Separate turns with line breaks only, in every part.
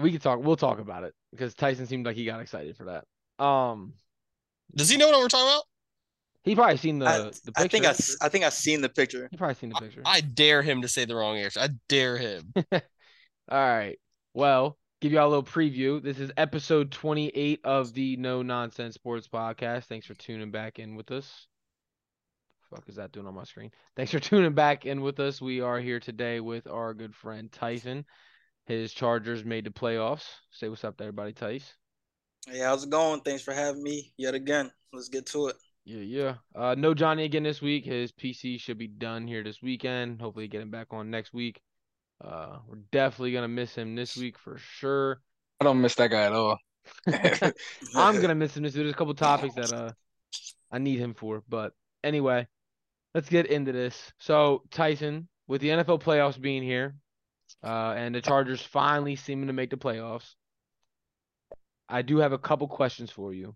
we can talk. We'll talk about it because Tyson seemed like he got excited for that. Um,
Does he know what we're talking about?
he probably seen the
I-
the picture.
I think I, s- I think I've seen the picture.
he probably seen the picture.
Mm-hmm.
I dare him to say the wrong answer. I dare him.
All right. Well, give y'all a little preview. This is episode 28 of the No Nonsense Sports Podcast. Thanks for tuning back in with us. Fuck is that doing on my screen? Thanks for tuning back in with us. We are here today with our good friend Tyson. His Chargers made the playoffs. Say what's up to everybody, Tyson.
Hey, how's it going? Thanks for having me yet again. Let's get to it.
Yeah, yeah. Uh, no Johnny again this week. His PC should be done here this weekend. Hopefully, get him back on next week. Uh, we're definitely gonna miss him this week for sure.
I don't miss that guy at all.
I'm gonna miss him this week. There's a couple topics that uh I need him for, but anyway, let's get into this. So Tyson, with the NFL playoffs being here, uh, and the Chargers finally seeming to make the playoffs, I do have a couple questions for you.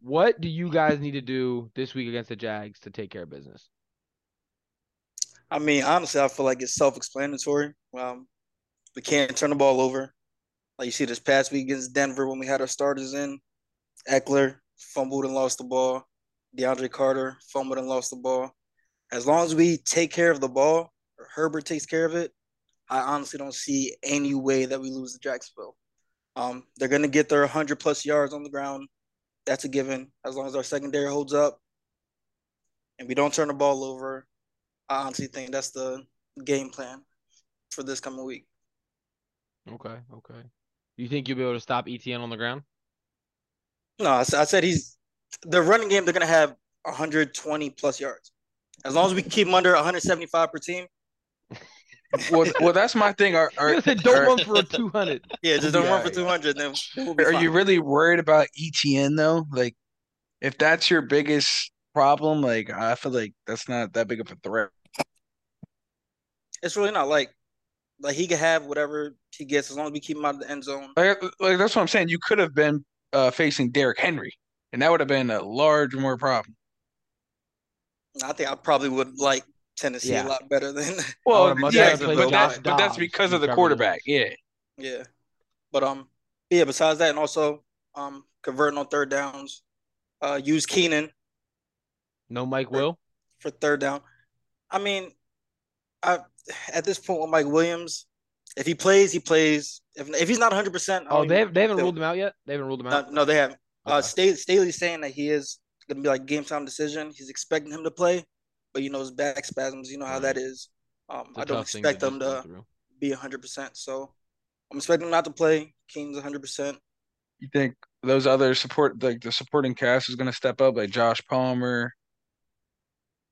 What do you guys need to do this week against the Jags to take care of business?
I mean, honestly, I feel like it's self-explanatory. Um, we can't turn the ball over. Like you see this past week against Denver when we had our starters in, Eckler fumbled and lost the ball. DeAndre Carter fumbled and lost the ball. As long as we take care of the ball, or Herbert takes care of it, I honestly don't see any way that we lose to Jacksonville. Um, they're gonna get their 100 plus yards on the ground. That's a given. As long as our secondary holds up, and we don't turn the ball over, I honestly think that's the game plan for this coming week.
Okay, okay. You think you'll be able to stop ETN on the ground?
No, I, s- I said he's the running game. They're gonna have 120 plus yards as long as we keep 'em under 175 per team.
Well, well, that's my thing. Are are,
You said don't
are,
run for a 200.
Yeah, just don't
Yeah,
run for
yeah.
200. Then we'll be
are you
fine.
really worried about ETN though? Like, if that's your biggest problem, like I feel like that's not that big of a threat.
It's really not like like he can have whatever he gets as long as we keep him out of the end zone.
Like, like that's what I'm saying. You could have been uh, facing Derrick Henry, and that would have been a large more problem.
I think I probably would like Tennessee
Yeah.
a lot better than
Well, much
rather
yeah,
play
Um, but that's
Josh
but that's
Dobbs
because
than
of the
Trevor
quarterback. Yeah,
yeah. But um, yeah. Besides that, and also um, converting on third downs, uh, use Keenan
No Mike Will?
for third down. I mean, I at this point with Mike Williams, if he plays, he plays. If if he's not 100, percent
Oh, they, have, they haven't ruled him out yet? They haven't ruled him out?
No, no, they haven't. Uh,
Okay.
Staley, Staley's saying that he is gonna be like game time decision. He's expecting him to play, but you know his back spasms. You know how
Right.
that is. Um,
Mm-hmm. It's a
I don't
tough thing to
expect him
just go
to
through.
be 100. percent So I'm expecting him not to play. King's 100. percent
you think those other support like the supporting cast is going to step up, like Josh Palmer.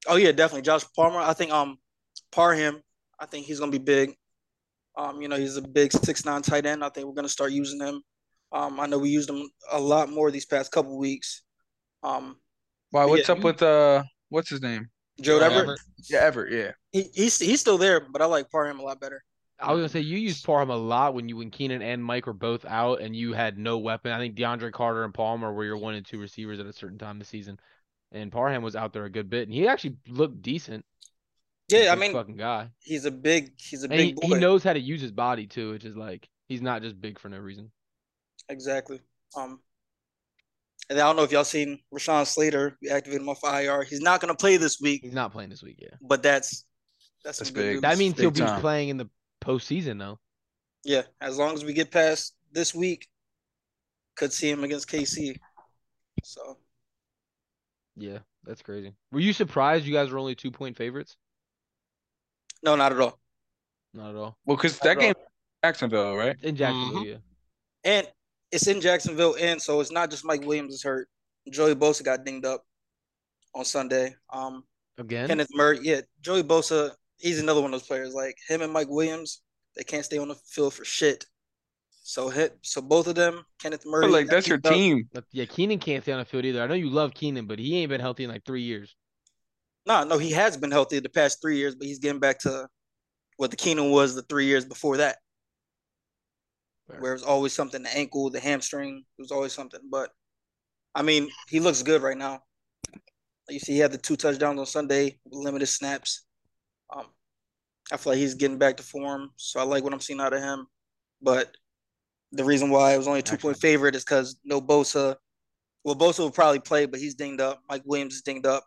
Oh yeah, definitely. Josh Palmer. I think um Parham, I think he's gonna be big. Um, you know, he's a big six nine tight end. I think we're gonna start using him. Um, I know we used him a lot more these past couple weeks. Um,
Wow,
Yeah.
what's up with uh, what's his name?
Joe
Whatever.
Everett,
Yeah, Everett. Yeah.
he, he's he's still there, but I like Parham a lot better.
I was gonna say you used Parham a lot when you when Keenan and Mike were both out and you had no weapon. I think DeAndre Carter and Palmer were your one and two receivers at a certain time this season, and Parham was out there a good bit and he actually looked decent. He's a
Yeah, I
big
mean,
fucking guy.
he's a big he's a
And he,
big
he
boy.
knows how to use his body too, which is like he's not just big for no reason.
Exactly. Um, and I don't know if y'all seen Rashawn Slater. We activated him off IR. He's not gonna play this week,
He's not playing this week, yeah.
but that's that's, some
That's
good
big.
news.
That means he'll
big
be
time.
playing in the postseason though.
Yeah, as long as we get past this week, could see him against KC. So
Yeah, that's crazy. Were you surprised you guys were only two point favorites?
no, not at all.
Not at all.
Well, because
Not at
that game Jacksonville, right?
Mm-hmm.
In Jacksonville, yeah.
And it's in Jacksonville, and so it's not just Mike Williams is hurt. Joey Bosa got dinged up on Sunday. Um,
Again?
Kenneth Murray, yeah, Joey Bosa, he's another one of those players. Like him and Mike Williams, they can't stay on the field for shit. So hit, so both of them, Kenneth Murray.
But like
got
that's your
dinged up.
team.
But yeah, Keenan can't stay on the field either. I know you love Keenan, but he ain't been healthy in like three years.
No, no, he has been healthy the past three years, but he's getting back to what the Keenan was the three years before that.
Fair.
Where it was always something, the ankle, the hamstring, it was always something. But I mean, he looks good right now. You see, he had the two touchdowns on Sunday, limited snaps. Um, I feel like he's getting back to form, so I like what I'm seeing out of him. But the reason why it was only a two point
Excellent.
favorite is because no Bosa. Well, Bosa will probably play, but he's dinged up. Mike Williams is dinged up.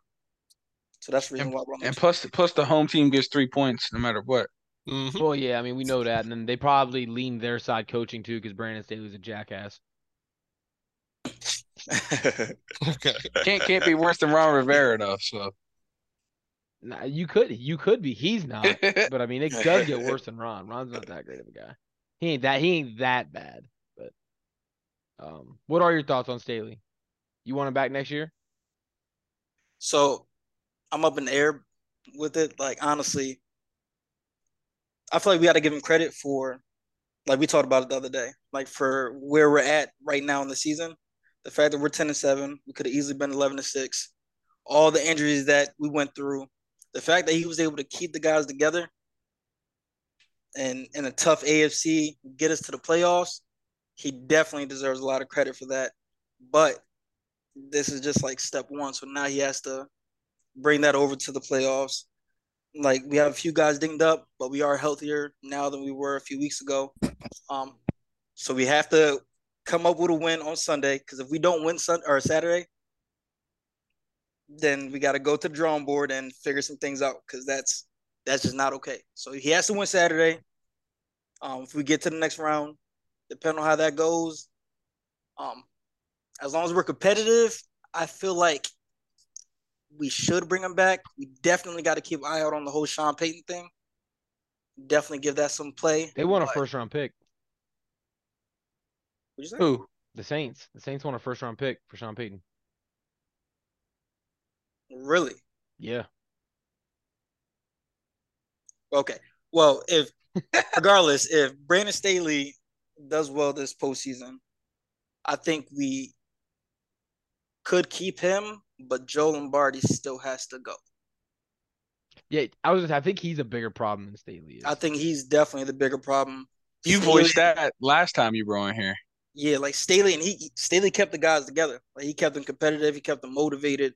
So that's the reason why.
And plus, plus the home team gets three points no matter what.
Mhm.
Well, yeah, I mean we know that, and then they probably lean their side coaching too because Brandon Staley's a jackass.
plus,
Okay.
Can't can't be worse than Ron Rivera though. So
Nah, you could, you could be. He's not, but I mean it does get worse than Ron. Ron's not that great of a guy. He ain't that. He ain't that bad. But um, what are your thoughts on Staley? You want him back next year?
So I'm up in the air with it. Like honestly, I feel like we got to give him credit for, like we talked about it the other day, like for where we're at right now in the season. The fact that we're ten and seven, we could have easily been eleven and six. All the injuries that we went through, the fact that he was able to keep the guys together, and in a tough AFC, get us to the playoffs. He definitely deserves a lot of credit for that. But this is just like step one. So now he has to bring that over to the playoffs. Like we have a few guys dinged up, but we are healthier now than we were a few weeks ago. Um, so we have to come up with a win on Sunday because if we don't win Sun or Saturday, then we got to go to the drawing board and figure some things out because that's that's just not okay. So he has to win Saturday. Um, if we get to the next round, depending on how that goes, um, as long as we're competitive, I feel like we should bring him back. We definitely got to keep an eye out on the whole Sean Payton thing. Definitely give that some play.
They want a
But-
first round pick.
What'd you say?
who?
The Saints. The Saints want a first round pick for Sean Payton.
Really?
Yeah.
Okay. Well, if regardless, if Brandon Staley does well this postseason, I think we could keep him, but Joe Lombardi still has to go.
Yeah, I was. Just, I think he's a bigger problem than Staley is.
I think he's definitely the bigger problem.
You
Staley-
voiced that last time you were on here.
Yeah, like Staley and he Staley kept the guys together. Like he kept them competitive, he kept them motivated.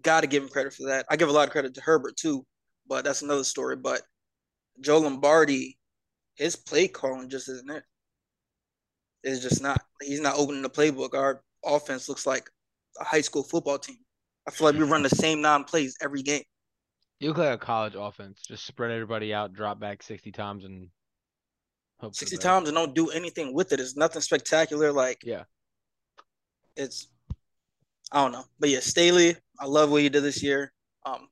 Got to give him credit for that. I give a lot of credit to Herbert too, but that's another story. But Joe Lombardi, his play calling just isn't it. It's just not. He's not opening the playbook. Our offense looks like a high school football team. I feel like we run the same nine plays every game.
You look like a college offense. Just spread everybody out, drop back sixty times, and hope for the
60
best.
times and don't do anything with it. It's nothing spectacular. Like,
Yeah.
it's, I don't know. But yeah, Staley, I love what he did this year. Um,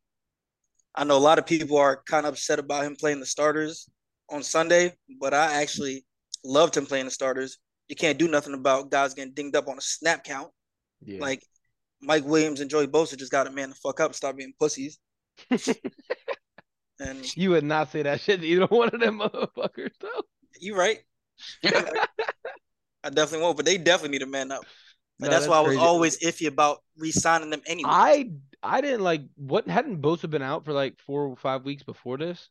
I know a lot of people are kind of upset about him playing the starters on Sunday, but I actually loved him playing the starters. You can't do nothing about guys getting dinged up on a snap count.
Yeah.
Like, Mike Williams and Joey Bosa just got a man the fuck up, and stop being pussies. and
you would not say that shit to either one of them motherfuckers though.
you right. I definitely won't, but they definitely need a man up.
No,
Like, that's, why I was
crazy.
always iffy about re-signing them anyway.
I I didn't like what hadn't Bosa been out for like four or five weeks before this?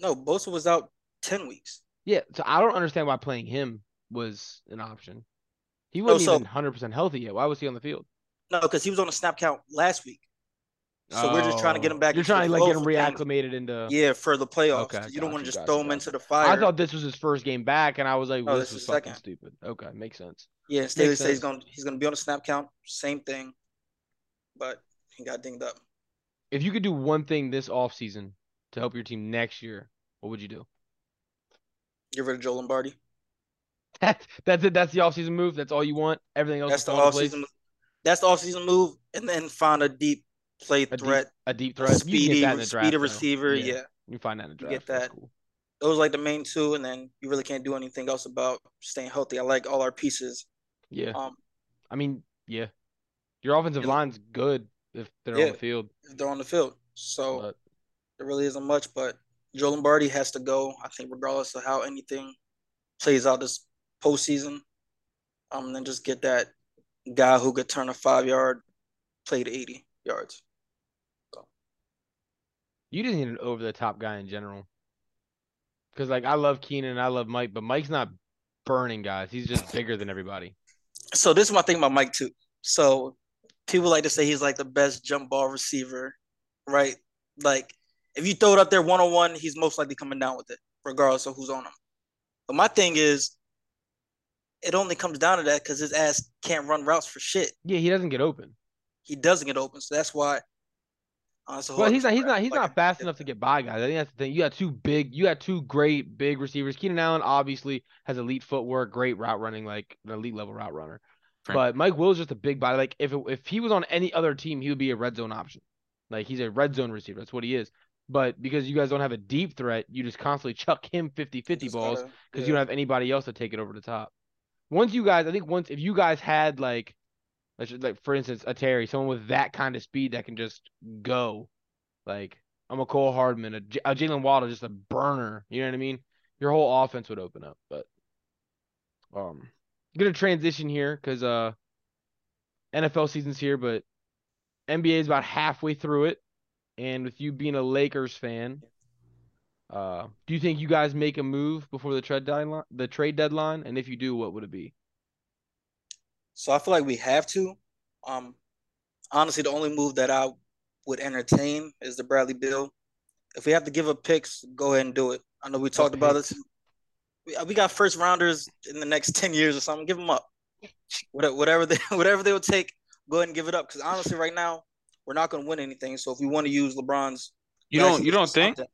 no, Bosa was out ten weeks.
Yeah, so I don't understand why playing him was an option. He
No,
wasn't
Oh, so-
even hundred percent healthy yet. Why was he on the field?
No, because he was on a snap count last week. So we're just trying to get him back
Oh. You're
into
trying to
the
like get
flow
him
for things.
reacclimated into.
Yeah, for the playoffs.
Okay,
'cause you don't
got
want
you,
to just
got
throw
you,
him
got
into the
I
fire.
thought this was his first game back, and I was like,
No,
well,
this
"This was
is
fucking
second.
stupid." Okay, makes sense.
yeah, Staley
makes
says
sense.
he's gonna he's gonna be on a snap count. Same thing, but he got dinged up.
If you could do one thing this offseason to help your team next year, what would you do?
Get rid of Joe Lombardi.
That's that's it. That's the offseason move. That's all you want. Everything else
That's
is
the
falling into place.
offseason. That's the offseason move, and then find a deep play
deep
threat,
A deep
a
threat. you can
speedy,
get that in the draft.
speedy
though.
receiver. yeah.
You can find that in the
You
draft.
get
That's
that.
cool.
those are like the main two, and then you really can't do anything else about staying healthy. I like all our pieces.
Yeah.
Um,
I mean, yeah. Your offensive
And-
line's good if they're on
Yeah. Oh.
the field.
if they're on the field, so
But
there really isn't much. But Joe Lombardi has to go. I think regardless of how anything plays out this postseason, um, and then just get that guy who could turn a five yard play to eighty yards.
you just need an over the top guy in general. Because like I love Keenan and I love Mike, but Mike's not burning guys. He's just bigger than everybody.
So this is my thing about Mike too. So people like to say he's like the best jump ball receiver, right? Like if you throw it up there one on one, he's most likely coming down with it, regardless of who's on him. But my thing is, it only comes down to that because his ass can't run routes for shit.
Yeah, he doesn't get open.
He doesn't get open, so that's why. Uh, it's a
Well,
whole
he's not.
other
He's not.
crap.
He's
Like,
not fast enough to get by guys. I think that's the thing. You got two big. You got two great big receivers. Keenan Allen obviously has elite footwork, great route running, like an elite level route runner.
Right.
But Mike Will is just a big body. Like if it, if he was on any other team, he would be a red zone option. Like he's a red zone receiver. That's what he is. But because you guys don't have a deep threat, you just constantly chuck him 50-50
just
balls.
gotta-
because
yeah.
you don't have anybody else to take it over the top. Once you guys, I think once if you guys had like, let's just, like for instance a Terry, someone with that kind of speed that can just go, like I'm a Cole Hardman, a, J- a Jalen Waddle, just a burner. You know what I mean? Your whole offense would open up. But um, gonna transition here because uh, NFL season's here, but NBA is about halfway through it, and with you being a Lakers fan, uh, do you think you guys make a move before the trade deadline? The trade deadline, and if you do, what would it be?
So I feel like we have to. Um, honestly, the only move that I would entertain is the Bradley Bill. If we have to give up picks, go ahead and do it. I know we talked about this. We, uh, we got first rounders in the next ten years or something. Give them up. Whatever, whatever they whatever they will take, go ahead and give it up. Because honestly, right now we're not going to win anything. So if we want to use LeBron's,
You
best
don't. You don't
interest
think.
out there-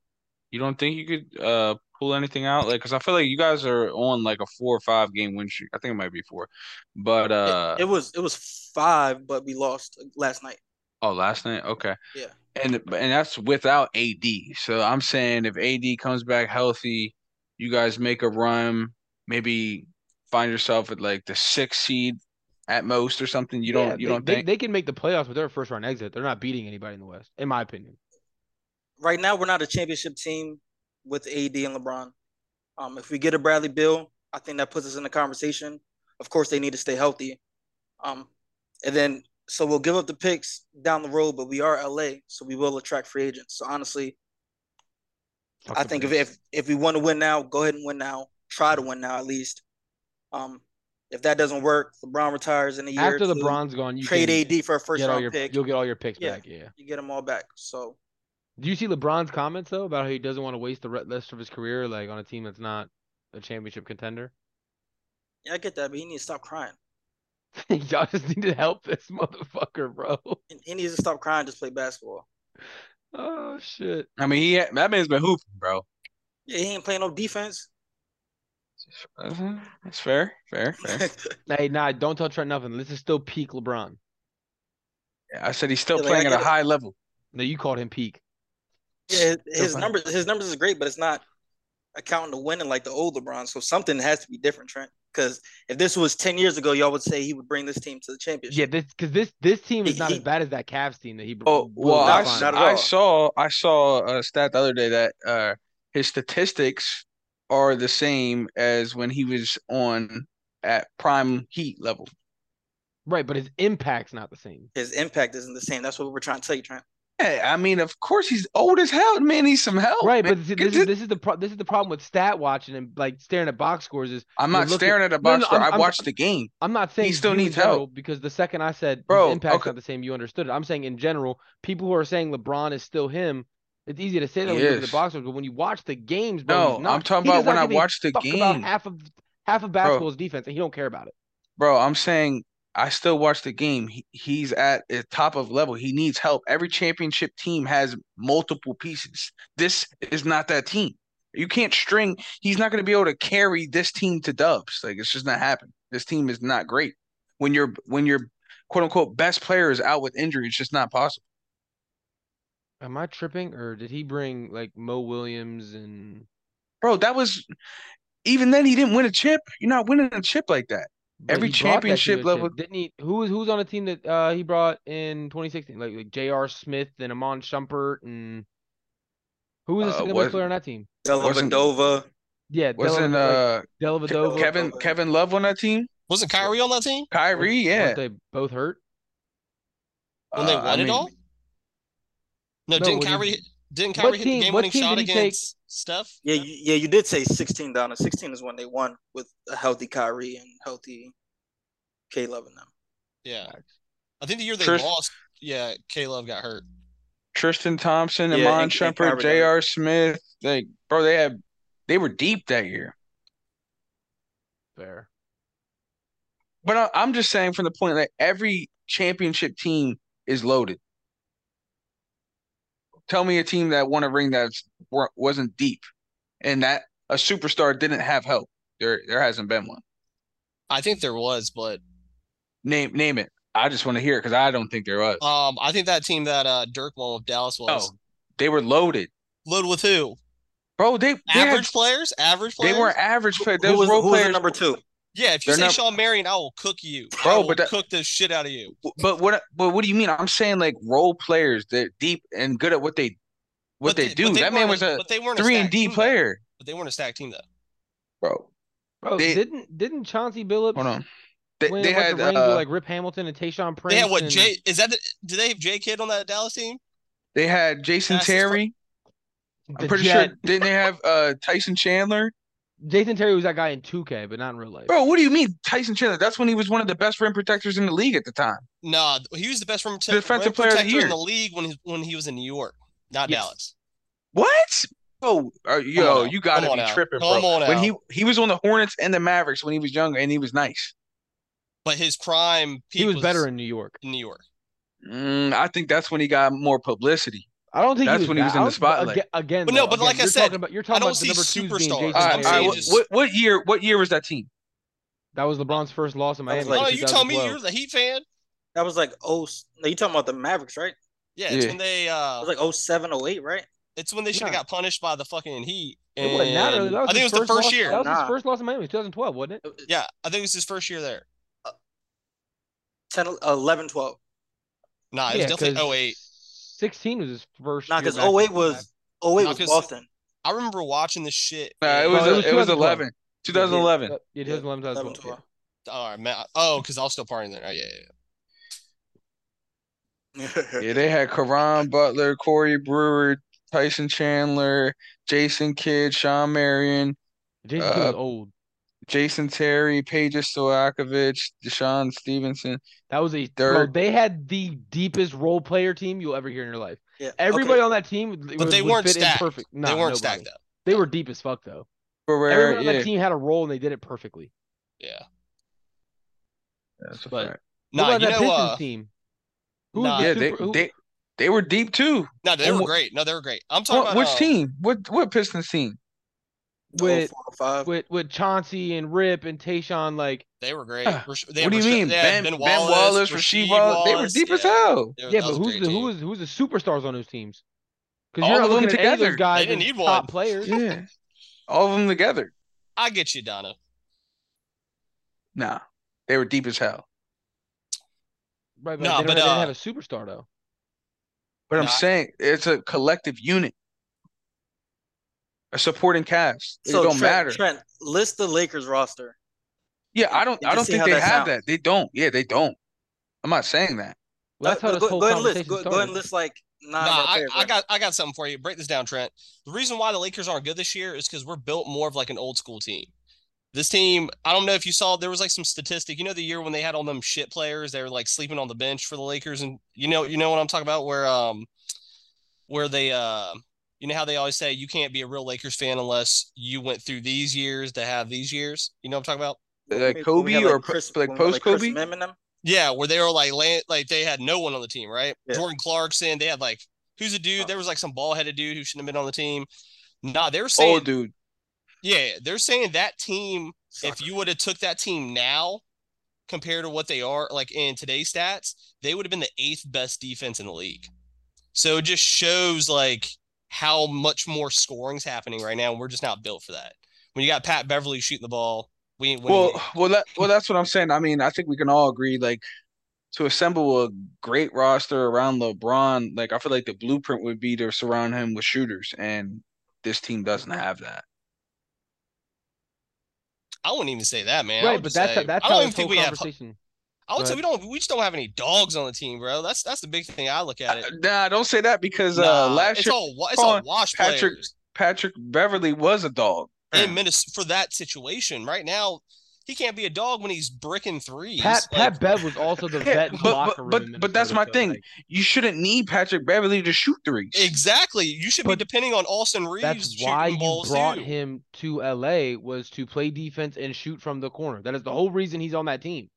You don't think you could uh pull anything out? Like, cause I feel like you guys are on like a four or five game win streak. I think it might be four, but
It-
uh
it, was it was five, but we lost last night.
oh, last night. Okay.
Yeah.
And but- and that's without AD. So I'm saying if AD comes back healthy, you guys make a run, maybe find yourself at like the sixth seed at most or something. You
Yeah,
don't. You
they,
don't
they,
think.
they can make the playoffs with their first round exit? They're not beating anybody in the West, in my opinion.
right now we're not a championship team with AD and LeBron. Um, if we get a Bradley Bill, I think that puts us in the conversation. Of course, they need to stay healthy. Um, and then so we'll give up the picks down the road, but we are LA, so we will attract free agents. So honestly,
Fuck
I
the
think if,
Knicks.
if if we want to win now, go ahead and win now. Try to win now at least. Um, if that doesn't work, LeBron retires in a year. or
after
two,
LeBron's gone, you
trade
can
AD for a first
get all
round
your
pick,
you'll get all your picks
Yeah.
back. Yeah.
you get them all back. So
Do you see LeBron's comments though about how he doesn't want to waste the re- rest of his career like on a team that's not a championship contender?
yeah, I get that, but you need to stop crying.
Y'all just need to help this motherfucker, bro.
He- He needs to stop crying, just play basketball.
Oh shit.
I mean, he that man's been hooping, bro.
Yeah, he ain't playing no defense.
That's fair. Fair. Fair.
Hey, nah, don't tell Trent nothing. This is still peak LeBron.
I said he's still
Yeah, like,
playing
I
at a
get it.
high level.
No, you called him peak.
yeah, his, his
fine.
numbers his numbers is great, but it's not accounting to winning like the old LeBron. So something has to be different, Trent. Because if this was ten years ago, y'all would say he would bring this team to the championship.
Yeah, this because this this team is
He-
not as
he-
bad as that Cavs team that he. br-
Oh
blew
well,
in the
I,
not
finals.
s-
at
I
all.
saw I saw a stat the other day that uh his statistics are the same as when he was on at prime heat level.
right, but his impact's not the same.
His impact isn't the same. That's what we're trying to tell you, Trent.
Hey, I mean, of course he's old as hell. Man needs some help.
right,
Oh, man.
but see,
Get
this is
to-
this is the pro- this is the problem with stat watching and like staring at box scores is
I'm
you're
not
looking-
staring at a
No, no,
box score.
I'm-
I
I'm-
watched the game.
I'm not saying
still
you
needs
in general,
help.
because the second I said
Bro,
his impact's
okay.
not the same, you understood it. I'm saying in general, people who are saying LeBron is still him, it's easy to say that
He
when you look at the
is.
box scores, but when you watch the games, bro,
No,
he's not.
I'm talking
he does
about when
not
I
give a
watched the
fuck about
game,
half of half of basketball's defense, and he don't care about it.
bro. I'm saying I still watch the game. He, he's at the top of level. He needs help. Every championship team has multiple pieces. This is not that team. You can't string. He's not going to be able to carry this team to dubs. Like it's just not happening. This team is not great. When your when your quote unquote best player is out with injury, it's just not possible.
Am I tripping, or did he bring like Mo Williams and?
Bro, that was even then he didn't win a chip. You're not winning a chip like that.
But
Every
he brought that to
championship
a
level-
didn't he? Who was who was on a team that uh, he brought in 2016? Like like J.R. Smith and Amon Shumpert and who was the
Uh,
second
was-
best player on that team?
Wasn't-
Dellavedova.
Yeah,
Wasn't uh
Dellavedova.
Kevin
Dellavedova.
Kevin Love on that team?
Wasn't Kyrie on that team?
Kyrie, yeah.
weren't they both hurt?
When they
Uh, I
won it
mean,
all? No,
No,
didn't
when he-
Kyrie didn't
What
Kyrie hit
team-
the game
what
winning
team did
shot
he take?
against Steph?
Yeah, you, yeah, you did say sixteen down, and sixteen is when they won with a healthy Kyrie and healthy Caleb and them.
Yeah. I think the year they
Tris-
lost, yeah, K Love got hurt.
Tristan Thompson,
Yeah,
Amon
and- and
Shumpert,
Kyrie
J.R. Smith. Like, bro, they had they were deep that year.
Fair.
But I, I'm just saying from the point that every championship team is loaded. Tell me a team that won a ring that wasn't deep, and that a superstar didn't have help. There, there hasn't been one.
I think there was, but
Name, name it. I just want to hear it because I don't think there was.
um, I think that team that uh Dirk won with Dallas was
No. They were loaded,
loaded with who?
bro. They, they had-
Average players. Average
they
players.
were average players. They
who
were
was,
role
who was the
players.
number two?
Yeah, if you
They're
say
not-
Sean Marion, I will cook you, I
Bro,
will
but that-
cook the shit out of you.
But what? But what do you mean? I'm saying like role players. They're deep and good at what they, what
But
they,
but
do. that man
weren't
was a
but they weren't
three
stacked
and D
team, though.
player,
But they weren't a stacked team though.
bro.
Bro,
They-
didn't didn't Chauncey Billups
Hold on. They,
win
they
with
had
the ring with,
uh,
like Rip Hamilton and Tayshawn Prince?
they had what
and-
Jay is that? The, do they have Jay Kidd on that Dallas team?
they had Jason
Fastest fu-
Terry. I'm
the
pretty
Jet.
sure didn't they have uh Tyson Chandler?
Jason Terry was that guy in 2K, but not in real life.
Bro, what do you mean Tyson Chandler? That's when he was one of the best rim protectors in the league at the time.
Nah, he was the best rim,
Defensive
rim
player of the
protector
year.
in the league when he, when he was in New York, not
Yes.
Dallas.
What? Oh, uh,
Come
yo,
on out.
you gotta
Come on
be
out.
tripping, bro.
Come on
when
out.
he he was on the Hornets and the Mavericks when he was younger, and he was nice.
But his prime peak
he was better in New York.
in New York.
Mm, I think that's when he got more publicity.
I don't think
That's
he was
when he was
that-
in the
I don't- but
spotlight.
aga- Again,
But no,
though,
but
again,
like I
you're
said,
talking about you're talking
don't
about the
see
number two being
superstars.
Jason
All right,
I'm
all right,
Terry.
saying
what,
just-
what what year what year was that team?
That was LeBron's first loss in
That
Miami.
was
Oh,
like
no,
in
you tell me
2012.
you're the Heat fan?
That was like oh, no, you talking about the Mavericks, right?
Yeah, it's
Yeah.
when they
That
uh,
was like 07, 08, right?
it's when they should have
Yeah.
got punished by the fucking Heat.
It wasn't that early.
and-
That was
I think it
his
was the first
loss-
year.
That was his
Nah.
first loss in Miami. It was 2012, wasn't it?
Yeah, I think it was his first year there.
10, 11, 12.
Nah, it
yeah,
was definitely oh,
'cause
08.
16 was his first.
Nah,
year
because
back in
08
the
was
league.
08
Nah,
was
'cause-
Boston.
I remember watching this shit. Oh,
Nah, it
in-
was
No, it was
it was
2012.
eleven. 2011.
Uh, Yeah, 2011,
11,
2012.
12.
yeah.
all right, man. Oh, because I was still partying there. Oh, yeah, yeah, yeah.
Yeah, they had Karan Butler, Corey Brewer, Tyson Chandler, Jason Kidd, Sean Marion,
Jason Kidd was
Uh,
old.
Jason Terry, Pages Stojakovic, Deshaun Stevenson.
That was a bro.
Dirk.
They had the deepest role player team you'll ever hear in your life.
Yeah,
Everybody on that team, would,
But they
would
weren't
fit
stacked.
in perfect. Nah,
they weren't
nobody.
stacked up.
They were deep as fuck though.
Ferrer,
Everyone on
yeah.
that team had a role and they did it perfectly.
Yeah.
That's a
but-
fact.
What
Nah, you
about that
know,
Pistons
uh,
team? Who
nah,
was the
yeah, they,
super, uh, who,
they they were deep too.
no, they
Oh,
were
wh-
great. No, they were great. I'm talking
What,
about
which
um,
team? What what Pistons team?
with
04, 05.
with with Chauncey and Rip and Tayshawn, like
They were great.
Huh.
Rash- they
what do
had
you
Rasha-
mean?
they had
Ben, ben Wallace, Rasheed Wallace. They were
Wallace,
deep as
yeah.
hell.
They were-
yeah,
that
but
was a
who's
great
the, who
team.
was who was the superstars on those teams? Because
All
you're
of
not
them
looking at any of
together.
those guys
They didn't
as
need
top
one.
players.
Yeah, all of them together.
I get you, Donna.
Nah, they were deep as hell.
Right, but they,
Nah,
don't,
but,
they didn't have
uh,
a superstar though.
But I'm
Nah.
saying it's a collective unit, a supporting cast. It
So
don't
Trent,
matter.
Trent, list the Lakers roster.
yeah, I don't.
and
I
to
don't
see
think
how
they
that
have
sounds.
that. They don't. Yeah, they don't. I'm not saying that.
Well, that's how
Uh,
this
go,
whole
go ahead and list.
conversation
Go, go
started.
ahead and list like nine.
nah,
of our
I,
players,
I
right?
got I got something for you. Break this down, Trent. The reason why the Lakers aren't good this year is because we're built more of like an old school team. This team, I don't know if you saw, there was like some statistic. You know, the year when they had all them shit players, they were like sleeping on the bench for the Lakers, and you know, you know what I'm talking about, where um, where they uh, you know how they always say you can't be a real Lakers fan unless you went through these years to have these years. You know what I'm talking about?
Like
When we had,
Kobe or
like
pro-
Chris,
like
when we had, Chris
post-Kobe?
Mim and them?
Yeah, where they were like land, like they had no one on the team, right?
Yeah.
Jordan Clarkson, they had like who's a dude? There was like some ball headed dude who shouldn't have been on the team. Nah, they were saying,
Old Oh, dude.
yeah, they're saying that team. If
Sucker.
you would have took that team now, compared to what they are like in today's stats, they would have been the eighth best defense in the league. So it just shows like how much more scoring's happening right now. And we're just not built for that. When you got Pat Beverly shooting the ball, we ain't winning.
Well,
games.
well, that, well, that's what I'm saying. I mean, I think we can all agree, like, to assemble a great roster around LeBron, like, I feel like the blueprint would be to surround him with shooters, and this team doesn't have that.
I wouldn't even say that, man. I
right,
would
but
just
that's
say-
that's
I don't
how
even
this whole
think we have
conversation.
I would
Go
say
ahead.
we don't. We just don't have any dogs on the team, bro. That's that's the big thing I look at it.
Nah, don't say that because uh,
Nah,
last
it's
year
all wa- it's all
Colin,
wash
Patrick-
players
Patrick Beverly was a dog.
in Minnesota for that situation. Right now, he can't be a dog when he's bricking threes.
Pat
Like,
Pat Bev was also the
Yeah,
vet in the
but-
locker
but-
room. in
but- but that's
Minnesota,
my
so,
thing.
like,
You shouldn't need Patrick Beverly to shoot threes.
exactly. You should be
But
depending on Austin Reeves.
That's
shooting
why you
balls
brought
too.
him to LA was to play defense and shoot from the corner. That is the whole reason he's on that team.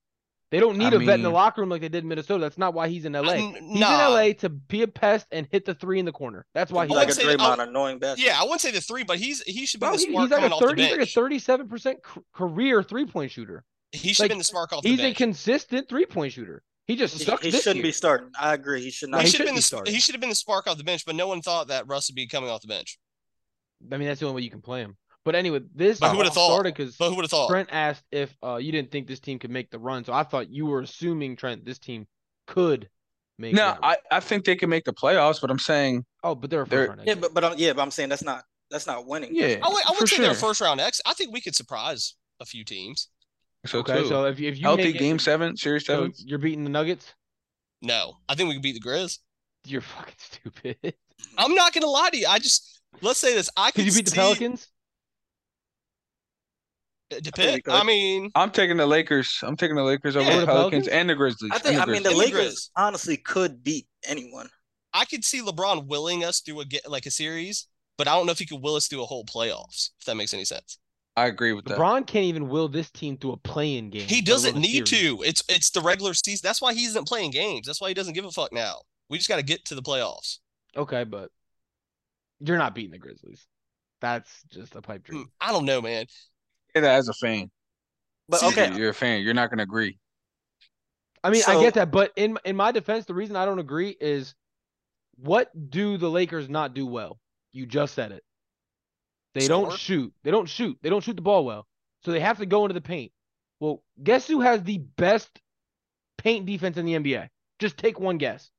They don't need
I
a vet in the
mean-
locker room like they did in Minnesota. That's not why he's in LA.
N-
he's
nah.
in LA to be a pest and hit the three in the corner. That's why he's
like a
I'd say-
Draymond annoying bastard.
Yeah, I wouldn't say the three, but he's he should be
Bro,
the
he- he's
spark
like
coming
a
off the
thirty. He's like a
bench.
thirty-seven percent career three-point shooter.
he should
like,
be the spark off the
He's a
bench.
consistent three-point shooter. He just
He-
sucks
he
this
shouldn't
year.
be starting. I agree. He should
No,
not.
he
he
should
shouldn't
have been
be
the sp-
starting.
he should have been the spark off the bench, but no one thought that Russ would be coming off the bench.
I mean, that's the only way you can play him. But anyway, this
But who would've thought?
because
But who would have thought?
Trent asked if uh, you didn't think this team could make the run. So I thought you were assuming Trent this team could make.
No,
runs.
I, I think they can make the playoffs, but I'm saying,
oh, but they're a
They're-
first round
Yeah,
exit.
but but I'm, yeah, but I'm saying that's not that's not winning.
yeah,
I would, I would
for
say
sure.
they're first round X. I think we could surprise a few teams.
So
okay,
too.
so if if you
healthy
make it-
game seven, series
so
seven.
you're beating the Nuggets.
No, I think we could beat the Grizz.
You're fucking stupid.
I'm not gonna lie to you. I just let's say this. I
Could
could
you beat the
see-
Pelicans?
It
think we
depend.
could.
I mean,
I'm taking the Lakers. I'm taking the Lakers over
Yeah.
the
The
Pelicans
Pelicans?
and the Grizzlies.
I think
and
I mean
Grizzlies.
the
Grizzlies.
Lakers honestly could beat anyone.
I could see LeBron willing us through a get like a series, but I don't know if he could will us through a whole playoffs. If that makes any sense,
I agree with that.
LeBron can't even will this team to a play-in game.
he
let
doesn't
alone a
need
series.
to. It's it's the regular season. That's why he isn't playing games. That's why he doesn't give a fuck now. We just got to get to the playoffs.
Okay, but you're not beating the Grizzlies. That's just a pipe
Mm,
Hmm.
dream.
I don't know, man.
Say that as a fan.
But
See,
okay,
You're- You're a fan. You're not gonna agree.
I mean, I
So-
get that, but in in my defense, the reason I don't agree is what do the Lakers not do well? You just said it. They
Score?
don't shoot. They don't shoot. They don't shoot the ball well. So they have to go into the paint. Well, guess who has the best paint defense in the NBA? Just take one guess.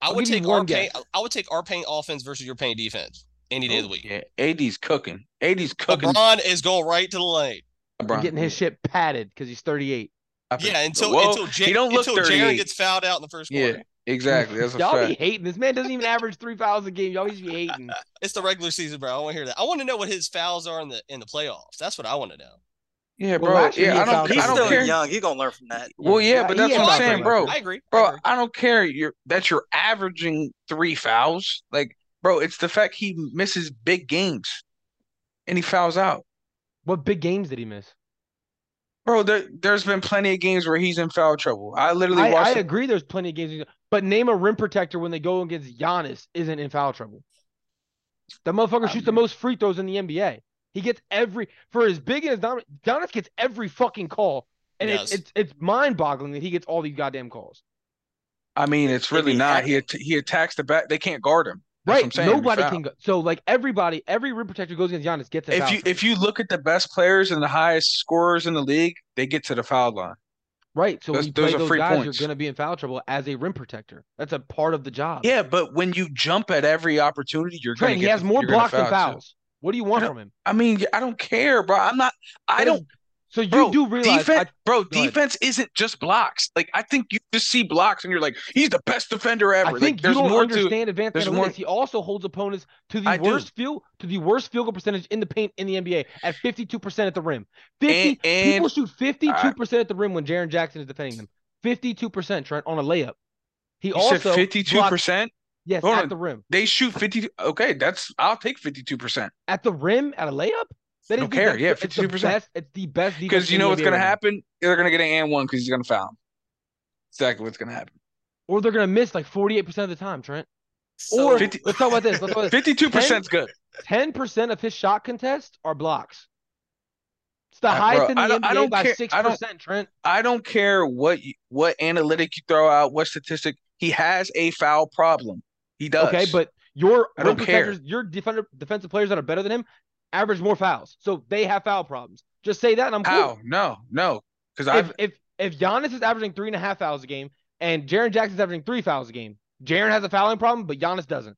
I
I'll
would
give you
take
one
our paint.
guess. Oh,
I would take our paint offense versus your paint defense any day of the week.
Yeah, AD's cooking. AD's cooking.
LeBron is going right to the lane.
He's
LeBron.
getting his shit padded because he's 38.
Stop it.
Yeah, until
Whoa,
until J-
he don't look
until Jaren
38.
gets fouled out in the first
Yeah,
quarter.
exactly. That's a
Y'all
fact.
be hating. This man doesn't even average three fouls a game. Y'all just be hating.
It's the regular season, bro. I want to hear that. I want to know what his fouls are in the in the playoffs. That's what I want to know.
Yeah,
Well,
bro.
last year he
yeah, I
fouled
don't.
he's
I
still
don't care.
young. He gonna learn from that.
Well, yeah, but
he
that's
had
what
my
I'm saying,
vote.
bro.
I agree, I
Bro,
agree.
I don't care. You're that you're averaging three fouls. Like, bro, it's the fact he misses big games, and he fouls out.
What big games did he miss?
Bro, there, there's been plenty of games where he's in foul trouble. I literally
I, I
watched. the-
agree. There's plenty of games, but name a rim protector when they go against Giannis isn't in foul trouble. The motherfucker
I
shoots the most free throws in the NBA. He gets every for as big as Don, Giannis gets every fucking call, and
Yes.
it's it's it's mind boggling that he gets all these goddamn calls.
I mean, it's really
he
not.
had
He at- he attacks the back. They can't guard him. That's what I'm
Right?
saying, he
Nobody
fouled.
can go. So like everybody, every rim protector goes against Giannis gets. in
If
foul
you
trouble.
if you look at the best players and the highest scorers in the league, they get to the foul line.
right, so when
those-
you play
those are
those
free
guys,
points.
you're gonna be in foul trouble as a rim protector. That's a part of the job.
Yeah, but when you jump at every opportunity, you're going
Trent,
to
he
get.
has
the-
more
you're gonna
blocks than
foul, too.
fouls. What do you want
I don't-
from him?
I mean, I don't care, bro. I'm not. I
That is-
don't.
So you
Bro,
do realize I
defense, bro.
go ahead.
Defense isn't just blocks. Like I think you just see blocks and you're like, he's the best defender ever.
I think
like
you
there's
don't
more to.
understand advanced
there's
analytics.
more-
He also holds opponents to the
I do.
worst field to the worst field goal percentage in the paint in the NBA at 52% at the rim. 50
and-
people shoot 52% at the rim when Jaron Jackson is defending them. 52% Trent on a layup. He
You
also
said 52
blocks-
percent.
yes
Hold
at
on.
the rim.
They shoot 52. Okay, that's. I'll take 52 percent
At the rim at a layup? That
Don't
the
care.
best-
Yeah,
it's the
52%.
best- It's the best defense
because you
in the
know what's
NBA
going to
right now.
happen. They're going to get an and one because he's going to foul. Him. Exactly what's going to happen.
Or they're gonna miss like 48% of the time, Trent. Or
50
let's talk about this. Let's talk about this.
52 percent's good.
10% of his shot contests are blocks. It's the
Uh, bro,
highest
I
in the
don't- I
NBA
don't
by
care-
six
I don't-
percent, Trent.
I don't care what you, what analytic you throw out, what statistic. He has a foul problem. He does.
Okay, but your
I don't
rim
care.
protectors, your defender, defensive players that are better than him, average more fouls, so they have foul problems. Just say that, and I'm cool.
how? No, no. Because I've
If, if if Giannis is averaging three and a half fouls a game, and Jaron Jackson's averaging three fouls a game, Jaron has a fouling problem, but Giannis doesn't.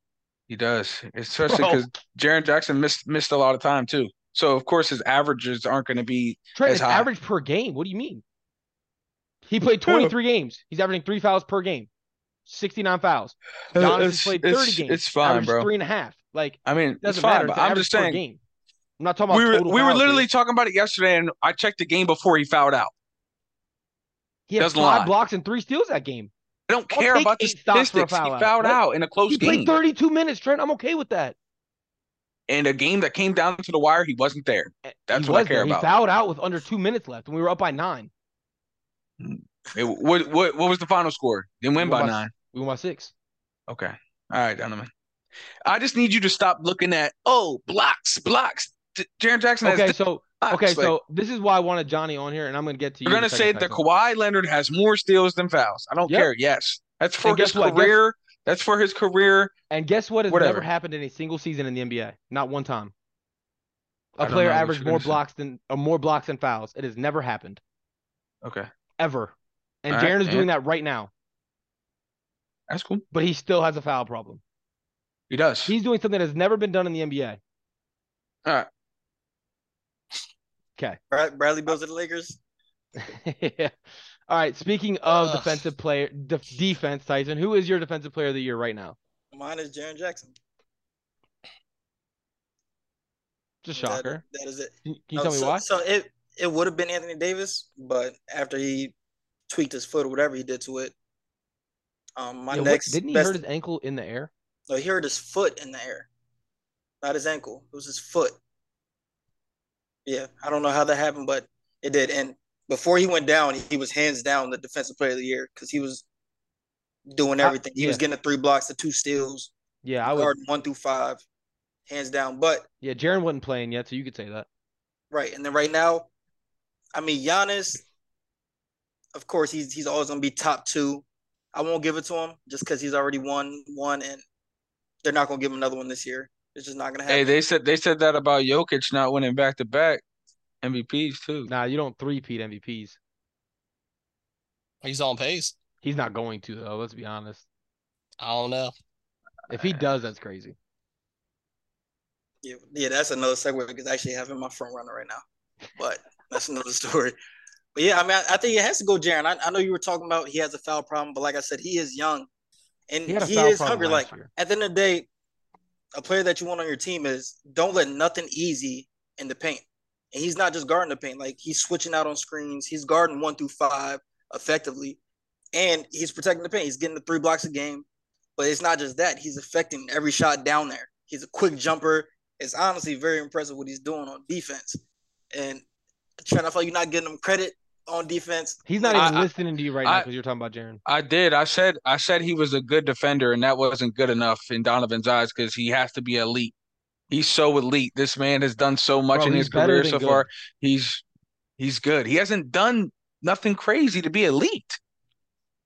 He does, especially
Bro.
because Jaron Jackson missed missed a lot of time too. So of course his averages aren't going to be.
Trent
That's
is
high.
average per game. What do you mean? He played 23 games. He's averaging three fouls per game, 69 fouls. Giannis has
Uh, It's,
played 30
it's,
games.
it's fine,
averaged
bro.
Three and a half. Like
I mean, it's
Doesn't
fine,
matter.
but
It's
I'm just saying.
Game. I'm not talking about
We were
total
we were
fouls,
literally
dude.
talking about it yesterday, and I checked the game before he fouled out.
He had
doesn't
five
lie.
blocks and three steals that game.
I don't
I'll
care
take
about the
eight stops for a
statistics. He
foul out.
fouled
What?
out in a close
He
game,
played 32 minutes, Trent. I'm okay with that.
in a game that came down to the wire. He wasn't there.
Eh,
That's
he
what I
was
care
there.
about.
He fouled out with under two minutes left, and we were up by nine.
It- what what what was the final score? They win
We
by
won
nine.
We won by six.
Okay. All right, Donovan. I just need you to stop looking at oh blocks, blocks. D- Jaren Jackson has
Okay,
th-
so
blocks.
okay,
Like,
so this is why I wanted Johnny on here, and I'm gonna get to you.
you're
in a
gonna
second,
say that
Tyson.
Kawhi Leonard has more steals than fouls. I don't
Yep.
care. Yes, that's for
And
his
guess what? Guess-
career. That's for his career.
And guess what has
Whatever.
never happened in a single season in the NBA? Not one time.
I
A
don't
player
know what
averaged
you're
more
gonna say.
blocks than or more blocks than fouls. It has never happened
Okay,
ever. And
All right,
Jaren is doing
and-
that right now,
that's cool.
but he still has a foul problem.
He does.
He's doing something that has never been done in the NBA.
Brad- Bradley Bills of the Lakers.
yeah. All right. Speaking of
Ugh.
defensive player def- defense, Tyson, who is your defensive player of the year right now?
Mine is Jaron Jackson.
Just
That-
shocker.
that is it.
Can, can you
No,
tell me
Oh, so,
why?
So it it would have been Anthony Davis, but after he tweaked his foot or whatever he did to it, um, my
Yeah, what-
next
didn't he
best,
hurt his ankle in the air?
no, he hurt his foot in the air, not his ankle. It was his foot. Yeah, I don't know how that happened, but it did. And before he went down, he was hands down the defensive player of the year because he was doing
I-
everything. He was
yeah.
getting the three blocks, the two steals,
Yeah, I would.
guarding one through five, hands down. But
Yeah, Jaren wasn't playing yet, so you could say that.
Right. And then right now, I mean Giannis, of course, he's he's always gonna be top two. I won't give it to him just because he's already won one and they're not gonna give him another one this year. It's just not gonna happen.
Hey, they said they said that about Jokic not winning back to back MVPs too.
Nah, you don't three peat MVPs.
He's on pace.
He's not going to though. Let's be honest.
I don't know.
If he does, that's crazy.
yeah, yeah, that's another segue because I actually have him my front runner right now. But that's another story. But yeah, I mean I, I think it has to go Jaron. I, I know you were talking about he has a foul problem, but like I said, he is young and
He
he,
had a foul
is
problem
hungry. Like
last year.
at the end of the day, a player that you want on your team is don't let nothing easy in the paint. And he's not just guarding the paint; like he's switching out on screens. He's guarding one through five effectively, and he's protecting the paint. He's getting the three blocks a game, but it's not just that; he's affecting every shot down there. He's a quick jumper. It's honestly very impressive what he's doing on defense. And trying to feel you're not getting him credit on defense.
He's not
I-
even
I-
listening to you right now
I-
because you're talking about Jaren.
I did. I said I said he was a good defender, and that wasn't good enough in Donovan's eyes because he has to be elite. He's so elite. This man has done so much
Bro,
in
he's
his
better
career
than
so
good.
far. He's he's good. He hasn't done nothing crazy to be elite.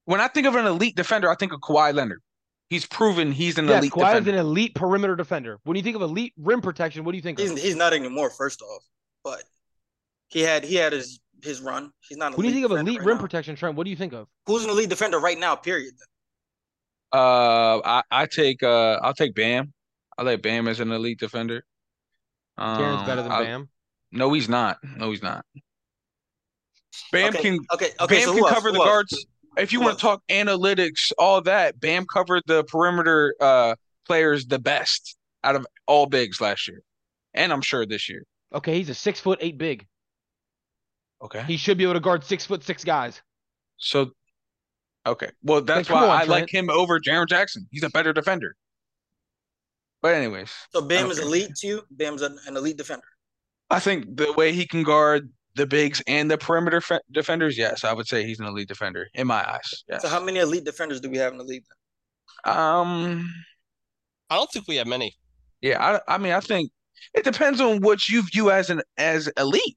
When I think of an elite defender, I think of Kawhi Leonard. He's proven he's an
Yes,
elite
Kawhi is
defender.
an elite perimeter defender. When you think of elite rim protection, what do you think
He's
of?
he's not anymore. First off, but he had he had his his run. He's not. an
When you
elite
think of
defender
elite
right
rim
now.
protection, Trent, what do you think of?
Who's an elite defender right now? Period.
Uh, I, I take uh I'll take Bam. I like Bam as an elite defender.
Jaren's
Um,
better than
I-
Bam.
No, he's not. No, he's not. Bam
Okay,
can
Okay, okay.
Bam
so who
can
else?
cover
Who
the
else?
guards. If you
Who
want to
else?
talk analytics, all that, Bam covered the perimeter uh, players the best out of all bigs last year, and I'm sure this year.
Okay, he's a six foot eight big.
Okay.
He should be able to guard six foot six guys.
So, okay. Well, that's
come
why
on,
I like him over Jaron Jackson. He's a better defender. But anyways,
So Bam is
Okay.
elite to you. Bam's an, an elite defender.
I think the way he can guard the bigs and the perimeter fe- defenders, yes, I would say he's an elite defender in my eyes. Yes.
So how many elite defenders do we have in the league?
um.
I don't think we have many.
Yeah, I, I mean, I think it depends on what you view as an as elite.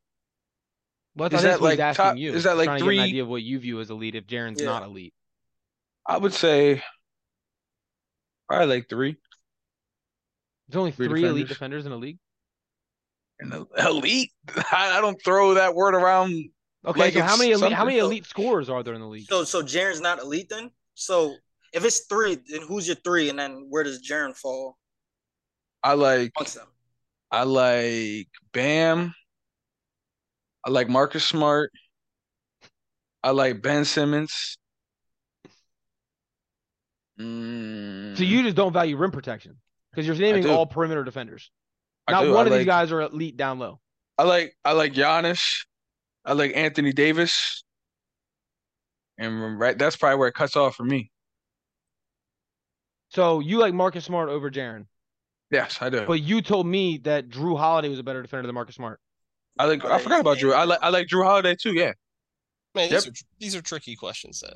Well,
Is
that's
that
what
like
he's asking
top-
you.
is that like
trying to get
three-
an idea of what you view as elite if Jaren's
Yeah.
not elite?
I would say probably like three.
There's only
Three
three, elite defenders in the league.
And el- elite, I, I don't throw that word around.
Okay,
Like,
so how
it's
many elite, how
something.
many elite scorers are there in the league?
So so Jaren's not elite then. So if it's three, then who's your three, and then where does Jaren fall
I like
amongst them?
I like Bam. I like Marcus Smart. I like Ben Simmons.
Mm. So you just don't value rim protection because you're naming
Mm. do.
all perimeter defenders.
I
Not
do, I
one of these
like-
guys are elite down low.
I like I like Giannis. I like Anthony Davis. And right, that's probably where it cuts off for me.
So you like Marcus Smart over Jaren,
Yes, I do.
but you told me that Drew Holiday was a better defender than Marcus Smart.
I like. I
Okay,
forgot about
yeah.
Drew. I like. I like Drew Holiday too. Yeah.
Man, these, are, these are tricky questions though.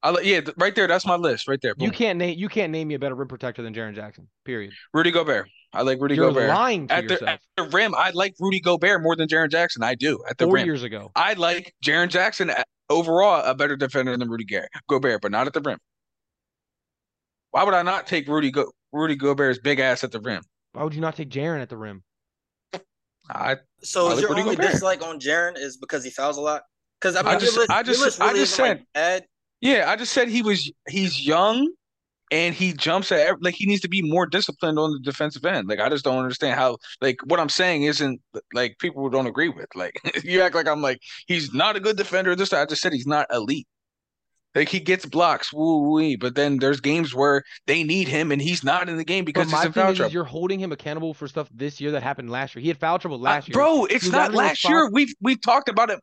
I, li- yeah, th- right there. That's my list right there.
You
Boom.
can't name you can't name me a better rim protector than Jaron Jackson. Period.
Rudy Gobert. I like Rudy
You're
Gobert.
lying to
At the,
yourself.
at the rim, I like Rudy Gobert more than Jaron Jackson. I do. At the
Four
rim,
years ago,
I like Jaron Jackson a- overall a better defender than Rudy Gar- Gobert, but not at the rim. Why would I not take Rudy Go- Rudy Gobert's big ass at the rim?
why would you not take Jaron at the rim?
I
So
I
is
like
your
Rudy
only
Gobert.
dislike on Jaron is because he fouls a lot? Because I mean,
I
your
just-
list-
I
your
just-
list
I
really
just
isn't, like,
said-
bad.
yeah, I just said he was he's young and he jumps at ev- like he needs to be more disciplined on the defensive end. Like I just don't understand how like what I'm saying isn't like people don't agree with. Like you act like I'm like he's not a good defender. This I just said he's not elite. Like he gets blocks, woo wee, but then there's games where they need him and he's not in the game
But
because he's
my
in
thing
foul
is, is
trouble.
you're holding him accountable for stuff this year that happened last year. He had foul trouble
Uh,
last year.
Bro, it's
You
not
gotta
last
respond-
year. We've we talked about it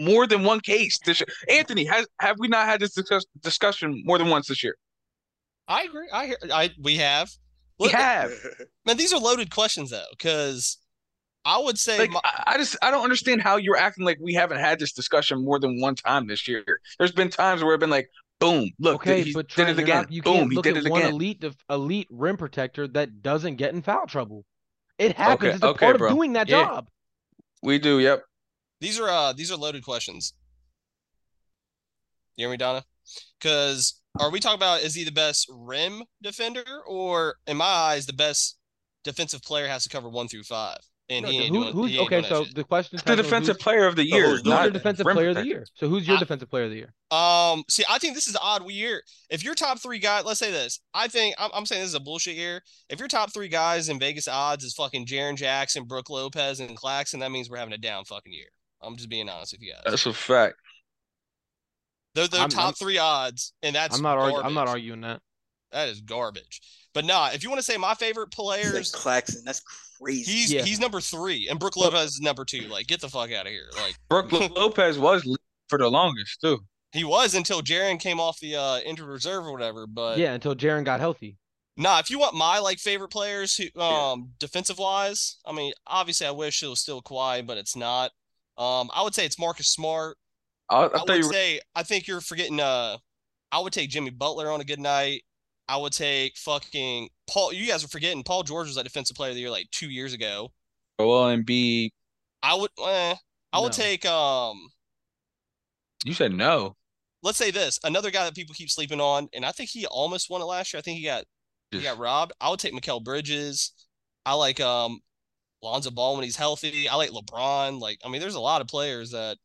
more than one case this year. Anthony, has have we not had this discuss, discussion more than once this year?
I agree. I hear. I we have.
We
Look,
have.
man, these are loaded questions though, because I would say
Like
my,
I, I just I don't understand how you're acting like we haven't had this discussion more than one time this year. There's been times where I've been like, boom, look,
okay,
he
but
did
Trent,
it
you're
again.
not, you
boom,
can't
he
look
did
at
it
one
again.
elite def- elite rim protector that doesn't get in foul trouble. It happens.
Okay,
it's a
okay,
part
bro.
of doing that
Yeah.
job.
We do, yep.
these are uh these are loaded questions. You hear me, Donna? Because are we talking about is he the best rim defender or in my eyes the best defensive player has to cover one through five? And
No,
he
who-
ain't doing.
who's
he ain't
okay?
doing that
So
shit.
the question is
The
titled,
defensive
who's,
player of the year.
who's
who's
not
your defensive
rim
player of the
protector.
year? So who's your
I-
defensive player of the year?
Um, see, I think this is an odd year. If your top three guy, let's say this, I think I'm, I'm saying this is a bullshit year. If your top three guys in Vegas odds is fucking Jaron Jackson, Brooke Lopez, and Claxton, that means we're having a down fucking year. I'm just being honest with you guys.
That's a fact.
They're the
I'm-
top
I'm-
three odds, and that's
I'm not arguing. I'm not
garbage.
arguing that.
That is garbage. But nah, if you want to say my favorite
He said
players,
Claxton. That's crazy.
he's
Yeah.
he's number three, and Brooke Lopez is number two. Like, get the fuck out of here. Like,
Brooke Lopez was lead for the longest too.
he was until Jaron came off the uh injured reserve or whatever. But
Yeah, until Jaron got healthy.
Nah, if you want my like favorite players who um defensive wise, I mean, obviously I wish it was still Kawhi, but it's not. Um, I would say it's Marcus Smart.
I, I
I,
thought
would
you were
say I think you're forgetting uh I would take Jimmy Butler on a good night. I would take fucking Paul you guys are forgetting Paul George was a defensive player of the year like two years ago.
Joel Embiid.
I would eh, I would
No.
take um
You said no.
let's say this, another guy that people keep sleeping on, and I think he almost won it last year. I think he got he got robbed. I would take Mikel Bridges. I like um Lonzo Ball when he's healthy. I like LeBron. Like, I mean, there's a lot of players that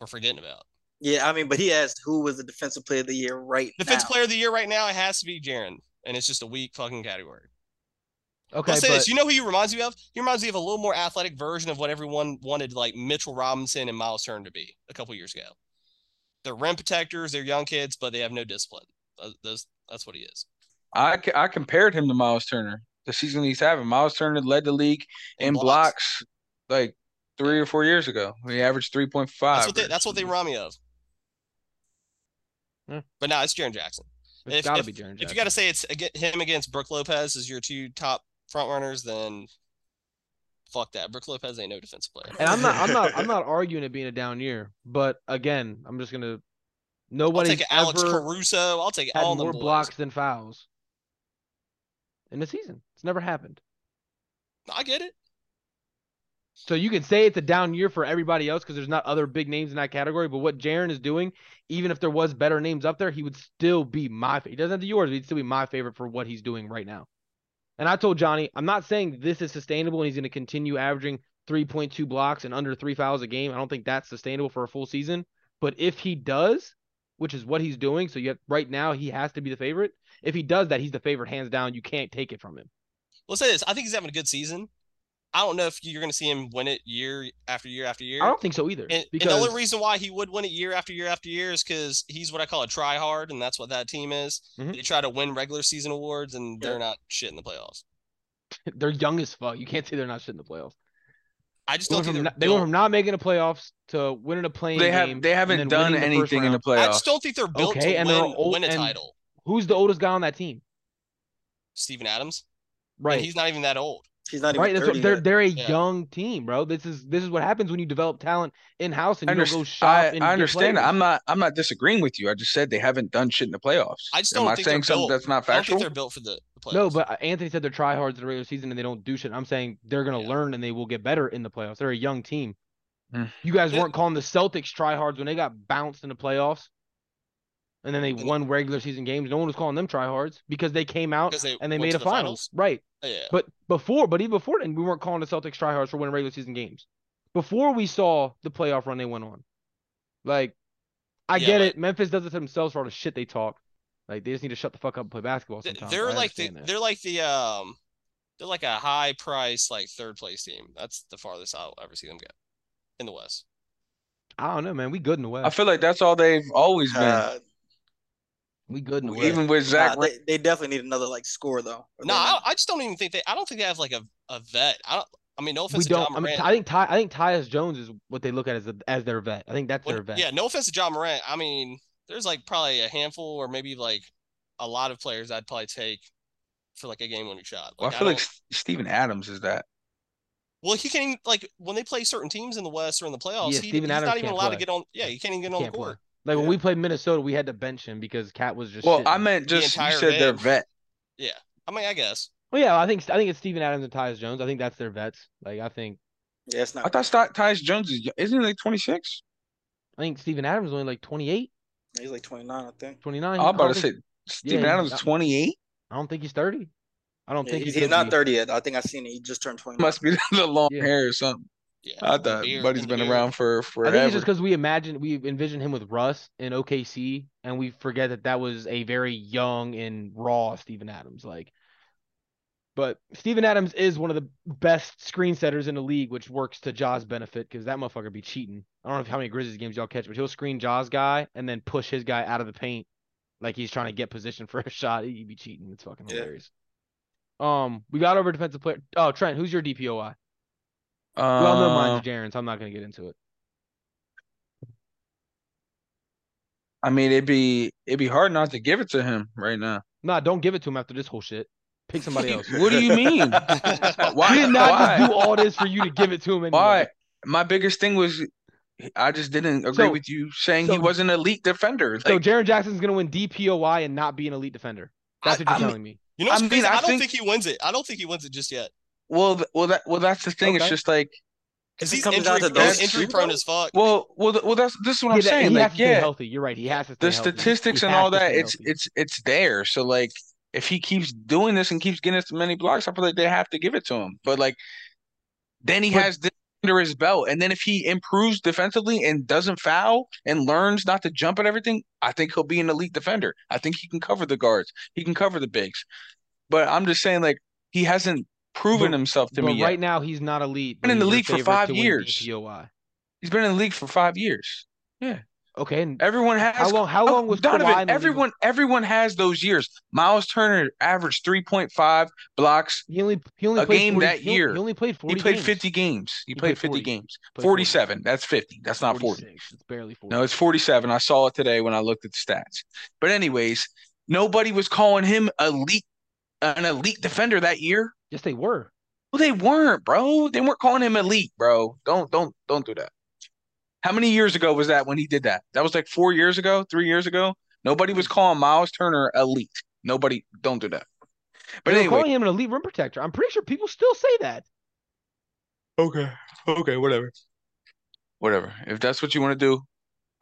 we're forgetting about.
Yeah, I mean, but he asked who was the defensive player of the year right
Defense
now.
player of the year right now, it has to be Jaron. And it's just a weak fucking category.
Okay,
I'll say
but
this. You know who he reminds me of? He reminds me of a little more athletic version of what everyone wanted, like Mitchell Robinson and Miles Turner to be a couple years ago. They're rim protectors. They're young kids, but they have no discipline. Uh, Those, that's what he is.
I, c- I compared him to Miles Turner. The season he's having, Miles Turner led the league
And
in
blocks.
blocks. like three or four years ago. He averaged three point five.
That's what they, that's what they remind me of.
Yeah.
But now it's Jaron Jackson.
it's
if-
gotta be Jaron.
If you got to say it's aga him against Brooke Lopez as your two top front runners, then fuck that. Brooke Lopez ain't no defensive player.
and I'm not, I'm not, I'm not arguing it being a down year, but again, I'm just gonna.
I'll
Nobody's
take Alex
ever
Caruso. I'll take
had
all the
more
boys.
blocks than fouls in a season. It's never happened.
I get it.
So you can say it's a down year for everybody else because there's not other big names in that category. But what Jaron is doing, even if there was better names up there, he would still be my. fa- He doesn't have to yours, but he'd still be my favorite for what he's doing right now. And I told Johnny, I'm not saying this is sustainable and he's going to continue averaging 3.2 blocks and under three fouls a game. I don't think that's sustainable for a full season. But if he does, which is what he's doing, so yet right now he has to be the favorite. If he does that, he's the favorite hands down. You can't take it from him.
Let's say this. I think he's having a good season. I don't know if you're going to see him win it year after year after year.
I don't think so either.
and, and
because
the only reason why he would win it year after year after year is because he's what I call a try hard, and that's what that team is.
Mhm.
They try to win regular season awards, and
Yeah.
they're not shit in the playoffs.
they're young as fuck. You can't say they're not shit in the playoffs.
I just
They
don't
went,
think
from,
they're
not, they went
built-
from not making the playoffs to winning a playing
They
game
have they
and
haven't
then
done
winning the first
anything in the
round.
I
playoffs.
just don't think they're built
Okay,
to
and they're
win,
old-
win a
and-
title.
Who's the oldest guy on that team?
Stephen Adams.
Right.
And he's not even that old.
She's not even
Right, that's
30
what, they're
yet.
they're a
Yeah.
young team, bro. This is this is what happens when you develop talent in house and
I
you don't go
understand.
shop.
I,
and
I
get
understand. that.
players.
I'm not. I'm not disagreeing with you. I just said they haven't done shit in the playoffs.
I just
Am
don't
I
think
saying
they're
something
built.
that's not
I don't think
factual?
they're built for the, the playoffs.
No, but uh, Anthony said they're tryhards in the regular season and they don't do shit. I'm saying they're gonna
Yeah.
learn and they will get better in the playoffs. They're a young team.
Hmm.
You guys
Yeah.
weren't calling the Celtics tryhards when they got bounced in the playoffs, and then they won regular season games. No one was calling them tryhards because they came out
because they
and they
went
made
to
a
the
finals. Right.
Oh, Yeah,
But before, but even before then, we weren't calling the Celtics tryhards for winning regular season games. Before we saw the playoff run they went on, like, I
Yeah,
get
but-
it. Memphis does it to themselves for all the shit they talk. Like they just need to shut the fuck up and play basketball.
Th-
Sometimes
they're
I
like the
understand that.
they're like the um they're like a high price like third place team. That's the farthest I'll ever see them get in the West.
I don't know, man. We good in the West.
I feel like that's all they've always been.
Uh,
we good in the West.
Even with Zach,
nah, they, they definitely need another like score though.
No, I, I just don't even think they. I don't think they have like a, a vet. I don't. I mean, no
we
offense to John
don't. I mean,
Morant.
I think Ty. I think Tyus Jones is what they look at as the, as their vet. I think that's
Well,
their vet.
yeah, no offense to John Morant. I mean, there's like probably a handful or maybe like a lot of players I'd probably take for like a game winning shot.
well, I
Like,
feel like
don't-
S- Steven Adams is that.
well, he can't even like when they play certain teams in the West or in the playoffs.
Yeah,
he,
Steven
he's
Adams
not even
can't
allowed
play.
to get on. Yeah, he can't even get on the
Can't play.
court.
Like when
Yeah.
we played Minnesota, we had to bench him because Cat was just.
Well,
sitting.
I meant
The
just you
entire
said their
bench.
vet.
I mean, I guess.
Well, yeah, I think I think it's Steven Adams and Tyus Jones. I think that's their vets. Like I think
yeah, it's
I
not.
thought Sti- Tyus Jones is isn't he like 26?
I think Steven Adams is only like 28,
He's like 29, I think.
Oh,
29.
I'm
I don't
about to say
think-
Steven
he's-
Adams
I-
28
I don't think he's 30. I don't
Yeah,
think
he's,
he
he's
could
not
be.
30 yet. I think I seen it. He just turned 29.
must be the long
Yeah.
hair or something.
Yeah.
I
and the
thought
beard-
Buddy's
and the
been
beard.
around for
I
forever.
think it's just because we imagine we envision him with Russ and OKC, and we forget that that was a very young and raw Steven Adams. Like, but Steven Adams is one of the best screen setters in the league, which works to Jaws' benefit because that motherfucker be cheating. I don't know how many Grizzlies games y'all catch, but he'll screen Jaws guy and then push his guy out of the paint like he's trying to get position for a shot. He'd be cheating. It's fucking
Yeah.
hilarious. Um, we got over defensive player. Oh, Trent, who's your DPOI? We
um,
all know mine's Jaren's. I'm not gonna get into it.
I mean, it'd be it'd be hard not to give it to him right now.
Nah, don't give it to him after this whole shit. Pick somebody else.
What do you mean?
We did not
Why?
just do all this for you to give it to him anyway.
Why? My biggest thing was I just didn't agree
So-
with you saying he
so-
was an elite defender.
So
Like,
Jaren Jackson's gonna win DPOI and not be an elite defender. That's
I-
what you're
I mean-
telling me.
You know,
I
what's
mean,
crazy?
I
I, don't
think-
think he wins it. I don't think he wins it just yet
well, th- well, that well, that's the thing. It's
Okay.
just like,
because
If it
he's
comes
injury,
down to
he's
those
injury
two,
prone
though,
as fuck.
well, well, th- well, that's this is what I'm
Yeah, that-
saying.
he has
Like,
to stay
yeah,
healthy. You're right. He has to stay
the
healthy. He
statistics and
has
all
to
that,
stay
it's
healthy.
it's it's there. So like, if he keeps doing this and keeps getting as many blocks, I feel like they have to give it to him. But like, then he
But-
has this under his belt, and then if he improves defensively and doesn't foul and learns not to jump at everything, I think he'll be an elite defender. I think he can cover the guards. He can cover the bigs. But I'm just saying, like, he hasn't proven
But-
himself to
but
me yet.
right now he's not elite. but
Been in the
he's your
league for
favorite
five
to win
years.
DPOI.
He's been in the league for five years.
Okay, and
Everyone has
how long? How
Oh,
long was
Donovan?
Kawhi in the league?
everyone, everyone has those years. Miles Turner averaged three point five blocks.
He only he only
a
played
game
40
that
he only-
year.
He only played forty.
He played
games.
fifty games. He,
He
played
played
fifty
40.
games.
Played 40.
Forty-seven. That's fifty. That's not forty.
46. It's barely forty.
No, it's forty-seven. I saw it today when I looked at the stats. But anyways, nobody was calling him elite, an elite defender that year.
yes, they were.
Well, they weren't, bro. They weren't calling him elite, bro. Don't don't don't do that. How many years ago was that when he did that? That was like four years ago, three years ago. Nobody
Mm.
was calling Miles Turner elite. Nobody don't do that. But
they were
anyway,
calling him an elite rim protector. I'm pretty sure people still say that.
okay, okay, whatever, whatever. If that's what you want to do,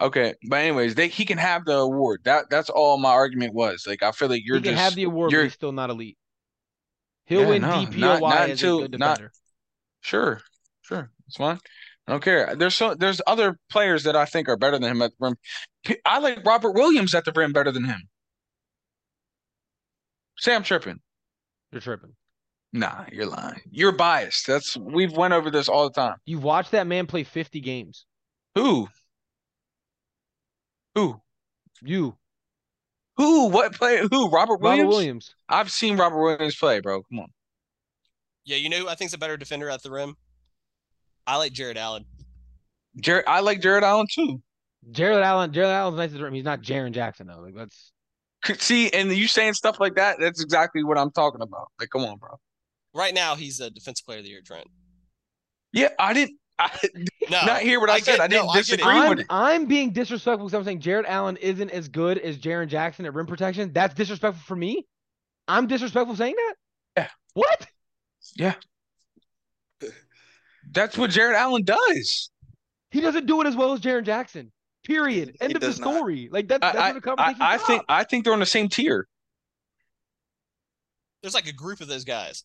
okay. But anyways, they he can have the award. That that's all my argument was. Like I feel like you're
he can
just
have the award, but
you're-
he's still not elite. He'll
Yeah,
win
no, not-
DPOI
not
as
until-
a good
not-
defender.
Sure, sure, it's fine. I don't care. There's so there's other players that I think are better than him at the rim. P- I like Robert Williams at the rim better than him. Say I'm tripping.
You're tripping.
Nah, you're lying. You're biased. That's we've went over this all the time.
You watched that man play 50 games.
Who? Who?
You,
Who? What player? Who? Robert Williams?
Robert Williams.
I've seen Robert Williams play, bro. Come on.
Yeah, you know who I think's a better defender at the rim? I like Jared Allen.
Jared I like Jared Allen too.
Jared Allen. Jared Allen's nice at the rim. He's not Jaron Jackson though. Like that's
Could- See, and you saying stuff like that, that's exactly what I'm talking about. Like, come on, bro.
Right now, he's a defensive player of the year, Trent.
Yeah, I didn't. I
No,
not hear what I,
I
said.
get-
I didn't
no, I get it.
disagree with
I'm,
it.
I'm being disrespectful because I'm saying Jared Allen isn't as good as Jaron Jackson at rim protection. That's disrespectful for me. I'm disrespectful saying that.
Yeah.
What?
That's what Jared Allen does.
He doesn't do it as well as Jaron Jackson. Period.
He
End of the
does not.
story. Like that, that's
I,
what the
I, I,
conversation.
I think I think they're on the same tier.
there's like a group of those guys.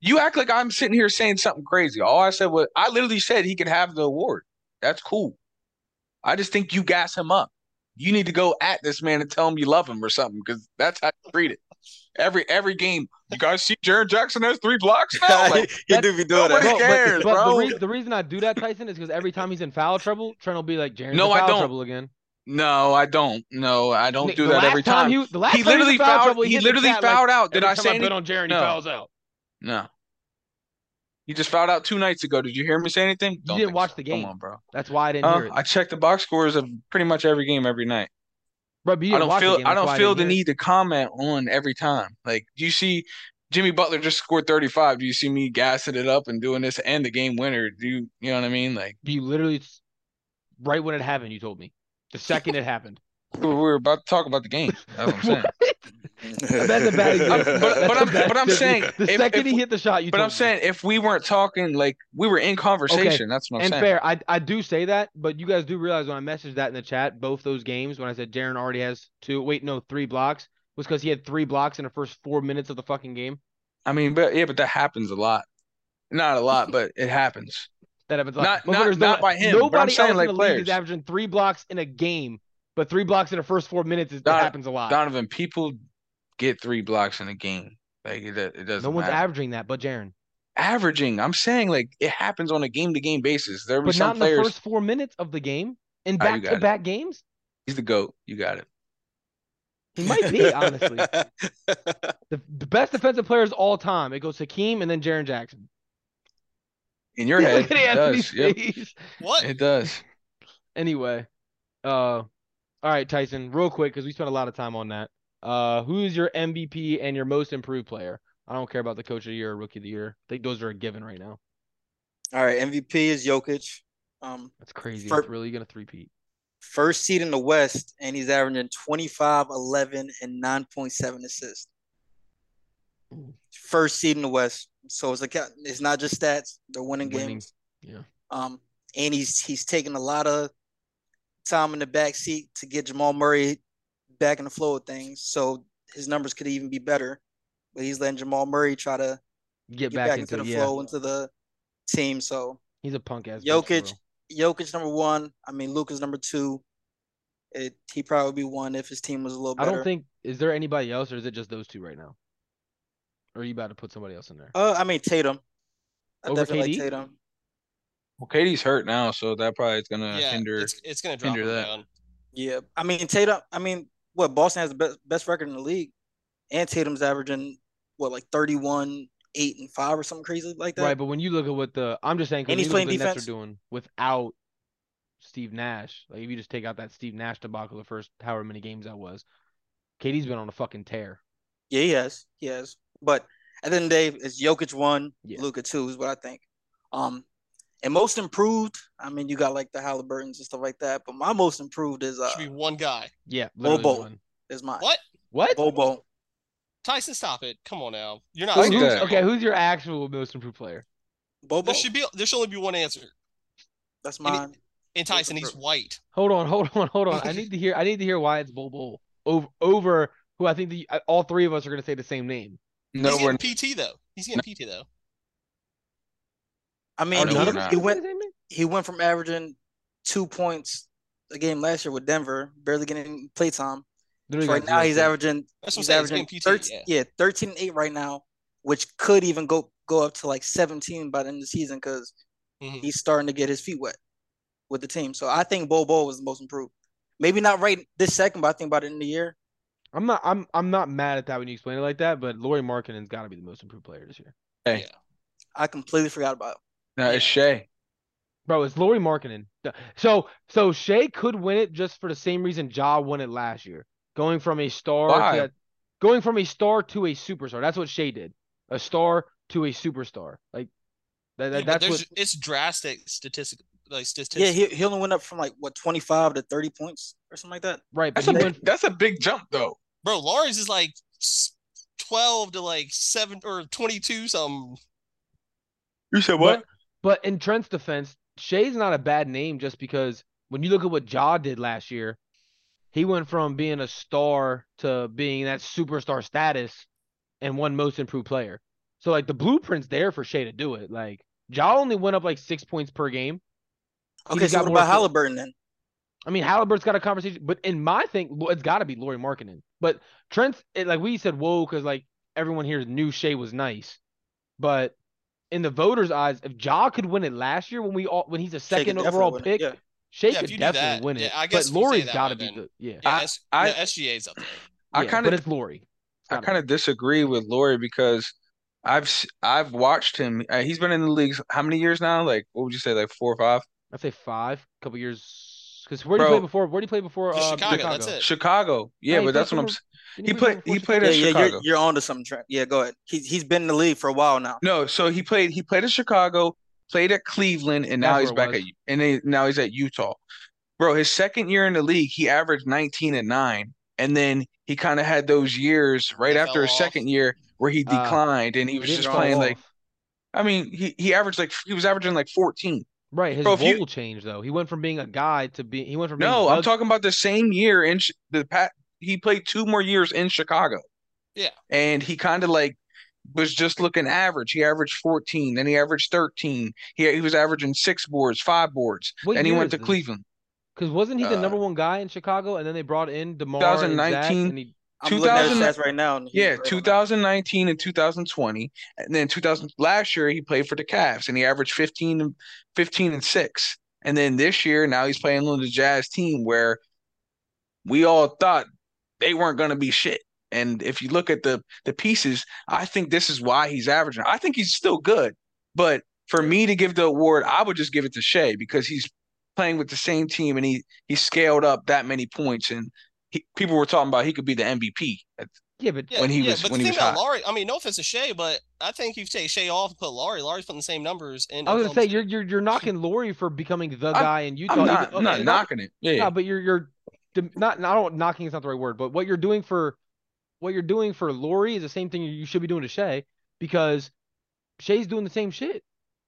You act like I'm sitting here saying something crazy. All I said was I literally said he could have the award. That's cool. I just think you gas him up. You need to go at this man and tell him you love him or something because that's how you treat it. Every every game, you guys see Jared Jackson has three blocks. Now? Like,
he do be doing
nobody
Bro,
that.
but-
cares,
but
bro?
The, rea- the reason I do that, Tyson, is because every time he's in foul trouble, Trent will be like, "Jaron,
No,
foul
I don't.
trouble again."
no, I don't. No, I don't
Nick,
do
the
that
last
every time.
He, the last
he
time was in
literally
foul
fouled.
trouble,
he
hit the
literally
stat, like,
fouled out. Did
every
I
time
say
bet
anything?
on Jaron?
No.
He fouls out.
No. You just fouled out two nights ago. Did you hear me say anything? You
didn't watch the game.
Come on, bro.
That's why I didn't hear
Uh,
it.
I check the box scores of pretty much every game every night.
Bro, but you
I
didn't
don't
watch the
feel
game,
I
that's
don't
why
feel the
didn't hear it.
need to comment on every time. Like, do you see Jimmy Butler just scored 35? Do you see me gassing it up and doing this and the game winner? Do you you know what I mean? Like
You literally, right when it happened, you told me. The second it happened.
we we're about to talk about the game. That's what I'm saying.
That's a bad
I'm-
example.
but-
That's
but
a
I'm-
bad-
but I'm
the-
saying,
the
if-
second
if-
he hit the shot, you.
But
told
I'm
me.
saying if we weren't talking, like we were in conversation. That's what I'm
and
saying.
fair, I I do say that, but you guys do realize when I messaged that in the chat, both those games when I said Jaron already has two, wait, no, three blocks, was because he had three blocks in the first four minutes of the fucking game.
I mean, but yeah, but that happens a lot. Not a lot, but it happens.
That happens.
Not-
Motherfuckers
not-
don't-
not by him, but I'm
Nobody else
saying,
in
like,
the league
players.
is averaging three blocks in a game, but three blocks in the first four minutes is, it
Don-
happens a lot.
Donovan, people get three blocks in a game. Like it, it doesn't
no one's
matter.
averaging that, but Jaron.
averaging. I'm saying like it happens on a game to game basis. There will be
But
some
not in the
players.
first four minutes of the game in
Ah, you
back
got
to
it.
back games.
He's the goat. You got it.
He might be honestly the, the best defensive players all time. It goes Hakeem and then Jaron Jackson.
In your head,
Look at
it
Anthony's
does. Yep,
face.
What?
it does.
Anyway, uh, all right, Tyson, real quick because we spent a lot of time on that. Uh, who is your MVP and your most improved player? I don't care about the coach of the year or rookie of the year. I think those are a given right now.
All right, MVP is Jokic. Um,
That's crazy.
For-
That's really gonna three-peat.
first seed in the West, and he's averaging 25, 11, and 9.7 assists. First seed in the West, so it's like it's not just stats; they're winning,
Winning,
games.
yeah.
Um, and he's he's taking a lot of time in the backseat to get Jamal Murray back in the flow of things. So his numbers could even be better, but he's letting Jamal Murray try to
Get,
get
back, into,
the
it, yeah.
flow into the team. So
He's a punk ass. bitch, for
Jokic,
real.
Jokic number one. I mean, Luca's number two. It he probably be one if his team was a little
I
better.
don't think is there anybody else or is it just those two right now? Or are you about to put somebody else in there?
Uh, I mean Tatum. I
Over
definitely
KD?
like Tatum.
Well, Katie's hurt now, so that probably is gonna
yeah,
hinder.
it's, it's gonna drop
hinder
him
uh, that.
down.
Yeah, I mean Tatum. I mean, what Boston has the best best record in the league, and Tatum's averaging what like thirty one, eight and five or something crazy like that.
Right, but when you look at what the I'm just saying, 'cause
And
when
he's
you look at
playing
the Nets
defense.
are doing without Steve Nash, like if you just take out that Steve Nash debacle the first however many games that was, KD's been on a fucking tear.
Yeah, he has. He has. But at the end of the day, it's Jokic one,
Yeah.
Luca two is what I think. Um, and most improved. I mean, you got like the Halliburtons and stuff like that. But my most improved is uh
Should be one guy.
Oh,
Yeah, literally
Bobo.
one.
is mine.
What?
What?
Bobo.
Tyson, stop it. Come on now. You're not
Who-
I like
who's-
that.
okay, who's your actual most improved player?
Bobo.
There should be there should only be one answer.
That's
and he-
mine.
And
What's
Tyson,
the
he's
pro-
white.
Hold on, hold on, hold on. I need to hear. I need to hear why it's Bobo over over who I think the uh, all three of us are gonna say the same name.
No,
he's
we're
getting PT though. He's getting PT though.
I
no,
mean, he,
we're
of us
not.
he
are gonna say
went.
the same name?
He went from averaging two points a game last year with Denver, barely getting play time.
Literally
right
got
now,
zero
he's
points.
averaging.
That's what I'm
he's
saying. He's
averaging
getting PT,
13, yeah. 13 and 8 right now, which could even go go up to like 17 by the end of the season because
Mhm.
he's starting to get his feet wet with the team. So I think Bobo was the most improved. Maybe not right this second, but I think by the end of the year.
I'm not. I'm. I'm not mad at that when you explain it like that. But Laurie Markkinen's got to be the most improved player this year.
Hey.
Yeah.
I completely forgot about it.
no, it's Shea.
Bro, it's Lori Markkinen. Th- So so Shea could win it just for the same reason Ja won it last year, going from a star
Why?
to a- going from a star to a superstar. That's what Shea did. a star to a superstar. Like that,
Yeah,
that
but
that's
there's-
what
it's drastic statistic like statistics.
Yeah, he, he only went up from like what twenty five to thirty points or something like that.
right. But
That's
he
a
went
big, that's a big jump though.
Bro, Lawrence is like s- 12 to like 7 or 22 something.
You said
what? But in Trent's defense, Shea's not a bad name just because when you look at what Ja did last year, he went from being a star to being that superstar status and one most improved player. So like the blueprint's there for Shea to do it. Like Ja only went up like six points per game. He
Okay,
just
so
got
what
more
about
foot-
Halliburton then?
I mean, Halliburton's got a conversation, but in my thing, well, it's got to be Laurie Markkinen. But Trent's it, like we said, whoa, because like everyone here knew Shea was nice, but in the voters' eyes, if Ja could win it last year when we all when he's a
Shea could
second
definitely
overall
win it,
pick,
yeah.
Shea
Yeah, if
could
you do
definitely
that,
win it.
yeah, I guess
but
we'll say
Laurie's
that
got to
way
be
then.
the yeah.
Yeah,
I-
S-
I-
yeah, SGA's up there.
I
yeah,
kinda-
but it's Laurie. It's
I
gotta
kind of disagree with Lori because I've s- I've watched him. Uh, he's been in the leagues how many years now? Like what would you say? Like four or five?
be. I'd say five, couple years. Because where did he play
Bro.
before? Where did he play before?
Just
Uh,
Chicago, that's it.
Chicago. Yeah,
he
but
played
that's what I'm.
for-
s-
Didn't
He
play
played.
before
He
Chicago?
played
Yeah,
at
yeah,
Chicago.
you're you're on to something, Trent. Yeah, go ahead. He's he's been in the league for a while now.
No, so he played. He played at Chicago, played at Cleveland, and now
That's
he's
where it
back
was.
at and then now he's at Utah. Bro, his second year in the league, he averaged 19 and nine, and then he kind of had those years right
That
after
fell
his
off.
second year where he
Ah.
declined and he was
He
just
didn't
fall
playing
fall
like.
off.
I mean, he he averaged like he was averaging like 14.
right. His
bro, if you-
role changed though. He went from being a guy to being. He went from being
No, I'm
Doug-
talking about the same year in Chi- the pat. He played two more years in Chicago.
Yeah.
and he kind of like was just looking average. He averaged 14, then he averaged 13. He he was averaging six boards, five boards,
What
and he
year
went
is
to
this?
Cleveland.
Because wasn't he the
Uh,
number one guy in Chicago, and then they brought in Demar and Zach,
2019
and he
I'm looking at his
2000
stats right now. And he's
Yeah,
right on that.
2019 and 2020, and then 2000 last year he played for the Cavs and he averaged 15 and 15 and 6. And then this year now he's playing on the Jazz team where we all thought they weren't going to be shit. And if you look at the the pieces, I think this is why he's averaging. I think he's still good, but for me to give the award, I would just give it to Shea because he's playing with the same team and he he scaled up that many points and he, people were talking about he could be the MVP at
yeah, but
Yeah,
When he
yeah,
was-
but
when
the
he
thing
was
about
hot.
Laurie, I mean, no offense to Shea, but I think if you take Shea off and put Laurie, Laurie's putting the same numbers. And
I was gonna say you're you're you're knocking Lori for becoming the
I'm-
guy in Utah.
I'm
even-
not, I'm
okay,
not knocking it. Yeah.
No, but you're you're dem- not. I don't knocking is not the right word, but what you're doing for what you're doing for Lori is the same thing you should be doing to Shea because Shea's doing the same shit.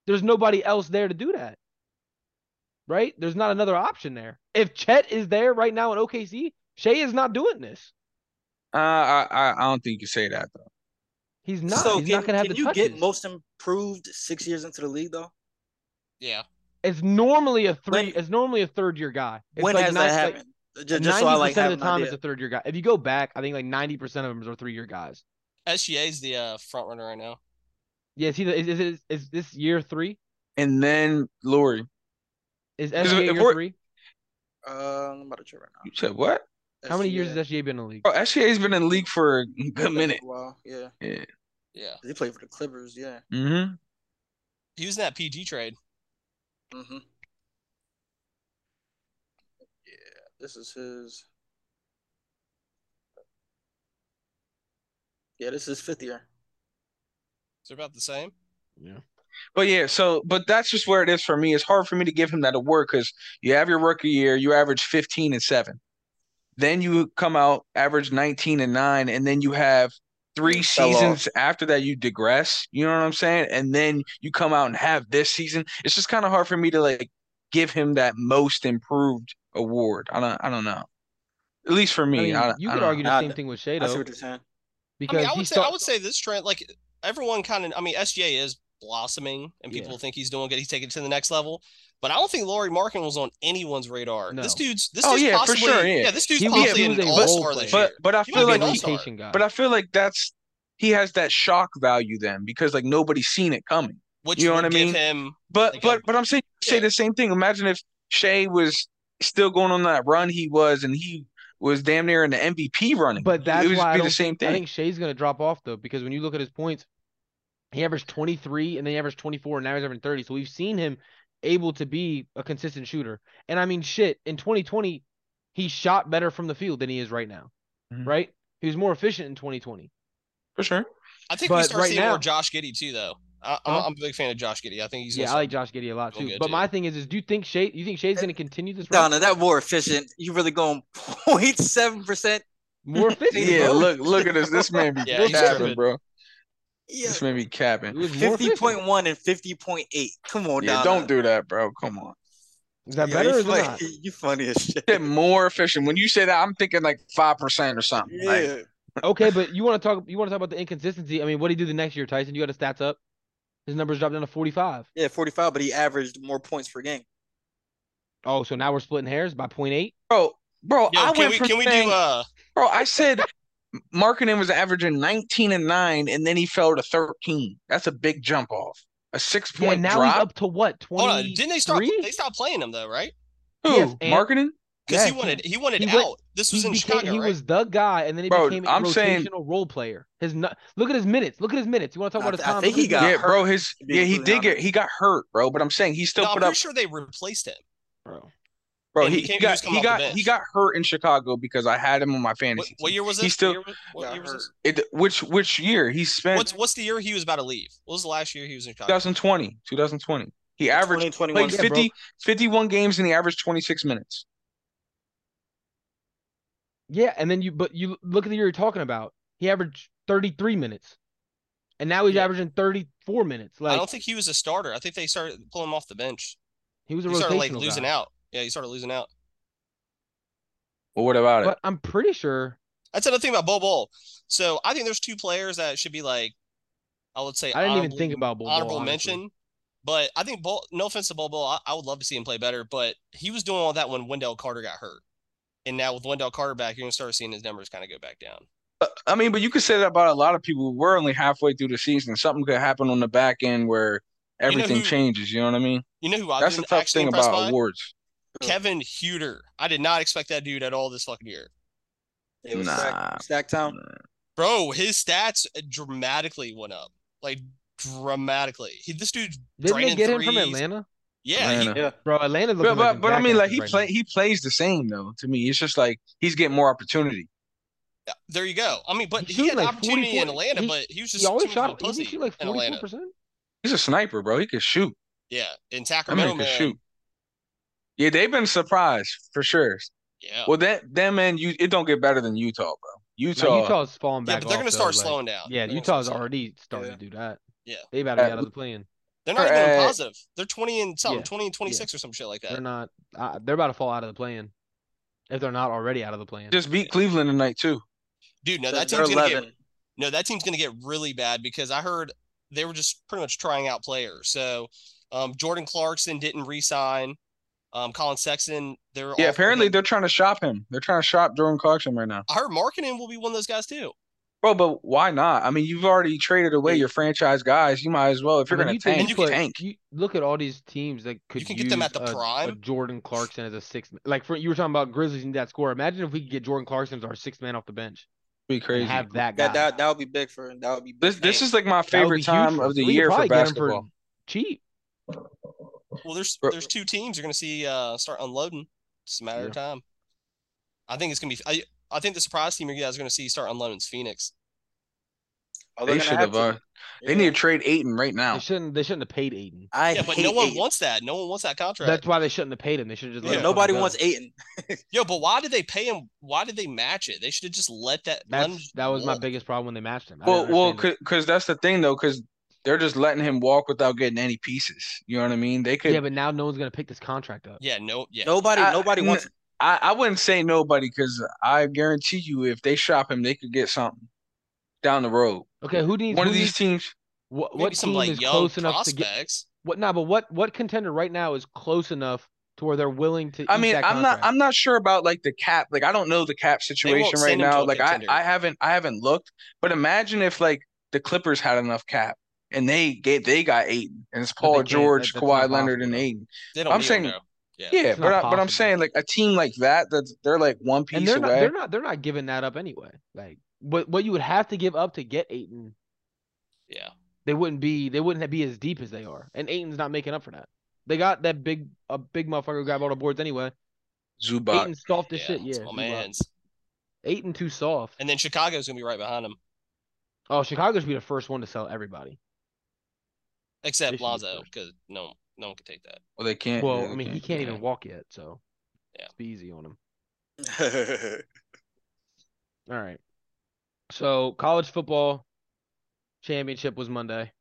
There's nobody else there to do that, right? There's not another option there. If Chet is there right now in OKC, Shea is not doing this.
Uh, I, I I don't think you can say that though.
He's not.
so
He's
can,
not gonna have
can
the
you
touches.
get most improved six years into the league though?
yeah,
it's normally a three.
When-
it's normally a third year guy. It's
when
like
has
nine-
that
like-
happened? just, just so I like have
of
an
the time,
idea.
it's a third year guy. If you go back, I think like ninety percent of them are three year guys.
SGA's the uh, front runner right now.
Yeah, see, is, is is is this year three?
And then Lori,
Is
Because if
SGA year
we're-
three?
Uh, I'm about to check right now.
you said what?
How many years
SGA.
has SGA been in the league?
Bro, SGA's been in the league for a good minute.
Wow, yeah.
Yeah.
Yeah,
They played for the Clippers, yeah.
Mm-hmm.
he was in that PG trade.
Mm-hmm. Yeah, this is his. Yeah, this is fifth year.
They're about the same.
But yeah, so but that's just where it is for me. It's hard for me to give him that award because you have your rookie year, you average 15 and seven. Then you come out, average 19 and nine, and then you have three
You fell
seasons after that you digress. You know what I'm saying? And then you come out and have this season. It's just kind of hard for me to like give him that most improved award. I don't I don't know. At least for me.
I mean,
I,
you
I
could
don't
argue
know.
the
I-
same thing with Shea
I see
though,
what you're saying.
I
because
mean, I
he
would say
start-
I would say this trend, like everyone kind of. I mean, SGA is blossoming, and people think he's doing good. He's taking it to the next level. But I don't think Laurie Markin was on anyone's radar. This
No.
dude's this
Oh,
dude's
yeah, for
possibly
sure, yeah.
yeah. this dude's
He was-
possibly
he was
an
a
all
role
star this
player.
year.
But but I
He
he
feel
was
like
a
an all-star.
rotation guy.
But I feel like that's he has that shock value then because like nobody's seen it coming.
which
You know
would
what I
give
mean?
him
But
Like,
but
um,
but I'm saying say
yeah.
the same thing. Imagine if Shea was still going on that run he was and he was damn near in the MVP running.
But that's
it would
why I
be the
don't
same
I
thing.
think Shea's gonna drop off though, because when you look at his points, he averaged 23 and then he averaged 24 and now he's averaging 30. So we've seen him able to be a consistent shooter. And I mean shit, in 2020, he shot better from the field than he is right now.
Mhm.
Right? He was more efficient in 2020.
for sure.
I think we
But
start
right
seeing
now-
more Josh Giddy too, though. I, I'm,
Huh?
I'm a big fan of Josh Giddy. I think he's gonna
Yeah, I like Josh Giddy a lot
He'll
too.
get
But
you.
my thing is, is do you think Shade? You think Shade's gonna continue this run?
Donna, that more efficient. You really going 0.7 percent?
More efficient.
Yeah,
bro.
look, look at this. This man be
Yeah, he's
capping,
tripping.
bro.
Yeah,
This man be
It
capping.
was more
fifty
efficient.
point one and fifty point eight. Come on,
Yeah,
Donna.
don't do that, bro. Come on.
Is that
Yo,
better or
you
is it
funny,
not?
You funny as shit.
Get more efficient. When you say that, I'm thinking like five percent or something.
Yeah,
Like,
Okay, but you want to talk? You want to talk about the inconsistency? I mean, what did he do the next year, Tyson? You got his stats up. His numbers dropped down to forty-five.
yeah, forty five, but he averaged more points per game.
Oh, so now we're splitting hairs by point eight.
bro, bro,
Yo,
I
can
went
we
from
can we
saying-
do uh
bro, I said Markkinen was averaging 19 and nine, and then he fell to 13. That's a big jump off. A six
Yeah,
point
now he's
drop.
up to what?
hold on?
Twenty.
Didn't they stop?
three?
They stopped playing him though, right?
Who?
Yes, and-
Markkinen?
Because
Yes.
he wanted he wanted
He
out.
went-
this
He,
was in
became,
Chicago,
he
right?
was the guy, and then he
Bro,
became a
I'm
rotational
saying-
role player. His nu- look at his minutes. Look at his minutes. You want to talk
I-
about his
I
time?
think
Look
he
at
got
Yeah,
hurt,
bro, his
to be
yeah, he
completely
did get
honest.
he got hurt, bro. But I'm saying he still
No, I'm
put
pretty
up
sure they replaced him.
bro.
bro,
and
he,
he
he
came- he was
got
coming
he
off the
got
bench.
he got hurt in Chicago because I had him on my
What,
fantasy.
what year was
He
this?
still-
What year, what
Got
year was this?
hurt.
It which which year he spent
What's what's the year he was about to leave? What was the last year he was in Chicago?
2020, 2020. He averaged
2021.
played
Yeah, bro.
50, 51 games and he averaged 26 minutes.
Yeah, and then you but you look at the year you're talking about. He averaged 33 minutes, and now he's
Yeah.
averaging 34 minutes.
I
Like
don't think he was a starter. I think they started pulling him off the bench.
he was a
He started like
rotational
losing
guy.
out. Yeah, he started losing out.
Well, what about it?
But I'm pretty sure
That's another thing about Bo Ball. So I think there's two players that should be like, I would say
I didn't even
honorable-
think about Bull Bull,
honorable
honestly.
mention. But I think Bull, no offense to Bull Bull, I, I would love to see him play better. But he was doing all that when Wendell Carter got hurt, and now with Wendell Carter back, you're gonna start seeing his numbers kind of go back down.
I mean, but you could say that about a lot of people. We're only halfway through the season. Something could happen on the back end where everything
who-
changes. You know what I mean?
You know who I've
That's the
been
tough
actually
thing
impressed
about
by?
awards.
Kevin Huter. I did not expect that dude at all this fucking year.
It was
Nah.
Sack, sack Town.
Bro, his stats dramatically went up. Like dramatically. He, this dude
didn't they
draining
get him from
threes.
Atlanta?
Yeah, he-
Atlanta.
Yeah.
Bro, Atlanta looking
But
like
but, but
a
I mean, like he
jackass
play
right now.
he plays the same though. To me, it's just like he's getting more opportunity.
there you go. I mean, but
He's
he, had
shooting, like,
opportunity
44
in Atlanta,
he-
but he was just
He always
too much of a
shot. He
pussy
shoot like
in
44
Atlanta.
percent.
He's a sniper, bro. He can shoot.
Yeah, in
I
Sacramento,
mean, he can
man.
shoot. Yeah, they've been surprised for sure.
Yeah,
Well, that that man, you it don't get better than Utah, bro. Utah,
Now, Utah's falling
yeah,
back.
but they're
off,
gonna
though,
start
like-
slowing down.
Yeah,
They're gonna
Utah's
start slowing-
already starting
Yeah.
to do that.
Yeah.
they about to be
Uh,
out of the plan.
They're not even
Uh,
in positive. They're twenty and something,
yeah,
twenty and twenty six or some shit like
They're
that.
not. Uh, they're about to fall out of the plan, if they're not already out of the plan.
just beat Cleveland tonight too.
Dude, no,
They're,
that
they're
team's gonna get
11.
No, that team's going to get really bad because I heard they were just pretty much trying out players. So um, Jordan Clarkson didn't re-sign. Um, Colin Sexton, they're
Yeah,
off-
apparently they're trying to shop him. They're trying to shop Jordan Clarkson right now.
I heard Markkinen will be one of those guys too.
Bro, but why not? I mean, you've already traded away your franchise guys. You might as well, if
I
you're
mean,
gonna
you think
tank,
you
you
put-
tank.
You look at all these teams that could
can get them
use
at the
a- a
prime.
Jordan Clarkson as a sixth. Like for you were talking about Grizzlies need that score. Imagine if we could get Jordan Clarkson as our sixth man off the bench
Be
and
crazy.
have that guy.
That, that that would be big for him. That would be big.
This this is like my
That would be
favorite
huge
time
for
of
us.
the
We could
year for
probably get him for
basketball.
cheap.
Well, there's
Bro-
there's two teams you're going to see uh, start unloading. It's a matter of time. I think it's going to be. I, I think the surprise team you guys are going to see start unloading is Phoenix.
Oh, they're
They
gonna
should
have
have. Uh,
to.
they
Yeah.
need to trade Aiton right
They
now.
shouldn't. They shouldn't have paid Aiden.
I
Yeah, but
hate
no one
Ayton.
wants that. No one wants that contract.
That's why they shouldn't have paid him. They should have just.
Yeah,
let him fucking
nobody
go.
wants Ayton.
Yo, but why did they pay him? Why did they match it? They should have just let that. let him
That's that was my
walk.
biggest problem when they matched him. I
Well,
didn't
well,
understand
because that's the thing though, because they're just letting him walk without getting any pieces. You know what I mean? They
it.
could.
yeah, but now no one's gonna pick this contract up.
Yeah, no, yeah.
Nobody,
I-
nobody
n-
wants.
I, I wouldn't say nobody because I guarantee you, if they shop him, they could get something down the road.
Okay, who needs
One
who
of these
needs-
teams.
What,
Maybe
what
some
team
like
is
young
close enough to
prospects.
get what? Nah, but what what contender right now is close enough to where they're willing to?
I
eat
mean,
that
I'm not
contract?
I'm not sure about like the cap. Like I don't know the cap situation right
send him to
now.
a
Like I,
contender.
I haven't I haven't looked. But imagine if like the Clippers had enough cap and they get they got Aiden and it's
they
Paul
can't. That-
George,
that's
Kawhi
not
Leonard, and
possible,
Aiden.
They don't
I'm
need
saying-
him, though. Yeah.
Yeah,
It's
but
not
I, but I'm
possible.
saying like a team like that that they're like one
and
piece
they're not
away.
they're not they're not giving that up anyway. Like what what you would have to give up to get Aiton,
Yeah.
they wouldn't be they wouldn't be as deep as they are, and Aiton's not making up for that. They got that big a big motherfucker who grabbed all the boards anyway.
Zubac.
Aiton's soft
oh,
as shit.
it's
Yeah,
my
Zubac.
man's.
Aiton too soft.
And then Chicago's gonna be right behind him.
Oh, Chicago should be the first one to sell everybody.
except
They should be
Lazo,
first.
because no, no one can take that.
Well, they can't.
Well,
yeah,
I
they
mean, he can't
yeah.
even walk yet, so
Yeah.
it's be easy on him.
That's
All right. So college football championship was Monday.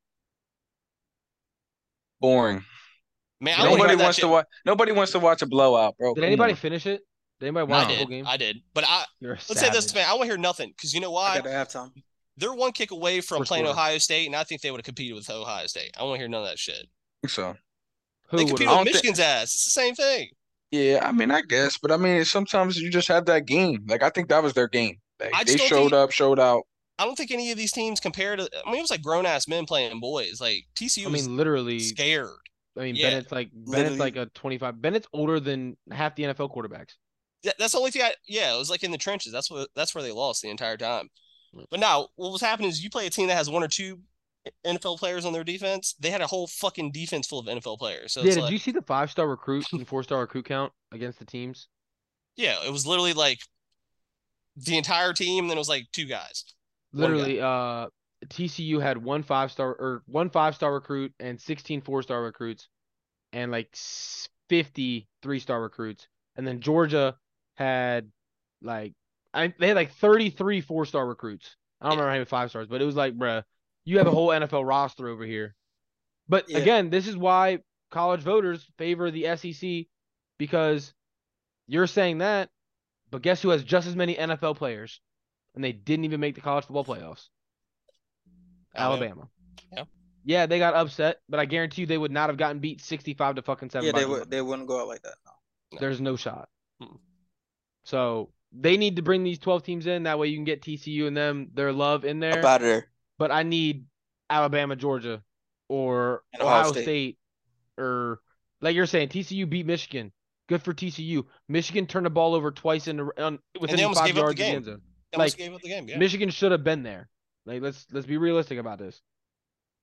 Boring.
Man, I
don't
only
Nobody
heard that
wants
shit.
to watch. Nobody wants to watch a blowout, bro.
Did
Come
anybody
on.
finish it? Did anybody
No.
watch
I
the whole
did.
game?
I did. But I
You're a
let's say this,
savage.
man. I want to hear nothing because you know
I
why?
got the halftime.
They're one kick away from
First
playing
quarter.
Ohio State, and I think they would have competed with Ohio State. I want to hear none of that shit.
So
Who
they
would
compete
I
with
don't thi-
Michigan's ass. It's the same thing.
yeah, I mean, I guess, but I mean, it's- sometimes you just have that game. Like I think that was their game. Like,
I just
they
don't
showed
think-
up, showed out.
I don't think any of these teams compared to. I mean, it was like grown ass men playing boys. Like TCU
I
was
mean, literally.
scared.
I mean,
yeah.
Bennett's like Bennett's
Literally.
like a 25. Bennett's older than half the NFL quarterbacks.
Th- That's the only thing. I, yeah, it was like in the trenches. That's what. That's where they lost the entire time.
Yeah.
But now, what was happening is you play a team that has one or two NFL players on their defense. They had a whole fucking defense full of NFL players. So
yeah,
it's
did
like,
you see the five star recruit and four star recruit count against the teams?
yeah, it was literally like the entire team. And then it was like two guys. One guy.
Literally, uh, TCU had one five star or one five star recruit and 16 four star recruits, and like s- 50 three star recruits, and then Georgia had like I they had like 33 four star recruits. I don't
Yeah.
remember how many five stars, but it was like, bruh, you have a whole NFL roster over here. But
Yeah.
again, this is why college voters favor the SEC because you're saying that, but guess who has just as many NFL players and they didn't even make the college football playoffs? Alabama.
Yeah.
Yeah, they got upset, but I guarantee you they would not have gotten beat 65 to fucking 7.
Yeah,
by
they
Georgia.
would. They wouldn't go out like that. No.
There's no shot.
Mm-mm.
So they need to bring these 12 teams in. That way you can get TCU and them, their love in there.
Up out of there.
but I need Alabama, Georgia, or
And Ohio
Ohio State.
State.
or like you're saying, TCU beat Michigan. Good for TCU. Michigan turned the ball over twice in the, on, within
almost
five
gave up the
yards of the
game.
end zone.
They almost
Like,
gave up the game. Yeah.
Michigan should have been there. Like let's let's be realistic about this.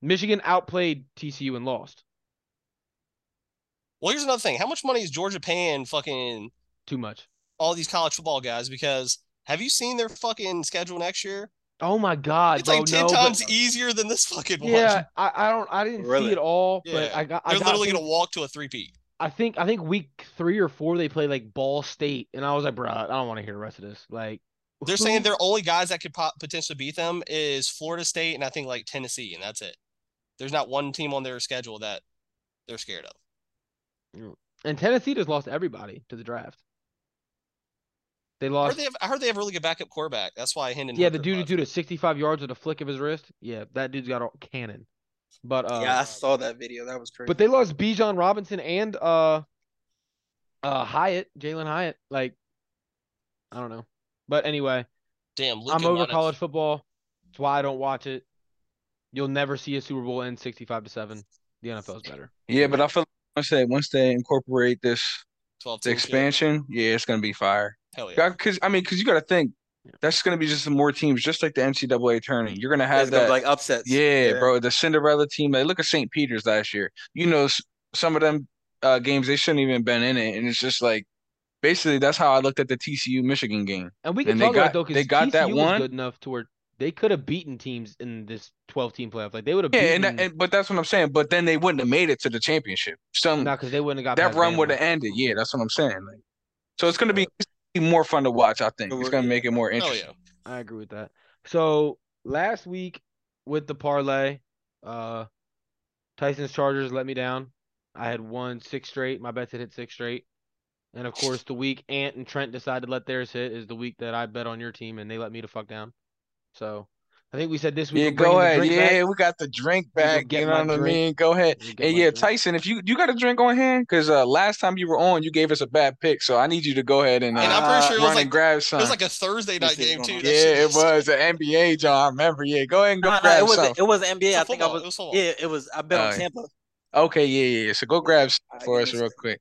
Michigan outplayed TCU and lost
Well, here's another thing. How much money is Georgia paying fucking
too much.
all these college football guys? Because have you seen their fucking schedule next year?
Oh my God,
It's like
bro,
ten
no, but-
times easier than this fucking one.
yeah, I, I don't I didn't see
Really?
it all, but
Yeah.
I got I
They're
got
literally
things-
gonna walk to a three peat.
I think I think week three or four they play like Ball State, and I was like, bro, I don't want to hear the rest of this. Like
They're saying
who-
their only guys that could po- potentially beat them is Florida State and I think like Tennessee, and that's it. There's not one team on their schedule that they're scared of.
and Tennessee just lost everybody to the draft. They
I
lost.
heard they have, I heard they have a really good backup quarterback. That's why Hendon.
yeah, the
Hooker
dude who
left.
threw to 65 yards with a flick of his wrist. Yeah, that dude's got a cannon. But uh,
Um,
yeah, I saw that video. That was crazy.
but they lost Bijan Robinson and uh, uh Hyatt, Jalen Hyatt. Like, I don't know. But anyway,
Damn, Luka
I'm over
Modric.
college football. That's why I don't watch it. You'll never see a Super Bowl end 65 to seven. The NFL is better.
Yeah, but I feel like once they once they incorporate this
Twelve
the
team shit.
expansion, yeah, it's gonna be fire.
Hell yeah.
Because I mean, because you got to think that's gonna be just some more teams, just like the NCAA tournament. You're gonna have
It's gonna
that
be like upsets.
Yeah, bro, the Cinderella team. Like, look at St. Peter's last year. You know, s- some of them uh, games they shouldn't even been in it, and it's just like basically that's how I looked at the TCU Michigan game.
And we can
And they
talk about it
got-
though because
they got that one.
good enough to where they could have beaten teams in this 12 team playoff. Like they would have
Yeah,
beaten
and, that, and but that's what I'm saying. But then they wouldn't have made it to the championship. Some
because they wouldn't have got
that
past
run
Bama.
would have ended. Yeah, that's what I'm saying. Like, so it's gonna be it's gonna be more fun to watch. I think
But
it's
we're-
gonna
yeah.
make it more
Hell
interesting.
yeah.
I agree with that. So last week with the parlay, uh, Tyson's Chargers let me down. I had won six straight. My bets had hit six straight. And of course, the week Ant and Trent decided to let theirs hit is the week that I bet on your team and they let me the fuck down. So I think we said this week.
Yeah,
we're bringing
go
the
ahead.
drink back.
Yeah, we got the drink
gonna
back.
get
You know
my
what I
drink.
mean? Go ahead.
Let me get
And
my
yeah,
drink.
Tyson, if you you got a drink on hand, because uh, last time you were on, you gave us a bad pick, so I need you to go ahead and, uh,
And I'm pretty
Uh,
sure it
run
was like
and grab
it
some.
was like a Thursday night
Let's see
game
what's
too.
going
That
yeah,
shit
it
was-
was an NBA, John. I remember. Yeah, go ahead and go
Uh,
Nah, nah,
grab
it was
some.
it was NBA.
It was
I think I
football.
was.
It was football.
yeah, it was. I bet
Alright.
on Tampa.
Okay, yeah, yeah. yeah. So go grab some
Alright,
for
give
us
me a
real quick.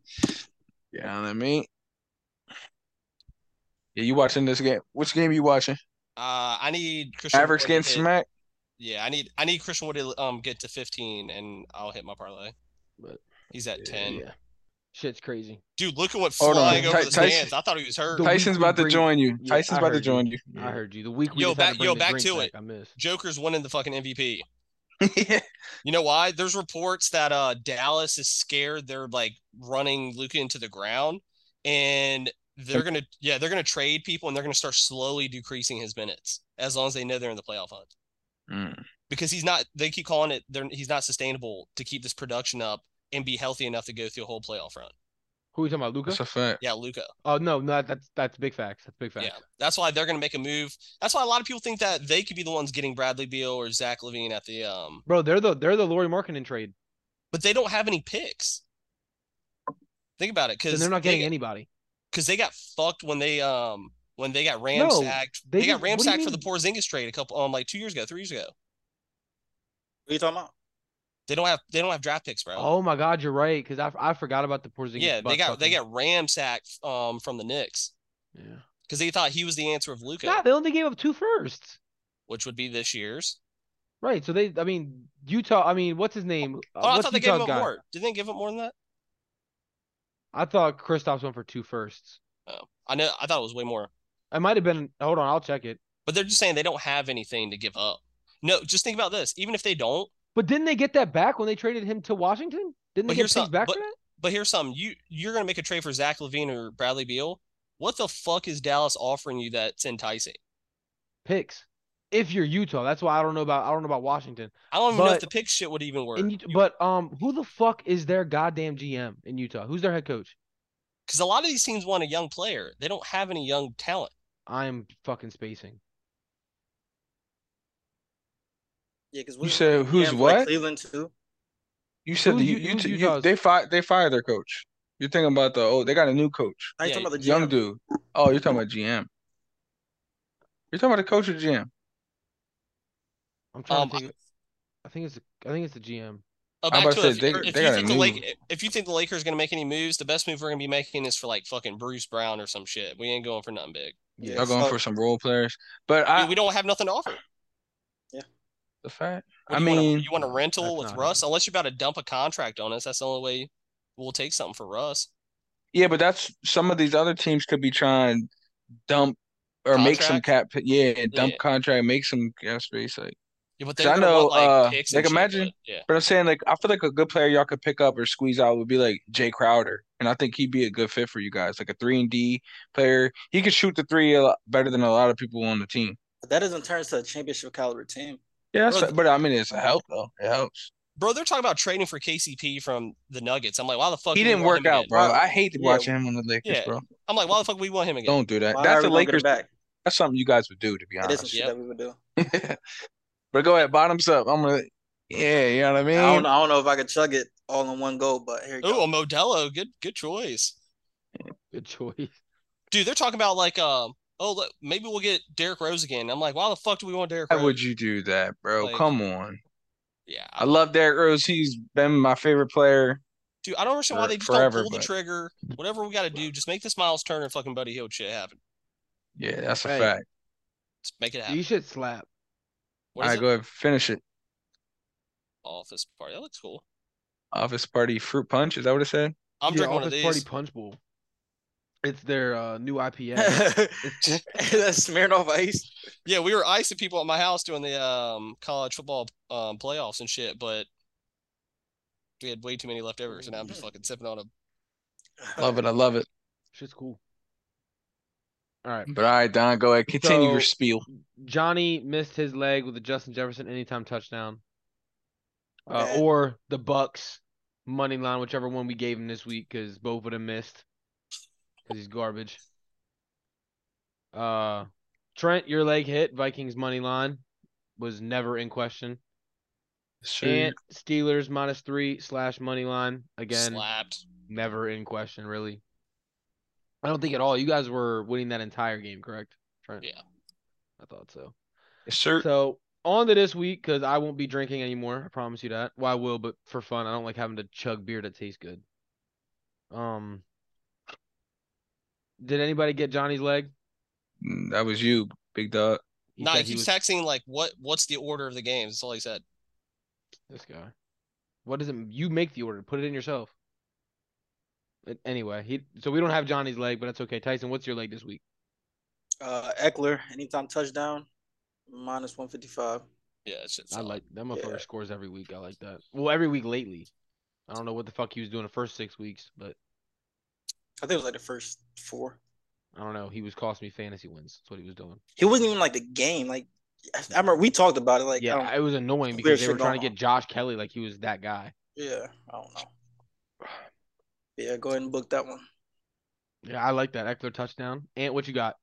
You know what I mean? Yeah, you watching this game? Which game you watching?
Uh, I need Christian
Mavericks
Wood to
getting
hit-
smacked.
Yeah, I need I need Christian Wood to um get to 15 and I'll hit my parlay.
But-
He's at 10.
Yeah. Shit's crazy.
Dude, look at what
Hold on.
flying over
Ty-
his
Tyson-
hands. I thought he was hurt.
The-
Tyson's about to
bring-
join you.
Yeah,
Tyson's
I
about to
heard
join you.
I heard you. The week we
Yo,
just had
back-
to bring
yo,
the
back
drink
to
back,
it.
I missed.
Joker's winning the fucking MVP.
yeah.
You know why? There's reports that uh Dallas is scared they're like running Luca into the ground and they're gonna yeah, they're gonna trade people and they're gonna start slowly decreasing his minutes as long as they know they're in the playoff hunt.
Mm.
Because he's not they keep calling it they're he's not sustainable to keep this production up and be healthy enough to go through a whole playoff run.
Who are you talking about,
That's
Luca?
a fact.
Yeah, Luca.
Oh no, no, that's that's big facts. That's big facts.
Yeah. That's why they're gonna make a move. That's why a lot of people think that they could be the ones getting Bradley Beal or Zach Levine at the um
Bro, they're the they're the Lori Markkinen trade,
but they don't have any picks. Think about it,
and
because
they're not getting anybody.
because they got fucked when they um when they got ramsacked.
they
they, got
didn't- what do you
ramsacked for the
mean?
Porzingis trade a couple um like two years ago, three years ago.
are you talking about?
They don't have they don't have draft picks, bro.
Oh my God, you're right. Because I, I forgot about the Porzingis.
yeah, they
butt
got they
fucking-
got ramsacked um from the Knicks
Yeah.
because they thought he was the answer of Luca,
Nah, they only gave up two firsts.
which would be this year's.
Right. So they, I mean, Utah. I mean, what's his name? Uh,
Oh, I
what's
thought they gave
Utah's
him
guy?
more. Didn't they give him more than that?
I thought Kristaps went for two firsts.
I know I thought it was way more.
It might have been. Hold on, I'll check it.
But they're just saying they don't have anything to give up. No, just think about this. Even if they don't,
But didn't they get that back when they traded him to Washington? Didn't
But
they get
here's
things
some-
back for that?
but here's something. You you're gonna make a trade for Zach Levine or Bradley Beal. What the fuck is Dallas offering you that's enticing?
Picks. If you're Utah, that's why I don't know about I don't know about Washington.
I don't even know
But-
if the pick shit would even work.
And you, but um, who the fuck is their goddamn GM in Utah? Who's their head coach?
Because a lot of these teams want a young player. They don't have any young talent.
I'm fucking spacing.
Yeah, because
You said who's what?
Cleveland too.
You said
Who's
the,
you-
you,
who's
t- you-
Utah's?
they fired they fired their coach. You're thinking about the oh they got a new coach,
Are you
Yeah,
talking about the
young
GM?
dude. Oh, you're talking about GM. You're talking about the coach or GM?
I'm trying
Um,
to think. I think it's I think it's the GM.
Uh,
I'm
back
about
to
to
if,
say, they-
if
they
you
got a
think the
new-
Lake, if you think the Lakers gonna make any moves, the best move we're gonna be making is for like fucking Bruce Brown or some shit. We ain't going for nothing big.
Yeah,
Y'all going
fuck.
for some role players, but
I
I
mean, we don't have nothing to offer. What
the fact
do
I
you wanna-
mean-
you want a
No,
rental
that's
with
not
Russ? Unless you're about to dump a contract on us, that's the only way we'll take something for Russ.
yeah, but that's some of these other teams could be trying dump or make some cap yeah and dump
Yeah.
contract, make some cap space like.
Yeah, but
'Cause
they're
I
gonna
know,
want like
uh,
picks.
like,
and shit,
imagine-
but, yeah.
But I'm saying like I feel like a good player y'all could pick up or squeeze out would be like Jay Crowder, and I think he'd be a good fit for you guys, like a three and D player. He could shoot the three a lot better than a lot of people on the team.
But that doesn't turn into a championship caliber team.
Yeah, that's
Bro,
but I mean it's a help though. It helps.
Bro, they're talking about trading for KCP from the Nuggets. I'm like, why the fuck?
He
do we
didn't
want
work
him
out,
again?
bro.
Wow.
I hate
Yeah.
watching him on the Lakers,
Yeah.
bro.
I'm like, why the fuck we want him again?
Don't do that.
Why are
That's the
we gonna get
Lakers.
it back.
That's something you guys would do, to be
That isn't
honest.
shit
Yep.
that we would do.
but go ahead, bottoms up. I'm gonna. Yeah, you know what I mean.
I don't, I don't know if I could chug it all in one go, but here you
Oh,
go.
a Modelo, good good choice,
Good choice.
dude. They're talking about like, um, oh, look, maybe we'll get Derrick Rose again. I'm like, why the fuck do we want Derrick
Why
Rose?
would you do that, bro?
Like-
Come on.
Yeah,
I
I,
love Derrick Rose. He's been my favorite player.
dude, I don't understand why
For-
they just
forever,
don't pull
but-
the trigger. Whatever we got to do, just make this Miles Turner fucking Buddy Hill shit happen.
Yeah, that's a
Hey,
fact.
Just make it happen.
You should slap.
What
All
is
right,
it?
go ahead, finish it.
Office party. That looks cool.
Office party fruit punch. Is that what it said?
I'm
yeah,
drinking one of
Office
these.
Party Punch Bowl. It's their uh, new IPA.
That's smeared off ice.
Yeah, we were icing people at my house doing the um college football um playoffs and shit, but we had way too many left over, so now I'm just fucking sipping on a
Love it. I love it.
Shit's cool. All right.
But all right, Don, go ahead. Continue your
So-
spiel.
Johnny missed his leg with a Justin Jefferson anytime touchdown. Uh,
Okay.
or the Bucks money line, whichever one we gave him this week, because both would have missed because he's garbage. Uh, Trent, your leg hit Vikings money line was never in question. And Steelers minus three slash money line again,
slapped.
never in question really. I don't think at all. You guys were winning that entire game, correct, Trent?
Yeah.
I thought so.
Yes, sir.
So on to this week because I won't be drinking anymore. I promise you that. Well, I will, but for fun. I don't like having to chug beer that tastes good. Um, did anybody get Johnny's leg?
Mm, That was you, big dog.
He
nah,
said
he keeps texting like what what's the order of the games? That's all he said.
this guy. What does it? You make the order. Put it in yourself. But Anyway, he so we don't have Johnny's leg, but that's okay. Tyson, what's your leg this week?
Uh, Eckler, anytime touchdown, minus one fifty five.
Yeah, it's just
I like that motherfucker
Yeah.
scores every week. I like that. Well, every week lately. I don't know what the fuck he was doing the first six weeks, but
I think it was like the first four.
I don't know. He was costing me fantasy wins. That's what he was doing.
He wasn't even like the game. Like I I remember we talked about it. Like um, yeah,
yeah,
I don't,
it was annoying
weird
because they
shit
were trying to
going
get Josh Kelly like he was that guy.
yeah, I don't know. Yeah, go ahead and book that one.
Yeah, I like that Eckler touchdown. Ant, what you got?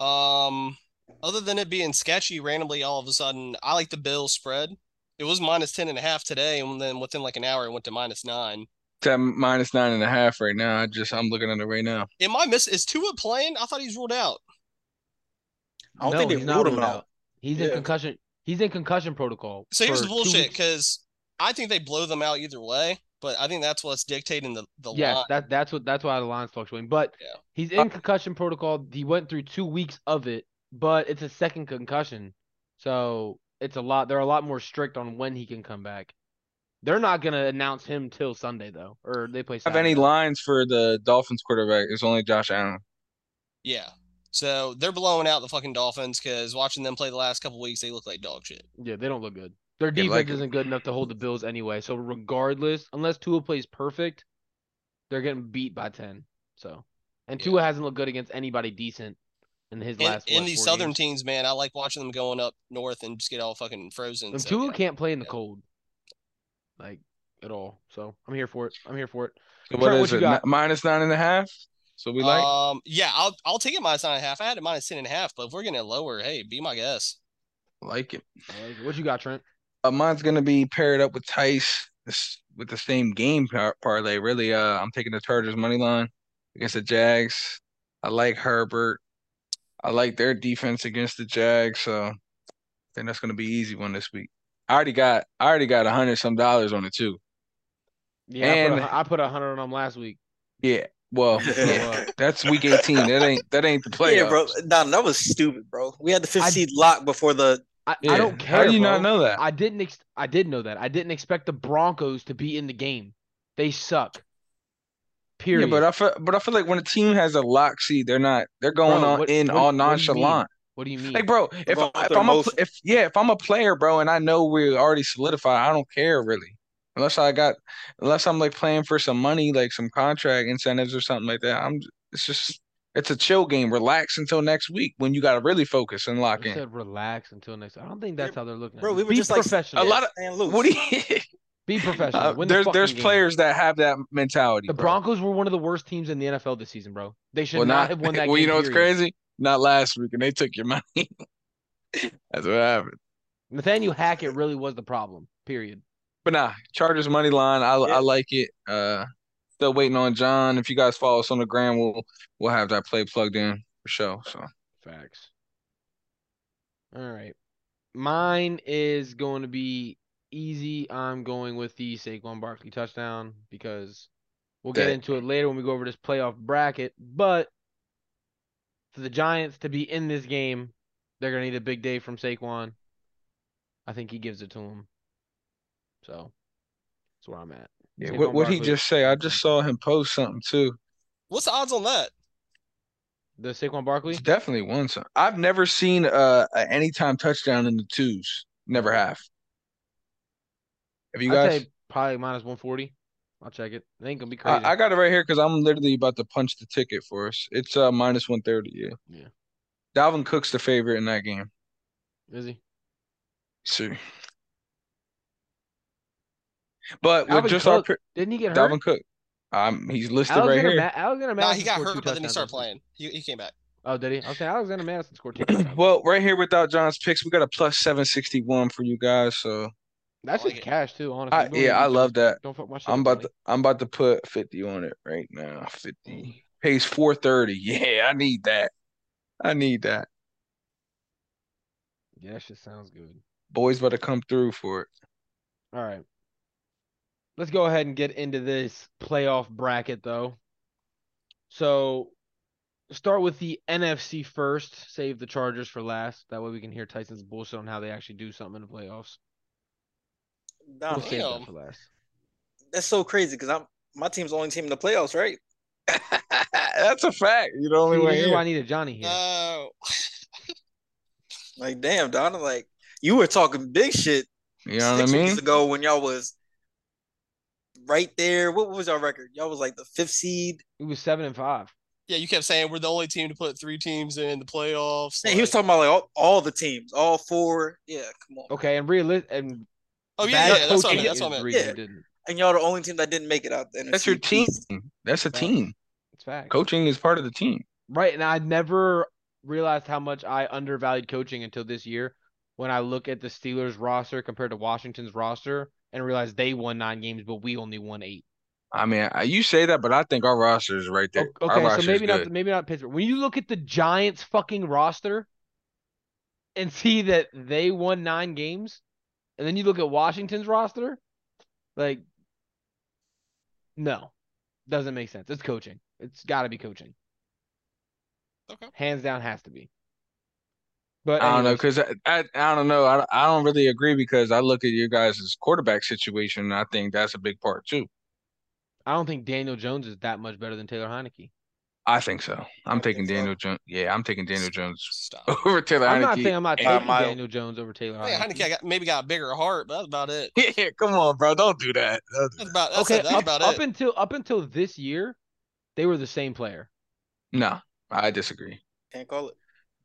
Um, other than it being sketchy randomly all of a sudden, I like the Bills spread. It was minus ten and a half today, and then within like an hour, it went to minus nine.
It's at minus nine and a half right now. I just I'm looking at it right now.
Am I miss? Is Tua playing? I thought he's ruled out.
I don't think they
he's not
ruled him
ruled
out.
He's in
Yeah.
concussion. He's in concussion protocol.
So here's
for
the
two
bullshit,
weeks.
because I think they blow them out either way, but I think that's what's dictating the the
Yes,
line.
that that's what that's why the line's fluctuating. But
Yeah.
he's in concussion protocol. He went through two weeks of it, but it's a second concussion, so it's a lot. They're a lot more strict on when he can come back. They're not gonna announce him till Sunday though, or they play.
Have
Saturday.
any lines for the Dolphins quarterback? It's only Josh Allen.
Yeah. So they're blowing out the fucking Dolphins because watching them play the last couple weeks, they look like dog shit.
Yeah, they don't look good. Their
Yeah,
defense
like-
isn't good enough to hold the Bills anyway. So regardless, unless Tua plays perfect, they're getting beat by ten. So, and
Yeah.
Tua hasn't looked good against anybody decent in his
In,
last.
in
what,
these
four
southern
games?
teams, man, I like watching them going up north and just get all fucking frozen.
And
so,
Tua
yeah.
can't play in the
Yeah.
cold, like at all. So I'm here for it. I'm here for it.
So
Trent,
what
what
is
you
it?
got?
Ni- Minus nine and a half. So we
Uh,
like.
Um, yeah, I'll I'll take it minus nine and a half. I had it minus ten and a half, but if we're getting it lower, hey, be my guess.
like it.
I like it. What you got, Trent?
Uh, mine's gonna be paired up with Tice this, with the same game par- parlay. Really, uh, I'm taking the Chargers money line against the Jags. I like Herbert. I like their defense against the Jags. So I think that's gonna be an easy one this week. I already got I already got a hundred some dollars on it too.
Yeah, I put a
And-
hun- I put a hundred on him last week.
Yeah. Well, yeah,
uh,
that's week 18. That ain't that ain't the playoffs.
Yeah, bro. Nah, that was stupid, bro. We had the fifth
I-
seed locked before the.
I,
Yeah.
I don't care.
How do you not
bro.
know that?
I didn't. Ex- I did know that. I didn't expect the Broncos to be in the game. They suck.
Yeah,
Period.
but I feel but I feel like when a team has a lock seed, they're not they're going
Bro,
on
what-
in
what-
all
what do you mean?
nonchalant.
What do you mean?
Like, bro, if
going
I, if
through
I'm a pl-
motion.
if yeah, if I'm a player, bro, and I know we're already solidified, I don't care really. Unless I got unless I'm like playing for some money, like some contract incentives or something like that. I'm it's just it's a chill game. Relax until next week when you gotta really focus and lock
I
in.
said relax until next. I don't think
Yeah,
that's how they're looking. at
Bro,
it.
we were
be
just like
professional.
A lot of-
and loose.
What do you
be professional.
uh,
Win the
there's
fucking
there's
game.
players that have that mentality.
The
bro.
Broncos were one of the worst teams in the NFL this season, bro. They should
Well, not
not, have won that
well,
game.
you know what's
period.
crazy? Not last week, and they took your money. That's what happened.
Nathaniel Hackett really was the problem. Period.
But nah, Chargers money line. I
Yeah.
I like it. Uh, still waiting on John. If you guys follow us on the gram, we'll we'll have that play plugged in for sure. So
Facts. All right. Mine is going to be easy. I'm going with the Saquon Barkley touchdown because we'll get
Dang.
into it later when we go over this playoff bracket. But for the Giants to be in this game, they're going to need a big day from Saquon. I think he gives it to him. So that's where I'm at.
yeah,
Saquon
what what he
Barkley.
just say? I just saw him post something too.
What's the odds on that?
The Saquon Barkley?
It's definitely one something. I've never seen uh a anytime touchdown in the twos. Never have. Have you
I'd
guys?
say probably minus 140. I'll check it. It ain't going to be crazy.
I, I got it right here because I'm literally about to punch the ticket for us. It's uh minus one thirty. Yeah.
Yeah.
Dalvin Cook's the favorite in that game.
Is he?
See. But with
Dalvin
just
Cook
our
Didn't he get
pri-
hurt?
Dalvin Cook, um, he's listed right
Alexander,
here.
Ma- Alexander
Nah,
Madison
he got
scored two
hurt, but then he
touchdowns
started
this week.
playing. He, he came back.
Oh, did he? I was saying Alexander Madison scored two touchdowns.
well, right here without John's picks, we got a plus seven sixty one for you guys. So
that's
I like
just
it.
cash too. Honestly,
I,
You don't need
yeah,
to
I
do
love
that.
that.
Don't fuck my shit.
I'm
up,
about to
buddy.
I'm about to put fifty on it right now. Fifty pays four thirty. Yeah, I need that. I need that.
Yeah, that shit sounds good.
Boys about to come through for it.
All right, let's go ahead and get into this playoff bracket though. So, start with the NFC first. Save the Chargers for last. That way we can hear Tyson's bullshit on how they actually do something in the playoffs.
Nah,
We'll
man,
save that
damn.
for last.
that's so crazy because I'm my team's the only team in the playoffs, right?
That's a fact. You know
See,
only way.
this is why I
here.
needed Johnny here.
No.
Like, damn, Donna, like you were talking big shit
You know what I
six
mean?
weeks ago when y'all was right there. What was y'all record? Y'all was like the fifth seed.
It was seven and five.
Yeah, you kept saying we're the only team to put three teams in the playoffs.
Man, he was
like-
talking about like all, all the teams, all four. Yeah, come on.
Okay, and realistic and
oh yeah,
bad
yeah, that's what
coaching
I meant. That's what I
is the
meant.
reason
Yeah.
didn't.
And y'all the only team that didn't make it out. The
That's
NFC
your team.
East.
That's a
Right.
team.
It's fact.
Coaching is part of the team.
Right, and I never realized how much I undervalued coaching until this year when I look at the Steelers roster compared to Washington's roster and realize they won nine games, but we only won eight.
I mean, I- you say that, but I think our roster is right there.
O-
our
Okay,
roster
so maybe
is
not
good.
maybe not Pittsburgh. When you look at the Giants fucking roster and see that they won nine games, and then you look at Washington's roster, like no. Doesn't make sense. It's coaching. It's gotta be coaching.
Okay.
Hands down has to be. But
I don't know
anyways,
because I, I I don't know I, I don't really agree because I look at you guys' quarterback situation and I think that's a big part too.
I don't think Daniel Jones is that much better than Taylor Heineke.
I think so. I'm
I
taking
think so.
Daniel Jones. Yeah, I'm taking Daniel Jones
Stop.
over Taylor
I'm not
Heineke.
saying I'm not
By
taking
mile.
Daniel Jones over Taylor
Yeah,
Heineke.
Heineke got, maybe got a bigger heart, but that's about it.
yeah, come on, bro. Don't do that. Don't do
That's about that's,
okay,
that's
up,
about
up
it.
until up until this year, they were the same player.
that. No, I disagree.
Can't call it.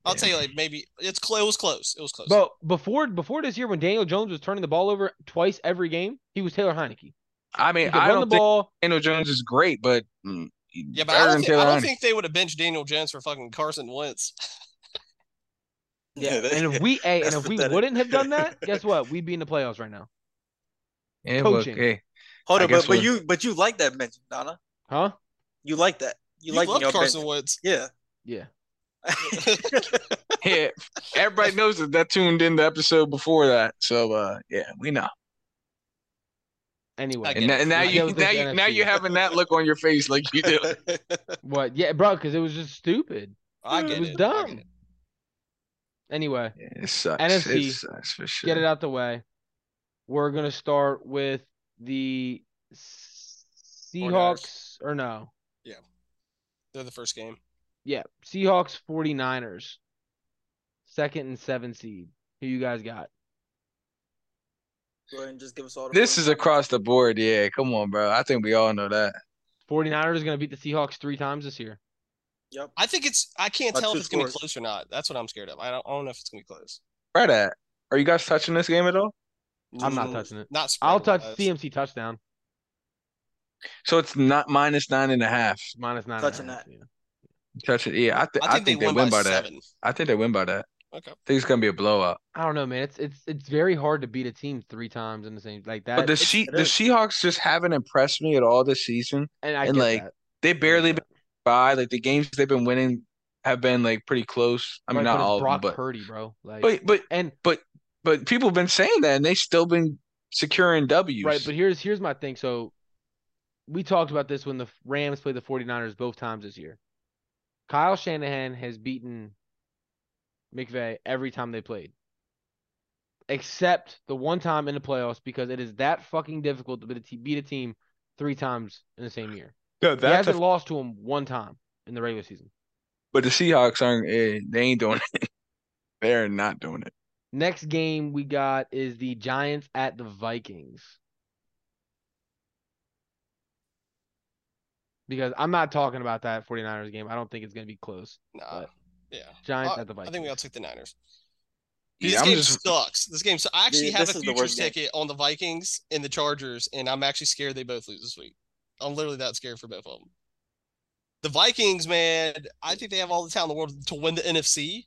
I'll tell you, like maybe it's close. It was close. It was close.
But before before this year, when Daniel Jones was turning the ball over twice every game, he was Taylor Heineke.
I
He
mean,
could
I
run
don't
the
think
ball.
Daniel Jones is great, but mm,
yeah, but
better than
I don't, think, I
Taylor
don't
Heineke.
think they would have benched Daniel Jones for fucking Carson Wentz.
Yeah, and if we hey, and
That's
if we
pathetic.
wouldn't have done that, guess what? We'd be in the playoffs right now,
Yeah, but,
coaching.
hey,
Hold
I
up,
guess
but, but
we-
you but you like that mention, Donna.
huh?
You like that. You,
You,
like when
loved
y'all
Carson
bench-
Wentz.
Yeah.
Yeah.
yeah, everybody knows that that tuned in the episode before that. So uh, yeah, we know.
Anyway,
get
And, that, and now
I get
you
with this
now you now
NFC.
you having that look on your face like you do.
what? Yeah, bro, because it was just stupid.
I get
it was
it. I get
dumb.
it.
Anyway,
Yeah, it sucks.
NFC,
it sucks for sure.
get it out the way. We're gonna start with the Seahawks
49ers.
or no?
They're the first game.
Yeah, Seahawks 49ers. Second and 7 seed. Who you guys got?
Go ahead and just give us all the
This
fun.
is across the board. Yeah, come on, bro. I think we all know that.
49ers is going to beat the Seahawks 3 times this year.
Yep.
I think it's. I can't
By
tell if
two
it's gonna be
scores.
close or not. That's what I'm scared of. I don't, I don't know if it's gonna be close.
Right at. Are you guys touching this game at all?
I'm not
Mm,
touching it.
Not.
I'll touch
spread-wise.
CMC touchdown
So it's not minus nine and a half.
minus 9.
Touching
that.
Touch it. Yeah, I, th- I, think they, win by, that.
seven.
I think they win by that.
Okay.
I think it's gonna be a blowout.
I don't know, man. It's it's it's very hard to beat a team 3 times in the same like that.
But the she-
it
the
is.
Seahawks just haven't impressed me at all this season.
and I
and,
get
like,
that.
They
I get
barely been
that.
by. Like the games they've been winning have been like pretty close. I mean,
Right,
not
but it's
all, of them,
Brock
but
Purdy, bro. Like
but but
and
but people have been saying that, and they still been securing W's.
Right, but here's here's my thing. So we talked about this when the Rams played the 49ers both times this year. Kyle Shanahan has beaten McVay every time they played. Except the one time in the playoffs because it is that fucking difficult to beat a, te- beat a team three times in the same year.
No,
he
that's a
hasn't lost to him one time in the regular season.
But the Seahawks aren't. eh, They ain't doing it. They're not doing it.
Next game we got is the Giants at the Vikings. Because I'm not talking about that 49ers game. I don't think it's going to be close.
Nah.
But-
Yeah.
Giants
I,
at the
Uh, I
Vikings.
think we all took the Niners. Dude,
Yeah,
this
I'm
game
just.
sucks. This game. So I actually
Dude,
have
this
a
is the
futures
worst game.
ticket on the Vikings and the Chargers, and I'm actually scared they both lose this week. I'm literally that scared for both of them. The Vikings, man, I think they have all the talent in the world to win the NFC,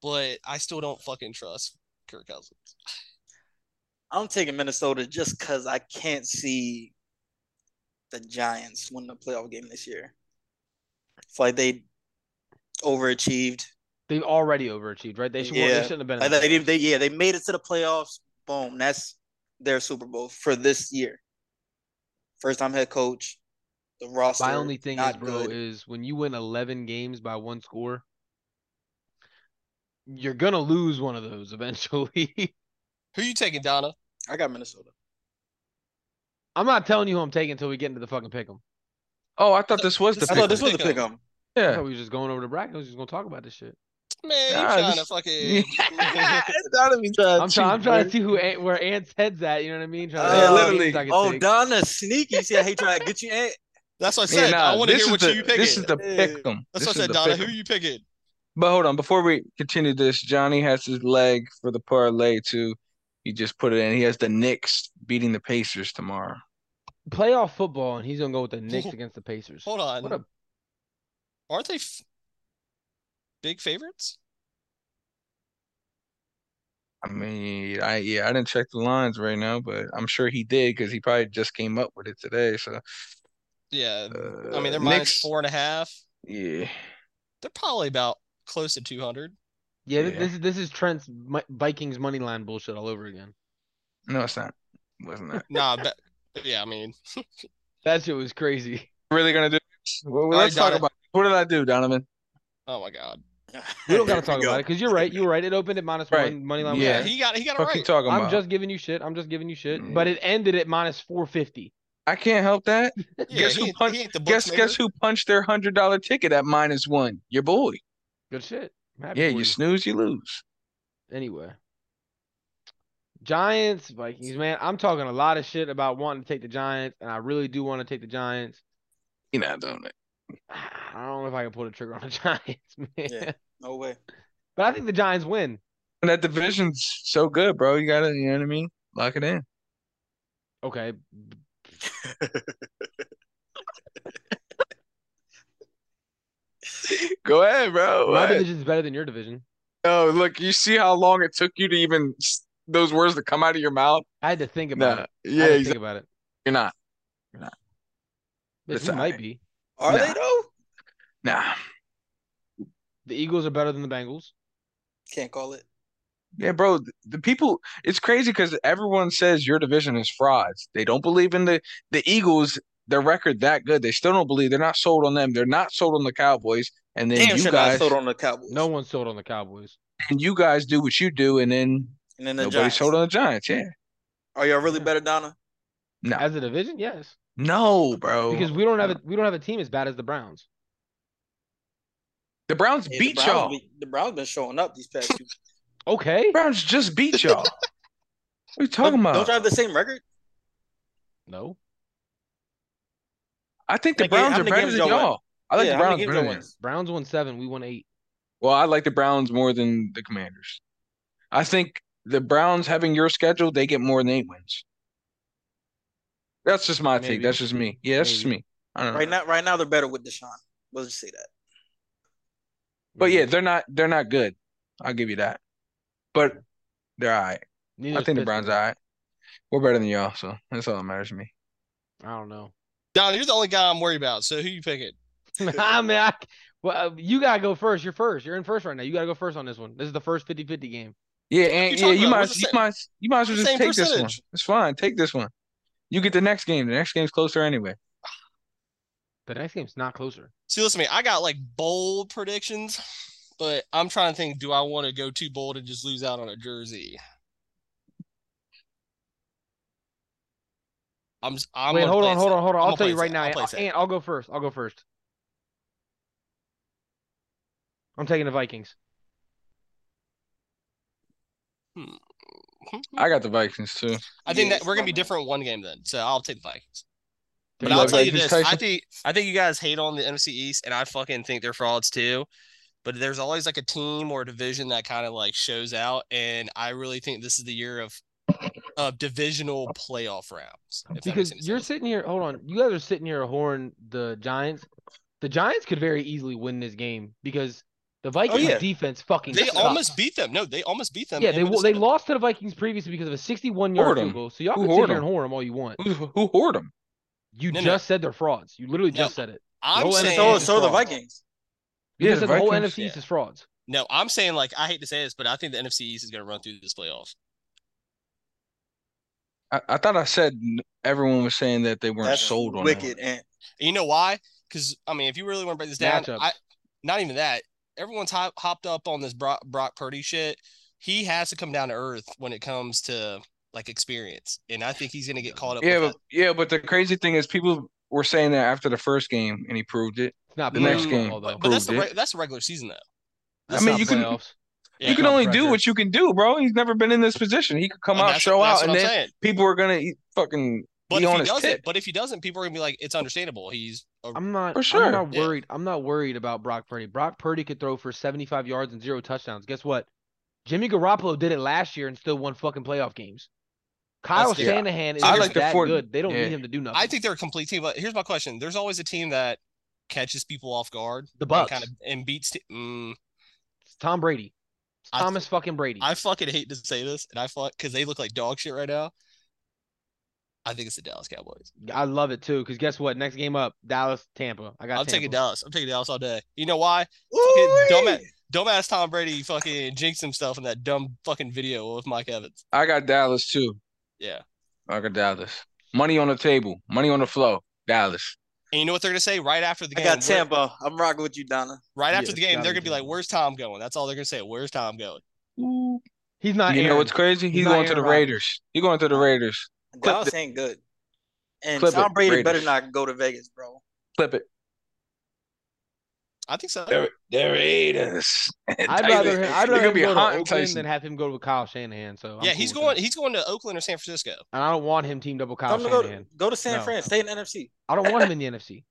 but I still don't fucking trust Kirk Cousins.
I'm taking Minnesota just because I can't see the Giants win the playoff game this year. It's like they overachieved.
They've already overachieved, right? They should. They
Yeah.
shouldn't have been.
Like
In the
they,
playoffs.
they, yeah, they made it to the playoffs. Boom, that's their Super Bowl for this year. First time head coach. The roster.
My only thing is,
not
bro,
good.
is when you win eleven games by one score, you're gonna lose one of those eventually.
Who you taking, Donna?
I got Minnesota.
I'm not telling you who I'm taking until we get into the fucking pick 'em.
Oh, I thought this was the
I
I
pick.
thought this
pick
was the
'em.
pick 'em.
I thought
yeah.
we were just going over the bracket. I was just gonna talk about this shit.
Man, you
Nah,
trying to
this-
fucking.
That'd be trying to
I'm trying. I'm
cheat,
trying to
bro.
see who Ant, where Ant's head's at. You know what I mean? Trying to
Yeah,
see what
literally.
games I can
Oh,
take.
Donna sneaky. See how he tried to get you in.
That's what I
Yeah,
said. I
nah,
want to
this
hear
is
what
the-
you pick.
This is the
Yeah.
pick 'em. This
That's what I
is
said,
the
Donna.
pick
Who
'em.
you picking?
But hold on, before we continue this, Johnny has his leg for the parlay too. He just put it in. He has the Knicks beating the Pacers tomorrow.
Playoff football, and he's gonna go with the Knicks against the Pacers.
Hold on.
What a
Aren't they f- big favorites?
I mean, I yeah, I didn't check the lines right now, but I'm sure he did because he probably just came up with it today. So,
Yeah.
uh,
I mean, they're minus
Knicks,
four and a half.
Yeah,
They're probably about close to 200.
yeah. thi-
Yeah.
This is this is Trent's Mi- Vikings money line bullshit all over again.
no, it's not. Wasn't that
Nah, but yeah, I mean,
That shit was crazy.
really gonna do? this? Well,
right,
let's talk
Donovan.
about what did I do, Donovan?
oh my god.
We don't gotta talk about it because you're right. You're right. It opened at minus
Right.
one money line. was
Yeah.
Yeah,
there.
he got he got it
Fuck
right.
you talking
I'm
about?
just giving you shit. I'm just giving you shit. But it ended at minus four fifty.
I can't help that.
yeah,
guess
he
who
ain't-
punched-
he ain't the
Guess
bookmaker.
guess who punched their hundred dollar ticket at minus one? Your boy.
Good shit. I'm happy
Yeah,
for
you snooze, you lose.
anyway. Giants, Vikings, man. I'm talking a lot of shit about wanting to take the Giants, and I really do want to take the Giants.
You're not doing it.
I don't know if I can pull the trigger on the Giants, man.
Yeah. No way.
But I think the Giants win.
And that division's so good, bro. You gotta, you know what I mean? Lock it in.
Okay.
Go ahead, bro.
My division's better than your division.
No, look, you see how long it took you to even s- those words to come out of your mouth?
I had to think about
Nah.
it.
Yeah,
I had to
exactly.
think about it.
You're not.
Bitch,
It's
you might
alright.
be.
Are
Nah.
they though?
Nah.
The Eagles are better than the Bengals.
Can't call it.
Yeah, bro. th- The people, it's crazy because everyone says your division is frauds. They don't believe in the the Eagles. Their record that good. They still don't believe. They're not sold on them. They're not sold on the Cowboys. And then
Damn
you
sure
guys,
not sold on the Cowboys.
No one sold on the Cowboys.
and you guys do what you do, and then
And then the
nobody
Giants.
sold on the Giants. Yeah.
Are y'all really better, Donna?
No.
As a division, yes.
No, bro.
Because we don't have
no.
a we don't have a team as bad as the Browns.
the Browns
Yeah,
beat
the Browns
y'all.
be- the Browns been showing up these past few.
Okay.
Browns just beat y'all. what are you talking
don't,
about?
Don't you have the same record?
No.
I think the
Like, how
Browns are
many
better
games
than
y'all won?
y'all. I like
Yeah,
the
how many
Browns
games
better
y'all
than
won?
y'all.
Browns won seven. We won eight.
Well, I like the Browns more than the Commanders. I think the Browns having your schedule, they get more than eight wins. That's just my
Maybe.
take. That's just me. Yeah, that's just
Maybe.
me. I don't know.
Right now, right now they're better with Deshaun. Let's just say that.
But
Mhm.
yeah, they're not they're not good. I'll give you that. But they're all right.
Neither
I
is
think the
Pittsburgh.
Browns are all right. We're better than y'all, so that's all that matters to me.
I don't know.
Don, you're the only guy I'm worried about. So who you picking?
I mean, I, well, uh, you gotta go first. You're first. You're in first right now. You gotta go first on this one. This is the first 50-50 game.
Yeah, and yeah,
you talking
you
about?
might,
What's
as-
the
you
same-
might, as- you might as well
what's the
just
same
take this one.
percentage?
It's fine. Take this one. You get the next game. The next game's closer anyway.
The next game's not closer.
See, listen to me. I got like bold predictions, but I'm trying to think. Do I want to go too bold and just lose out on a jersey? I'm. s- I'm
Wait,
gonna
hold
play
on, hold
safe.
on, hold on.
I'm
I'll
gonna
tell
play
you right
safe.
now.
I'll play
Ant,
safe.
Ant, I'll go first. I'll go first. I'm taking the Vikings.
I got the Vikings too.
Hmm? I think
Yeah,
that we're gonna be
it's
different one game then. So I'll take the Vikings. But
Take the
I'll
love
tell you
Vikings,
this: I
Tyson?
think I think you guys hate on the NFC East, and I fucking think they're frauds too. But there's always like a team or a division that kind of like shows out, and I really think this is the year of of divisional playoff rounds. if that makes
Because
any
you're
sense.
sitting here, hold on. You guys are sitting here horn the Giants. The Giants could very easily win this game because the Vikings
yeah.
defense fucking
Oh, they
sucks.
almost beat them. No, they almost beat them.
Yeah,
in
they wo- they
Minnesota.
lost to the Vikings previously because of a 61 yard
Hoard 'em.
field goal. So y'all
Who
can sit
hoard
here
'em?
and horn them all you want.
Who who hoard them?
You
No, no.
just said they're frauds. You literally just said it.
I'm
whole NFL
saying
So,
Damn.
so the Vikings.
You
Yeah,
just
the
said the whole
Vikings.
NFC East
Yeah.
is frauds.
no. I'm saying like I hate to say this, but I think the NFC East is gonna run through this playoff.
I, I thought I said n- everyone was saying that they weren't
That's
sold on
wicked.
them.
And
And you know why? Because I mean, if you really want to break this down,
Matchups.
I not even that. Everyone's hop, hopped up on this Brock, Brock Purdy shit. He has to come down to earth when it comes to like experience, and I think he's gonna get caught up.
Yeah,
with
but yeah, but the crazy thing is people We're saying that after the first game, and he proved it.
It's not
The
playoff
next game.
football, though.
But that's the
Proved it.
re- that's the regular season though.
That's
mean,
not
you can-
playoffs.
Yeah.
you can
no
only do
pressure.
what you can do, bro. He's never been in this position. He could come
But
out,
that's-
show
that's
out, and
what I'm
then
saying.
people are gonna eat- fucking
But
be
if
on
he
his
doesn't,
tip.
but if he doesn't, people are gonna be like, it's understandable. He's a,
I'm not.
For sure.
I'm not
Yeah.
worried. I'm not worried about Brock Purdy. Brock Purdy could throw for 75 yards and zero touchdowns. Guess what? Jimmy Garoppolo did it last year and still won fucking playoff games. Kyle
That's- yeah.
Shanahan is
I
just
like
the
that
Fort-
good. They don't
yeah.
need him to do nothing.
I think they're a complete team. But here's my question: There's always a team that catches people off guard.
the
and
Bucks.
kind of and beats. Te- mm,
It's Tom Brady. It's
I-
Thomas fucking Brady.
I fucking hate to say this, and I fuck because they look like dog shit right now. I think it's the Dallas Cowboys.
I love it too. Because guess what? Next game up, Dallas, Tampa. I got.
I'm
Tampa.
taking Dallas. I'm taking Dallas all day. You know why?
Ooh-wee!
dumbass- Dumbass Tom Brady fucking jinxed himself in that dumb fucking video with Mike Evans.
I got Dallas too.
Yeah.
I got Dallas. Money on the table. Money on the flow. Dallas.
And you know what they're gonna say right after the
I
game?
got
Where-
Tampa. I'm rocking with you, Donna.
Right
Yeah,
after the
it's
game,
gotta
they're
be
gonna be like,
Tampa.
"Where's Tom going?" That's all they're gonna say. "Where's Tom going?"
Ooh.
He's not.
You know
Aaron.
what's crazy?
He's
He's
not
going to the
Aaron Rodgers.
Raiders. He's going to the Raiders. Clip
Dallas
it.
ain't good. And
Clip
Tom
it,
Brady better
Raiders.
not go to Vegas, bro.
Clip it.
I think so.
The, the Raiders.
I'd
Tyson.
rather him, I'd
They
rather
could
him
be
go to
haunting
Oakland
Tyson.
than have him go to Kyle Shanahan. So I'm
yeah,
cool
he's
with
going.
that.
He's going to Oakland or San Francisco.
And I don't want him teamed up with Kyle
Tell him to go
Shanahan.
to, go to San
No.
Fran. Stay in the NFC.
I don't want him in the NFC.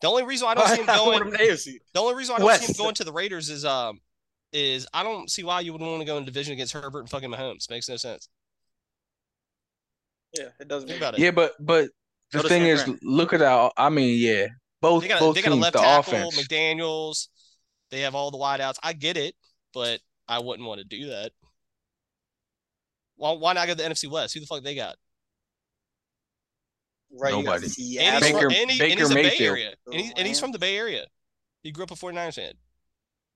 The only reason I don't see him
want him
going.
in the AFC.
The only reason I don't see him
West.
going to the Raiders is um is I don't see why you would want to go in a division against Herbert and fucking Mahomes. Makes no sense.
Yeah, it doesn't
Think
make
about it.
Yeah, but but the
Go to
thing
San
is,
Fran.
look at our. I mean, yeah, both
They got a,
both
they got a
teams,
left
the
tackle,
offense.
McDaniel's. They have all the wideouts. I get it, but I wouldn't want to do that. Why, why not go to the NFC West? Who the fuck they got?
Right, you got
Nobody.
Seattle.
he's
Baker-
from, and, he- and
Baker
he's a Bay
Mayfield.
Area. And, he, and he's from the Bay Area. He grew up a 49ers fan.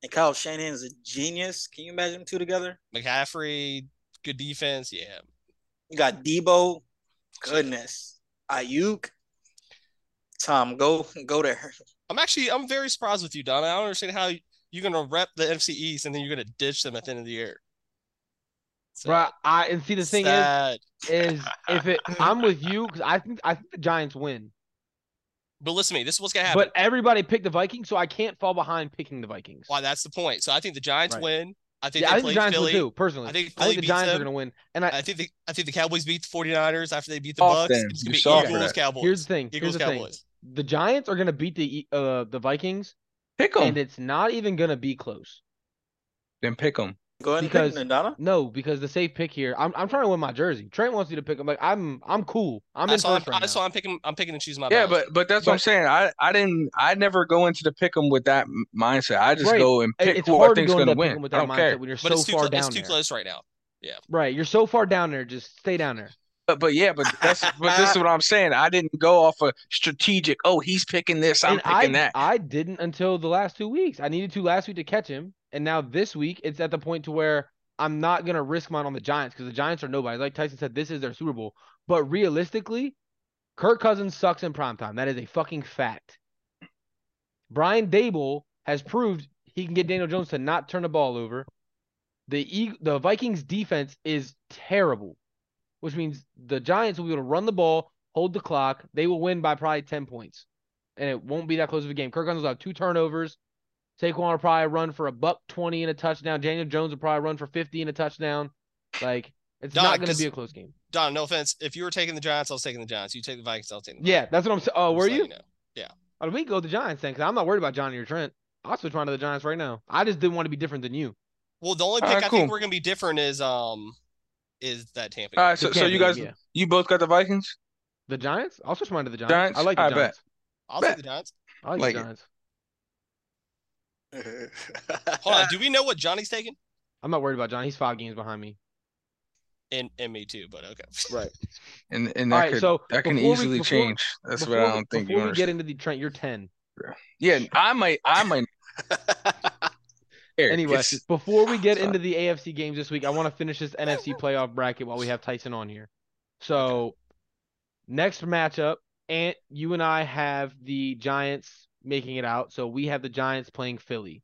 And Kyle Shanahan is a genius. Can you imagine them two together?
McCaffrey, good defense. Yeah.
You got Debo. Goodness. Ayuk. Tom, go go there.
I'm actually I'm very surprised with you, Don. I don't understand how you- you're gonna rep the NFC East and then you're gonna ditch them at the end of the year.
Bruh, I and see the thing is,
Sad.
is if it I'm with you because I think I think the Giants win,
but listen to me, this is what's gonna happen.
but everybody picked the Vikings, so I can't fall behind picking the Vikings.
Why that's the point. So I think the Giants
Right.
win. I think
yeah, I
they
think the
play
Giants
Philly.
will too. Personally,
I think
I
Philly
think the
beats
Giants are
them.
gonna win. And I,
I think the I think the Cowboys beat the 49ers after they beat the
Soft
Bucks.
then.
It's
You
gonna be
soft for
Eagles,
that.
Cowboys.
here's the thing.
Eagles,
here's the thing.
Cowboys.
The Giants are gonna beat the E- uh the Vikings,
Pick
and
them,
it's not even gonna be close.
then pick them.
Go ahead
Because-
and pick Donna.
No, because the safe pick here, I'm I'm trying to win my jersey. Trent wants you to pick. I'm like, I'm I'm cool. I'm
i
in
saw
first right
I
now.
saw I'm picking I'm picking and choosing my
Yeah,
battles.
but but that's what I'm
But-
saying. I I didn't. I never go into the pick them with that m- mindset. I just
Right.
go and
It-
pick
it's
who I
hard to
think's
go into
gonna
that pick 'em
win.
with
I
that
don't
mindset
care.
when you're
but
so
it's too
far
clo-
down
it's too
there.
close right now.
Right, you're so far down there. Just stay down there.
But but yeah, but that's but this is what I'm saying. I didn't go off a strategic. Oh, he's picking this. I'm
and I
picking that.
I didn't until the last two weeks. I needed to last week to catch him, and now this week it's at the point to where I'm not gonna risk mine on the Giants because the Giants are nobody. Like Tyson said, this is their Super Bowl. But realistically, Kirk Cousins sucks in primetime. That is a fucking fact. Brian Dable has proved he can get Daniel Jones to not turn the ball over. The Eag- the Vikings defense is terrible, which means the Giants will be able to run the ball, hold the clock. They will win by probably 10 points. And it won't be that close of a game. Kirk Cousins will have two turnovers. Saquon will probably run for a buck 20 and a touchdown. Daniel Jones will probably run for 50 and a touchdown. Like, it's
Nah,
not going to
'cause-
be a close game.
Don, no offense. If you were taking the Giants, I was taking the Giants. You take the Vikings, I'll take the
Yeah, that's what I'm saying. Oh,
Vikings.
were
Just let
you?
know.
Oh, we can go with the Giants then, because I'm not worried about Johnny or Trent. I'll switch mine to the Giants right now. I just didn't want to be different than you.
Well, the only pick
Alright,
I
cool.
think we're gonna be different is um is that Tampa.
All right,
The
so, so you
Tampa
guys,
game, yeah.
you both got the Vikings.
The Giants? I'll switch mine to the Giants.
Giants?
I like the
I bet.
Giants.
I'll
bet.
take the Giants.
I like,
Like
the
it.
Giants.
Hold
Uh,
on. Do we know what Johnny's taking?
I'm not worried about Johnny. He's five games behind me.
And and me too, but okay.
Right.
And and
All
that
right,
could
so
that can
before we-
easily
before-
change. That's
before,
what I don't think you
before we get
understand.
into the Trent, you're ten.
yeah, I might I might care.
Anyway,
It's-
before we get
Sorry.
into the AFC games this week, I want to finish this NFC playoff bracket while we have Tyson on here. So, next matchup, and you and I have the Giants making it out. So we have the Giants playing Philly.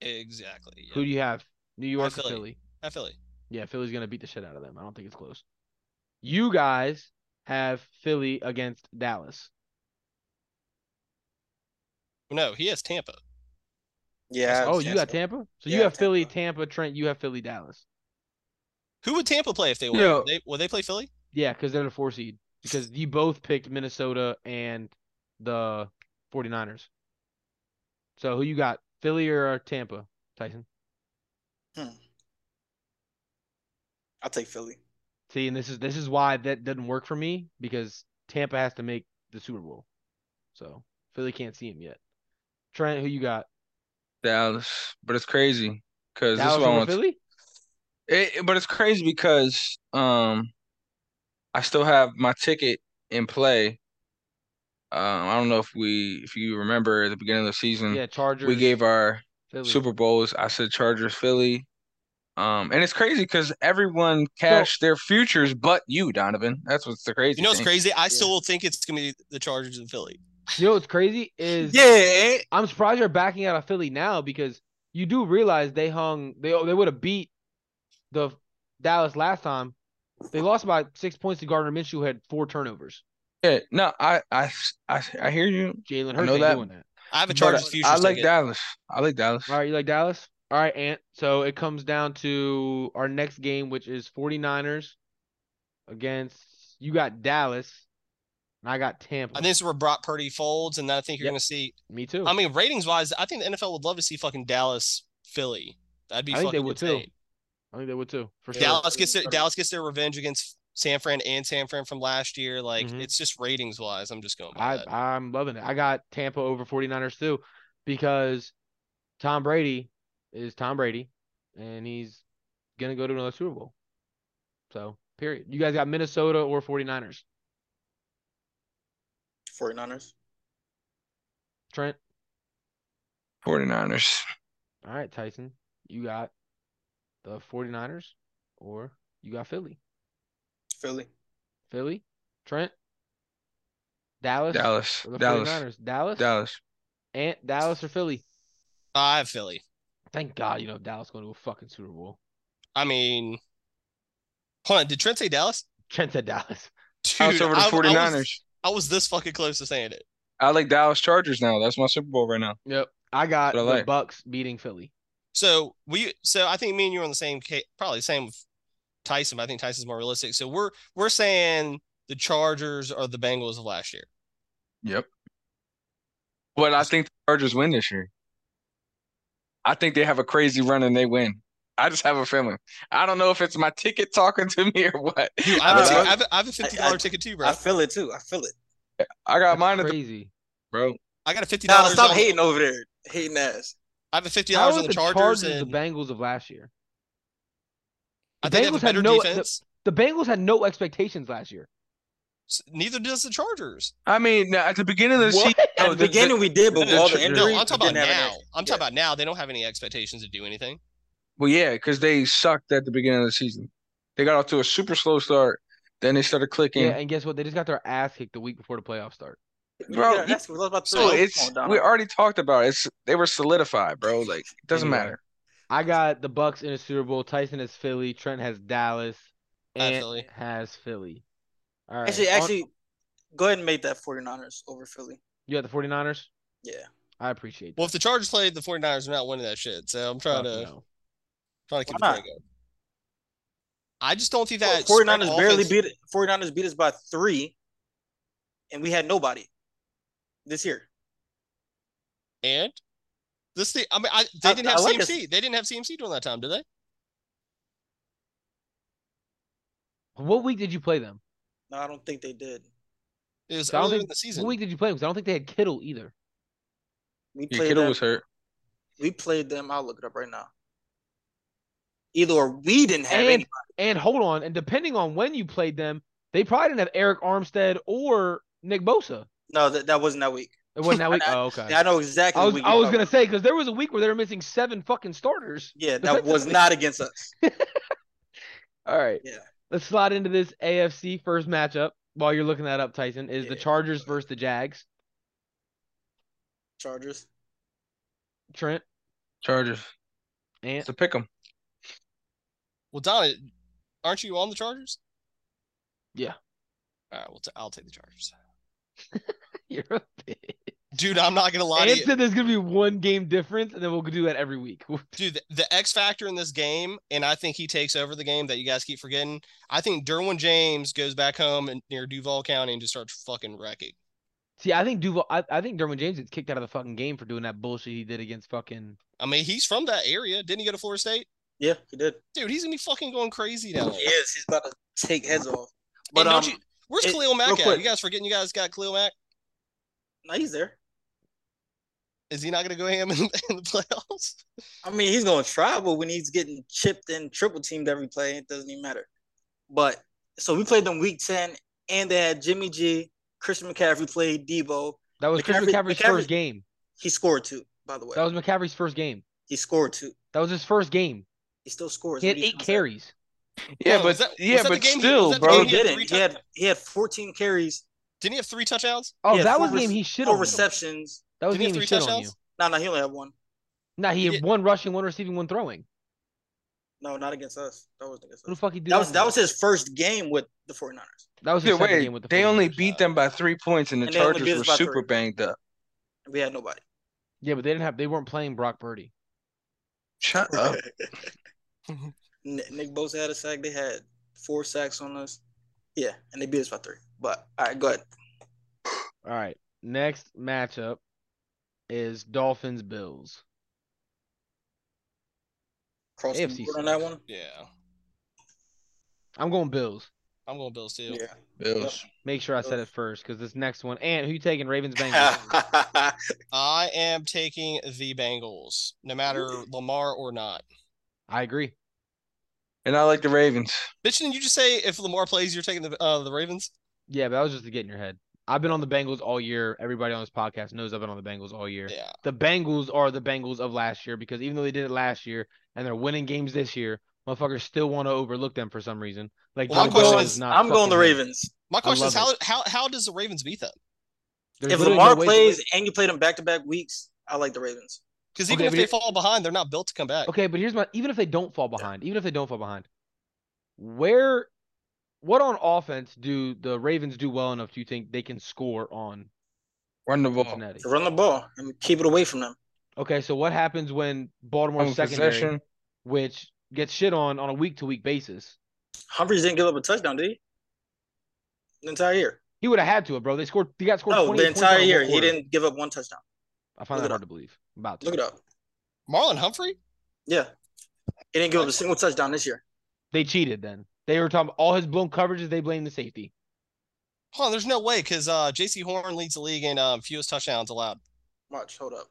Exactly. Yeah.
Who do you have? New York or
Philly.
Philly?
I feel like
Yeah, Philly's gonna beat the shit out of them. I don't think it's close. You guys have Philly against Dallas.
No, he has Tampa.
Yeah. I
Oh,
have
you
Tampa.
got Tampa? So you
Yeah,
have Philly,
Tampa.
Tampa, Trent. You have Philly, Dallas.
Who would Tampa play if they won?
Yo.
Would They, will they play Philly?
Yeah, because they're the four seed. Because you both picked Minnesota and the 49ers. So who you got? Philly or Tampa, Tyson?
Hmm. I'll take Philly.
See, and this is this is why that doesn't work for me because Tampa has to make the Super Bowl. So Philly can't see him yet. Trent, who you got?
Dallas, but it's crazy because this is
Dallas
what I
over
want.
Philly?
It, it- but it's crazy because um, I still have my ticket in play. Um, I don't know if we, if you remember at the beginning of the season,
Yeah, Chargers.
we gave our
Philly.
Super Bowls. I said Chargers, Philly. Um, and it's crazy because everyone cashed their futures, but you, Donovan. That's what's the crazy.
You know, it's
thing.
crazy. I still think it's gonna be the Chargers and Philly.
You know what's crazy is
Yeah.
I'm surprised you're backing out of Philly now because you do realize they hung they they would have beat the Dallas last time. They lost by six points to Gardner Minshew, who had four turnovers.
Yeah, no, I, I, I, I hear you.
Jalen
I
Hurts
know
ain't
that.
doing that.
I have a
but
Chargers
I-
futures.
I like
ticket.
Dallas. I like Dallas.
All right, you like Dallas? All right, Ant. So it comes down to our next game, which is 49ers against you got Dallas, and I got Tampa.
I think this is where Brock Purdy folds, and then I think you're
Yep.
gonna see.
Me too.
I mean, ratings wise, I think the NFL would love to see fucking Dallas, Philly. That'd be
I
fucking
think they would too,
insane.
I think they would too for sure.
Dallas gets their
Better.
Dallas gets their revenge against San Fran and San Fran from last year. Like
Mhm.
it's just ratings wise. I'm just going by
I
that.
I'm loving it. I got Tampa over 49ers too because Tom Brady is Tom Brady and he's going to go to another Super Bowl. So, period. You guys got Minnesota or 49ers?
49ers.
Trent.
49ers.
All right, Tyson. You got the 49ers or you got Philly?
Philly.
Philly? Trent? Dallas?
Dallas.
Or the
Dallas.
49ers? Dallas?
Dallas.
Ant, Dallas or Philly?
I have Philly.
Thank God, you know, Dallas going to a fucking Super Bowl.
I mean, hold on. Did Trent say Dallas?
Trent said Dallas.
I
Dude,
was over the
I- I was-
49ers. I,
I was this fucking close to saying it.
like Dallas Chargers now. That's my Super Bowl right now.
Yep. I got
What I
the
like.
Bucks beating Philly.
So we, so I think me and you are on the same, ca- probably the same with Tyson. But I think Tyson's more realistic. So we're we're saying the Chargers are the Bengals of last year.
But I think the Chargers win this year. I think they have a crazy run and they win. I just have a feeling. I don't know if it's my ticket talking to me or what.
I have, a
but
ti-
I,
I have a- I have a fifty
uh, I-
dollar
I-
ticket too, bro.
I feel it too. I feel it.
I got
That's
mine at the
crazy.
bro.
I got a fifty
Nah,
dollars.
stop hating over there. Hating ass.
I have a fifty
How
dollars
are
on
the,
the Chargers,
Chargers
and
the Bengals of last year?
I
the
think they have a
Bengals had
better
no- the-
defense.
The Bengals had no expectations last year.
S- Neither does the Chargers.
I mean, no, at the beginning of the
What?
season,
At
no,
the beginning we did, but
the-
with all
the-
the
no,
injuries.
No, I'm talking about
we didn't have
now.
any-
I'm talking about now. They don't have any expectations to do anything.
well, yeah, because they sucked at the beginning of the season. They got off to a super slow start. Then they started clicking.
Yeah, and guess what? They just got their ass kicked the week before the playoffs start.
Bro,
Yeah, that's what I was about to
So
say.
Oh, it's
Come on,
we
Donovan.
already talked about it. it's they were solidified, bro. Like it doesn't
Anyway.
matter.
I got the Bucks in a Super Bowl. Tyson has Philly. Trent has Dallas.
I have
And
Philly.
has Philly. All right.
Actually,
on-
actually, go ahead and make that 49ers over Philly.
you got the 49ers?
Yeah.
I appreciate that.
Well, if the Chargers played the 49ers, we're not winning that shit. So I'm trying
Fuck
to
no.
trying to keep it
Why
going. I just don't think that spread
49ers barely
offense-
beat 49ers beat us by three, and we had nobody this year.
And this thing, I mean, I, they
I-
didn't have
I like
CMC.
this.
They didn't have CMC during that time, did they?
What week did you play them?
No, I don't think they did.
It was
So I don't
earlier in
think-
the
What
season.
week did you play them? Because I don't think they had Kittle either.
We
Yeah,
played
Kittle
them.
was hurt.
we played them. I'll look it up right now. Either or we didn't have
And
any.
and hold on. And depending on when you played them, they probably didn't have Eric Armstead or Nick Bosa.
No, that, that wasn't that week.
It wasn't that week. Oh, okay.
I know exactly.
I was
what week
I
you're
was
talking
gonna say because there was a week where they were missing seven fucking starters.
Yeah, that was
Defensively.
not against us.
All right.
Yeah.
Let's slide into this AFC first matchup while you're looking that up, Tyson. Is the
Yeah.
Chargers versus the Jags?
Chargers.
Trent
Chargers
and
to pick them.
Well, Donna, aren't you on the Chargers?
Yeah.
All right. Well, t- I'll take the Chargers.
you're a bitch.
Dude, I'm not gonna lie to
Ant
you.
said there's gonna be one game difference, and then we'll do that every week.
Dude, the, the X factor in this game, and I think he takes over the game that you guys keep forgetting. I think Derwin James goes back home and near Duval County and just starts fucking wrecking.
See, I think Duval, I, I think Derwin James gets kicked out of the fucking game for doing that bullshit he did against fucking.
I mean, he's from that area. Didn't he go to Florida State?
Yeah, he did.
Dude, he's gonna be fucking going crazy down there.
He is. He's about to take heads off.
But
But um,
don't you, where's
it-
Khalil Mack
real
at?
quick.
You guys forgetting you guys got Khalil Mack?
no, he's there.
Is he not gonna go ham in, in the playoffs?
I mean, he's going to try, but when he's getting chipped and triple teamed every play, it doesn't even matter. But so we played them week 10, and they had Jimmy G, Christian McCaffrey played Debo.
That was Chris
McCaffrey-
McCaffrey's
McCaffrey-
first game.
He scored two, by the way.
That was McCaffrey's first game.
he scored two.
That was his first game.
He still scores.
He had
What are you
eight
trying to say?
carries.
Yeah,
Oh,
but
was that- was
yeah,
that the
but
game he- was
still,
that the
bro.
No,
game
he
had
didn't.
three
He had he had 14 carries,
Didn't he have three touchdowns?
Oh,
Yeah,
that
four
was the game
rec-
he shit
four
on. you.
receptions.
That was
Didn't
the game Oh,
he have
he
three
shit on you.
touchdowns?
No, no, he only had one.
Nah, he
He
had
did-
one rushing, one receiving, one throwing.
No, not against us. That was against
Who the
us.
fuck he do
That was
to?
that was his first game with the 49ers.
That was his
Dude,
second
wait,
game with the
they only
49ers.
beat them by three points, and the
And they only beat
Chargers
us
were
by
super
three.
banged up.
And we had nobody.
Yeah, but they didn't have. They weren't playing Brock Purdy.
Shut up.
Oh.
Mm-hmm.
N- Nick Bosa had a sack. They had four sacks on us. Yeah, and they beat us by three. But all right, go ahead.
All right, next matchup is Dolphins Bills.
Cross
AFC
the board on that
sucks.
one.
Yeah,
I'm going Bills.
I'm going Bills too.
Bills.
Make sure I said it
Bills.
first because this next one. And who you taking? Ravens Bengals.
Yeah.
I am taking the Bengals, no matter Lamar or not.
I agree.
And I like the Ravens.
Bitch, didn't you just say if Lamar plays, you're taking the uh, the Ravens?
Yeah, but that was just to get in your head. I've been on the Bengals all year. Everybody on this podcast knows I've been on the Bengals all year.
Yeah.
The Bengals are the Bengals of last year because even though they did it last year and they're winning games this year, motherfuckers still want to overlook them for some reason. Like
Well,
Joe
my question
Burrow
is-
not
I'm going
fucking
the
him.
Ravens.
My question
love
is how how how does the Ravens beat them?
There's
if
literally no
Lamar
way-
plays and you play them back to back weeks, I like the Ravens.
Because even
Okay,
if
but
they
it-
fall behind, they're not built to come back.
Okay, but here's my even if they don't fall behind, even if they don't fall behind, where what on offense do the Ravens do well enough do you think they can score on
Run the ball.
Cincinnati?
Run the ball and keep it away from them.
Okay, so what happens when Baltimore's
Own
secondary,
possession.
which gets shit on on a week to week basis?
Humphries didn't give up a touchdown, did he? The entire year.
He would have had to, have, bro. They scored. He got scored.
No,
28
the
points out
entire
of
year.
one
He
quarter.
didn't give up one touchdown.
I find
Look
that
it
hard
up.
to believe. About to.
Look it up.
Marlon Humphrey?
Yeah. He didn't give up a single touchdown this year.
They cheated. Then they were talking all his blown coverages. They blame the safety.
Huh, there's no way because uh, J.C. Horn leads the league in um, fewest touchdowns allowed.
Watch, hold up.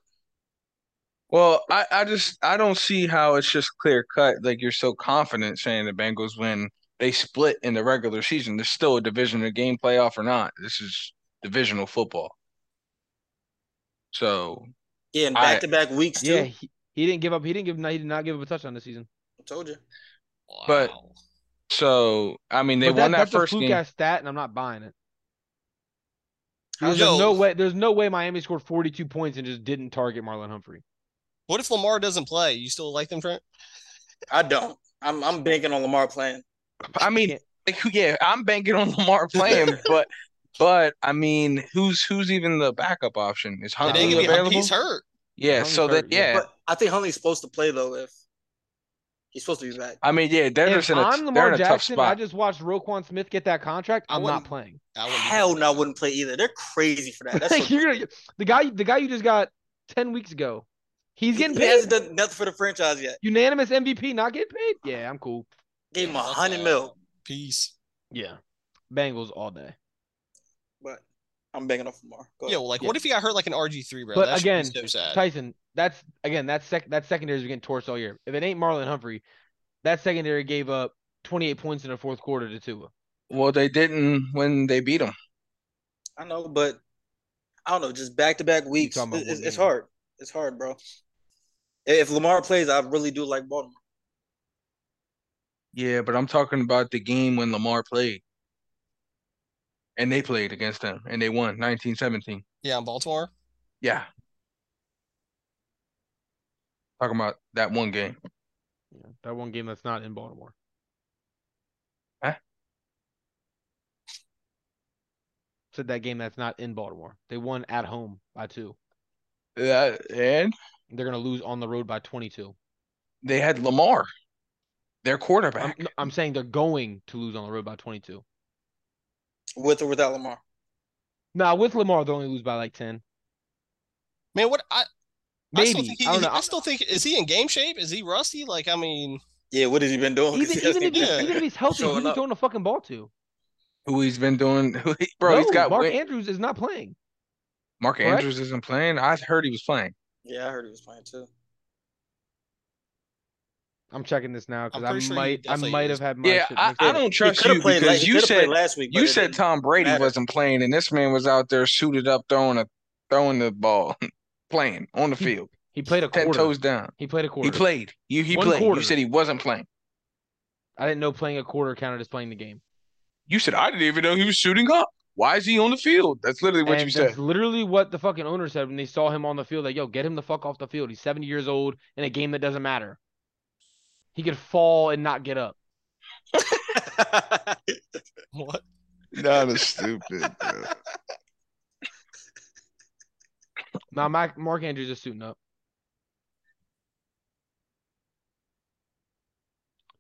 Well, I, I just I don't see how it's just clear cut. Like you're so confident saying the Bengals win. They split in the regular season. There's still a division a game playoff or not. This is divisional football. So
Yeah, and
All right.
back to back weeks too.
Yeah, he, he didn't give up. He didn't give. He did not give up a touchdown this season.
I told you.
But-
Wow.
so I mean they
But that-
won that
that's
first
a fluke
game.
ass stat, and I'm not buying it. There's
How's
Yo.
just no way. There's no way Miami scored 42 points and just didn't target Marlon Humphrey.
What if Lamar doesn't play? You still like them, Trent?
I don't. I'm I'm banking on Lamar playing.
I mean, like, yeah, I'm banking on Lamar playing, but but I mean, who's who's even the backup option? Is
It
Huntley
ain't
Huntley
gonna be
available?
He's hurt.
Yeah,
Huntley's
so that
hurt, yeah.
yeah.
But I think Huntley's supposed to play though if he's supposed to be back.
I mean, yeah, they're
If
just in a,
I'm
they're in
Lamar
a tough
Jackson,
spot.
I just watched Roquan Smith get that contract.
I
I'm not
wouldn't-
playing.
I wouldn't be-
Hell no, I wouldn't play either. They're crazy for that. That's
Like,
what,
you're gonna, the guy. The guy you just got 10 weeks ago. He's getting
he
paid.
hasn't done nothing for the franchise yet.
Unanimous MVP, not getting paid. Yeah, I'm cool.
Gave him a
Fuck
hundred
that.
mil,
Peace.
Yeah, Bengals all day.
but I'm banking on Lamar.
Yeah,
Go ahead.
well, like,
Yeah.
what if he got hurt like an RG3, bro?
But
that should be
again,
so sad.
Tyson, that's again that sec that secondary is getting torched all year. If it ain't Marlon Humphrey, that secondary gave up 28 points in the fourth quarter to Tua.
Well, they didn't when they beat them.
I know, but I don't know. Just back to back weeks,
talking
it-
about
it's,
one
it's
game.
hard. It's hard, bro. If Lamar plays, I really do like Baltimore.
Yeah, but I'm talking about the game when Lamar played. And they played against them and they won 1917.
yeah, in Baltimore.
Yeah. Talking about that one game.
Yeah, that one game that's not in Baltimore.
Huh?
said that game that's not in Baltimore. They won at home by two.
Yeah, and
They're gonna lose on the road by twenty two.
they had Lamar, their
I'm,
quarterback.
no, I'm saying they're going to lose on the road by twenty two.
with or without Lamar.
Nah, with Lamar they'll only lose by like ten.
Man, what I I still
Maybe
think he,
I don't know.
I still think is he in game shape? Is he rusty? Like I mean,
Yeah, what has he been doing?
even, even, if, he's-
yeah.
even if he's healthy, who's
Showing
he
up.
throwing the fucking ball to?
Who he's been doing, who he- bro? he's
No,
got
Mark
win-
Andrews is not playing.
Mark
correct?
Andrews isn't playing. I heard he was playing.
yeah, I heard he was playing too.
I'm checking this now because
I'm
I
pretty sure he
might I
definitely
might
is.
have had my
Yeah,
shit
I,
mixed
I
up.
don't trust
he could
you
have played, la-
because
he
you
could've played
said
last week. but
you
it
said
didn't.
Tom Brady
matter.
wasn't playing, and this man was out there suited up, throwing a throwing the ball, playing on the field,
He played a
ten
quarter.
toes down.
He played a quarter.
He played. You he
One
played.
quarter.
You said he wasn't playing.
I didn't know playing a quarter counted as playing the game.
You said I didn't even know he was shooting up. Why is he on the field? That's literally what
and
you
that's
said.
literally what the fucking owner said when they saw him on the field. Like, yo, get him the fuck off the field. He's 70 years old in a game that doesn't matter. He could fall and not get up.
what?
Not a stupid. bro.
Now, my, Mark Andrews is suiting up.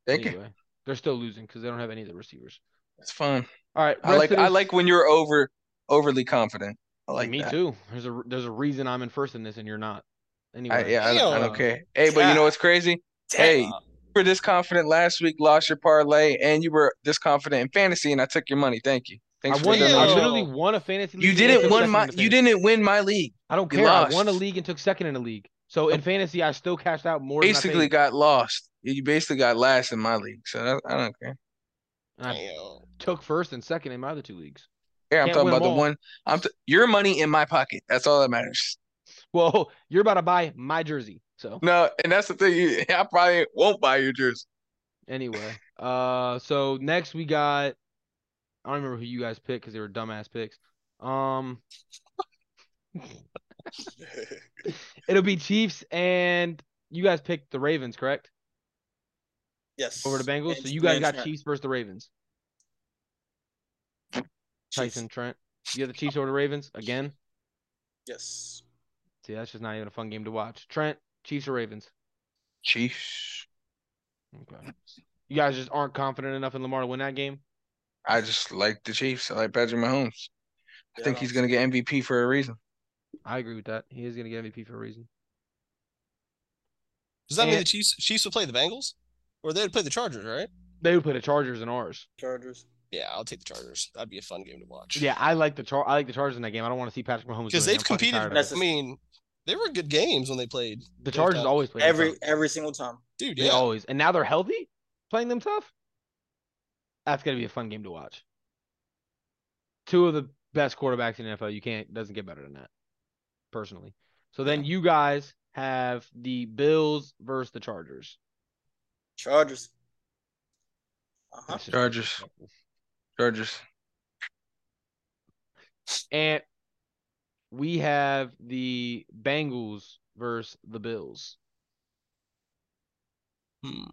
Thank you.
Anyway, they're still losing because they don't have any of the receivers.
It's fun.
All right.
I
rest
like.
of
I
this-
like when you're over overly confident. I like
me
that.
too. There's a there's a reason I'm in first in this and you're not. Anyway,
I, yeah, I, don't- I
Damn.
don't care. Hey, but you
Yeah.
know what's crazy? Hey, you were this confident last week, lost your parlay, and you were this confident in fantasy, and I took your money. Thank you.
I
Thanks for
won.
that.
Damn.
I
knowledge.
literally won a fantasy.
You
league and
didn't
took
win
second
my.
in the
You
fantasy.
didn't win my league.
I don't
you
care. I won a
lost.
league and took second in a league. So in fantasy, I still cashed out more. than I
Basically,
paid.
got lost. You basically got last in my league, so that, I don't care.
And I took first and second in my other two leagues.
Yeah, I'm
Can't
talking
win
about the
them all.
one. I'm t- your money in my pocket. That's all that matters.
Well, you're about to buy my jersey. So
No, and that's the thing. You, I probably won't buy your jersey.
anyway, uh, so next we got, I don't remember who you guys picked because they were dumbass picks. Um, it'll be Chiefs and you guys picked the Ravens, correct?
yes.
Over the Bengals. So
And-
you guys
and
got
Trent.
Chiefs versus the Ravens.
Chiefs.
Tyson Trent, you have the Chiefs over the Ravens again.
Yes.
See, that's just not even a fun game to watch. Trent, Chiefs or Ravens?
Chiefs.
Okay. You guys just aren't confident enough in Lamar to win that game.
I just like the Chiefs. I like Patrick Mahomes. I
Yeah,
think
I
he's gonna
don't-
get MVP for a reason.
I agree with that. He is going to get MVP for a reason.
Does that mean
And-
the Chiefs Chiefs would play the Bengals? Or they'd play the Chargers, right?
They would play the Chargers and ours.
Chargers.
Yeah, I'll take the Chargers. That'd be a fun game to watch.
Yeah, I like the char- I like the Chargers in that game. I don't want to see Patrick Mahomes
Because
do it.
they've
I'm fucking
competed.
tired of
That's-
it.
I mean, they were good games when they played.
The Chargers
times.
always play them
Every
tough.
every single time.
Dude,
they
yeah.
always and now they're healthy playing them tough. That's gonna be a fun game to watch. Two of the best quarterbacks in the NFL. You can't doesn't get better than that, personally. So then you guys have the Bills versus the Chargers.
Chargers. Uh huh.
That's just
Chargers.
disrespectful.
Chargers.
And we have the Bengals versus the Bills.
Hmm.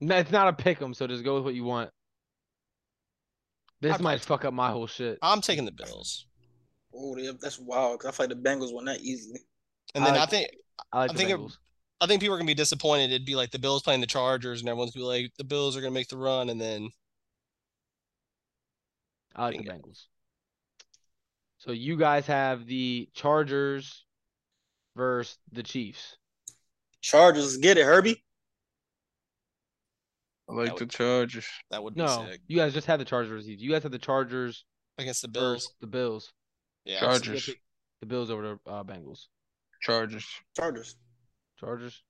No, it's not a pick 'em, so just go with what you want. This
I'd
might
probably-
fuck up my whole shit.
I'm taking the Bills.
Oh, yeah, that's wild. 'cause I feel like the Bengals won that easily.
And then
I-
I think
I like
I
the
think it-
Bengals.
I think people are gonna be disappointed. It'd be like the Bills playing the Chargers, and everyone's gonna be like, the Bills are gonna make the run, and then
I like the
Bingo.
Bengals. So you guys have the Chargers versus the Chiefs.
Chargers, get it, Herbie.
I like
would-
the Chargers.
that would be
No,
sick
you guys just had the Chargers versus Chiefs. You guys have the Chargers
against the Bills.
versus the Bills.
Yeah,
Chargers.
You guys pick The Bills over the uh, Bengals.
Chargers.
Chargers.
Chargers.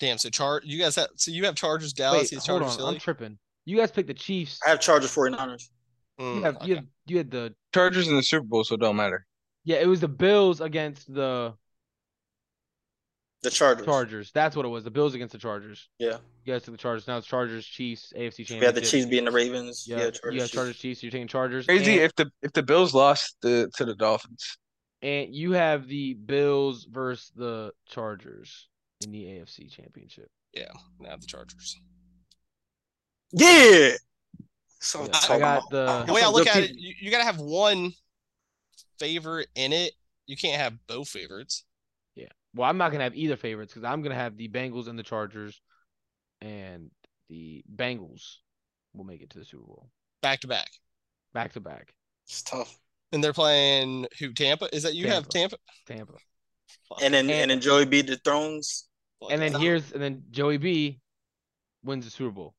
Damn. So char you guys have so you have Chargers,
Wait,
Dallas, you have
hold
Chargers,
on. I'm
Philly.
tripping. You guys picked the Chiefs.
I have Chargers 49ers.
Mm,
You have,
okay.
you have, you had the
Chargers in the Super Bowl, so it don't matter.
yeah. It was the Bills against the
The Chargers.
Chargers. That's what it was. The Bills against the Chargers.
Yeah.
You guys took the Chargers. Now it's Chargers, Chiefs, AFC Championship.
We had the Chiefs beating the Ravens.
Yeah,
Yeah,
you
Chargers.
guys Chargers, Chiefs. You're taking Chargers.
Crazy
and-
if the if the Bills lost the, to the Dolphins.
And you have the Bills versus the Chargers in the AFC Championship.
I have the Chargers.
Yeah. So
Yeah, I got the
The way I
Some
look
good
at it,
people.
you, you gotta have one favorite in it. You can't have both favorites.
Well, I'm not gonna have either favorites because I'm gonna have the Bengals and the Chargers, and the Bengals will make it to the Super Bowl
Back to back.
back to back.
it's tough.
And they're playing who? Tampa? Is that you have Tampa?
Tampa,
Fuck.
And then
And-
and then Joey beat the Thrones.
and then
Fuck.
here's and then Joey B wins the Super Bowl,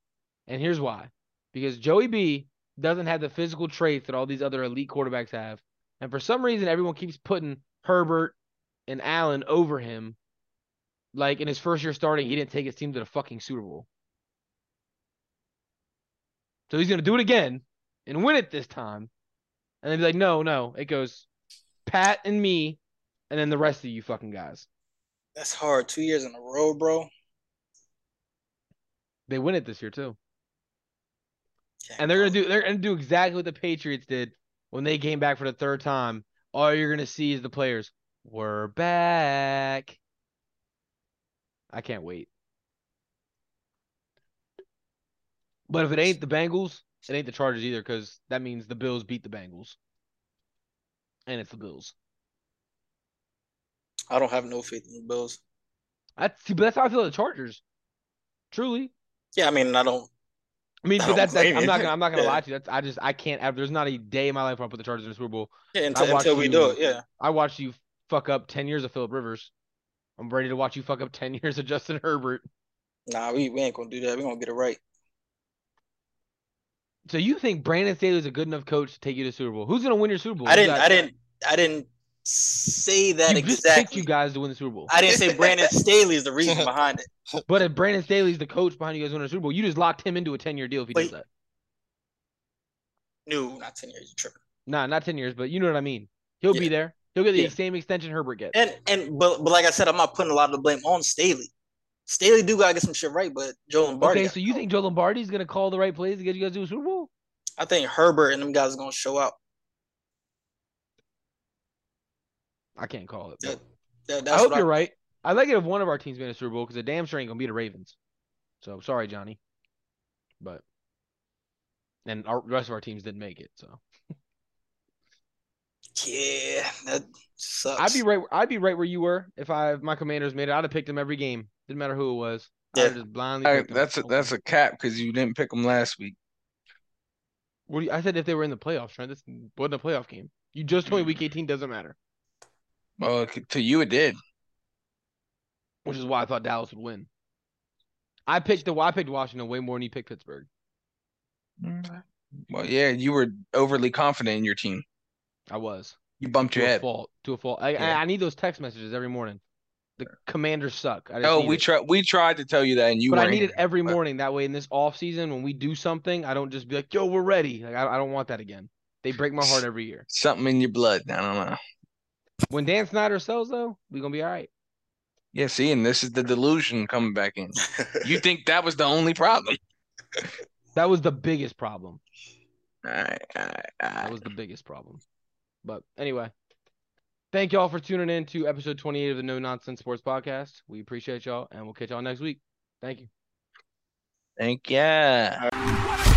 and here's why: because Joey B doesn't have the physical traits that all these other elite quarterbacks have, and for some reason everyone keeps putting Herbert and Allen over him. Like in his first year starting, he didn't take his team to the fucking Super Bowl. So he's gonna do it again and win it this time. And then be like, no, no. It goes Pat and me, and then the rest of you fucking guys.
That's hard. Two years in a row, bro.
They win it this year too.
Can't
And they're gonna
go.
do they're gonna do exactly what the Patriots did when they came back for the third time. All you're gonna see is the players. We're back. I can't wait. But if it ain't the Bengals, it ain't the Chargers either, because that means the Bills beat the Bengals. And it's the Bills.
I don't have no faith in the Bills.
That's see, but that's how I feel about the Chargers. Truly.
Yeah, I mean, I don't.
I mean,
I
but
don't
that's, that's
blame
I'm
you.
not gonna I'm not gonna
Yeah.
lie to you. That's I just I can't have there's not a day in my life where I put the Chargers in the Super Bowl.
Yeah, until,
watched
until we
you-
do it. Yeah.
I watched you fuck up ten years of Philip Rivers. I'm ready to watch you fuck up ten years of Justin Herbert.
Nah, we, we ain't gonna do that. We gonna get it right.
So you think Brandon Staley's a good enough coach to take you to the Super Bowl? Who's gonna win your Super Bowl?
I
You
didn't.
got-
I didn't. I didn't say that
You just picked
exactly.
you guys to win the Super Bowl.
I didn't say Brandon Staley is the reason behind it.
But if Brandon Staley's the coach behind you guys winning the Super Bowl, you just locked him into a ten year deal if he does
Wait.
that.
No, not ten years. you tripping.
Nah, not ten years, but you know what I mean. He'll be
Yeah.
there. He'll get the
Yeah.
same extension Herbert gets.
And and but but like I said, I'm not putting a lot of the blame on Staley. Staley do gotta get some shit right, but Joe Lombardi.
okay,
gotta
so you
go.
think Joe Lombardi's gonna call the right plays to get you guys to a Super Bowl?
I think Herbert and them guys are gonna show out.
I can't call it.
That,
but
that,
I
that's
hope
what
you're right. I like it if one of our teams made a Super Bowl because the damn sure ain't gonna be the Ravens. So sorry, Johnny, but and our the rest of our teams didn't make it. So
Yeah, that
Uh,
sucks.
I'd be right. I'd be right where you were if I if my Commanders made it. I'd have picked them every game. Didn't matter who it was. I'd have
Yeah.
just blindly.
All right,
picked 'em.
that's a, that's a cap because you didn't pick them last week.
What do you, I said if they were in the playoffs, Trent. This wasn't a playoff game. You just told me Week 18 doesn't matter,
Well, c- to you it did.
which is why I thought Dallas would win. I picked the. I picked Washington way more than you picked Pittsburgh.
Well, yeah, you were overly confident in your team.
I was.
You bumped your
to a
head.
fault. To a fault. I,
Yeah.
I, I need those text messages every morning. The commanders suck. I just
No,
need
Oh, we
it.
tried. We tried to tell you that, and you.
but I
weren't
need it
hearing
every
but-
morning. That way, in this off season, when we do something, I don't just be like, "Yo, we're ready." Like I, I don't want that again. They break my heart every year.
Something in your blood. I don't know.
When Dan Snyder sells, though, we gonna be all right.
Yeah, see, and this is the delusion coming back in. You think that was the only problem?
That was the biggest problem.
All right, all right, all
That
right.
was the biggest problem. But anyway, thank y'all for tuning in to episode 28 of the No Nonsense Sports Podcast. We appreciate y'all, and we'll catch y'all next week. Thank you.
Thank yeah.
What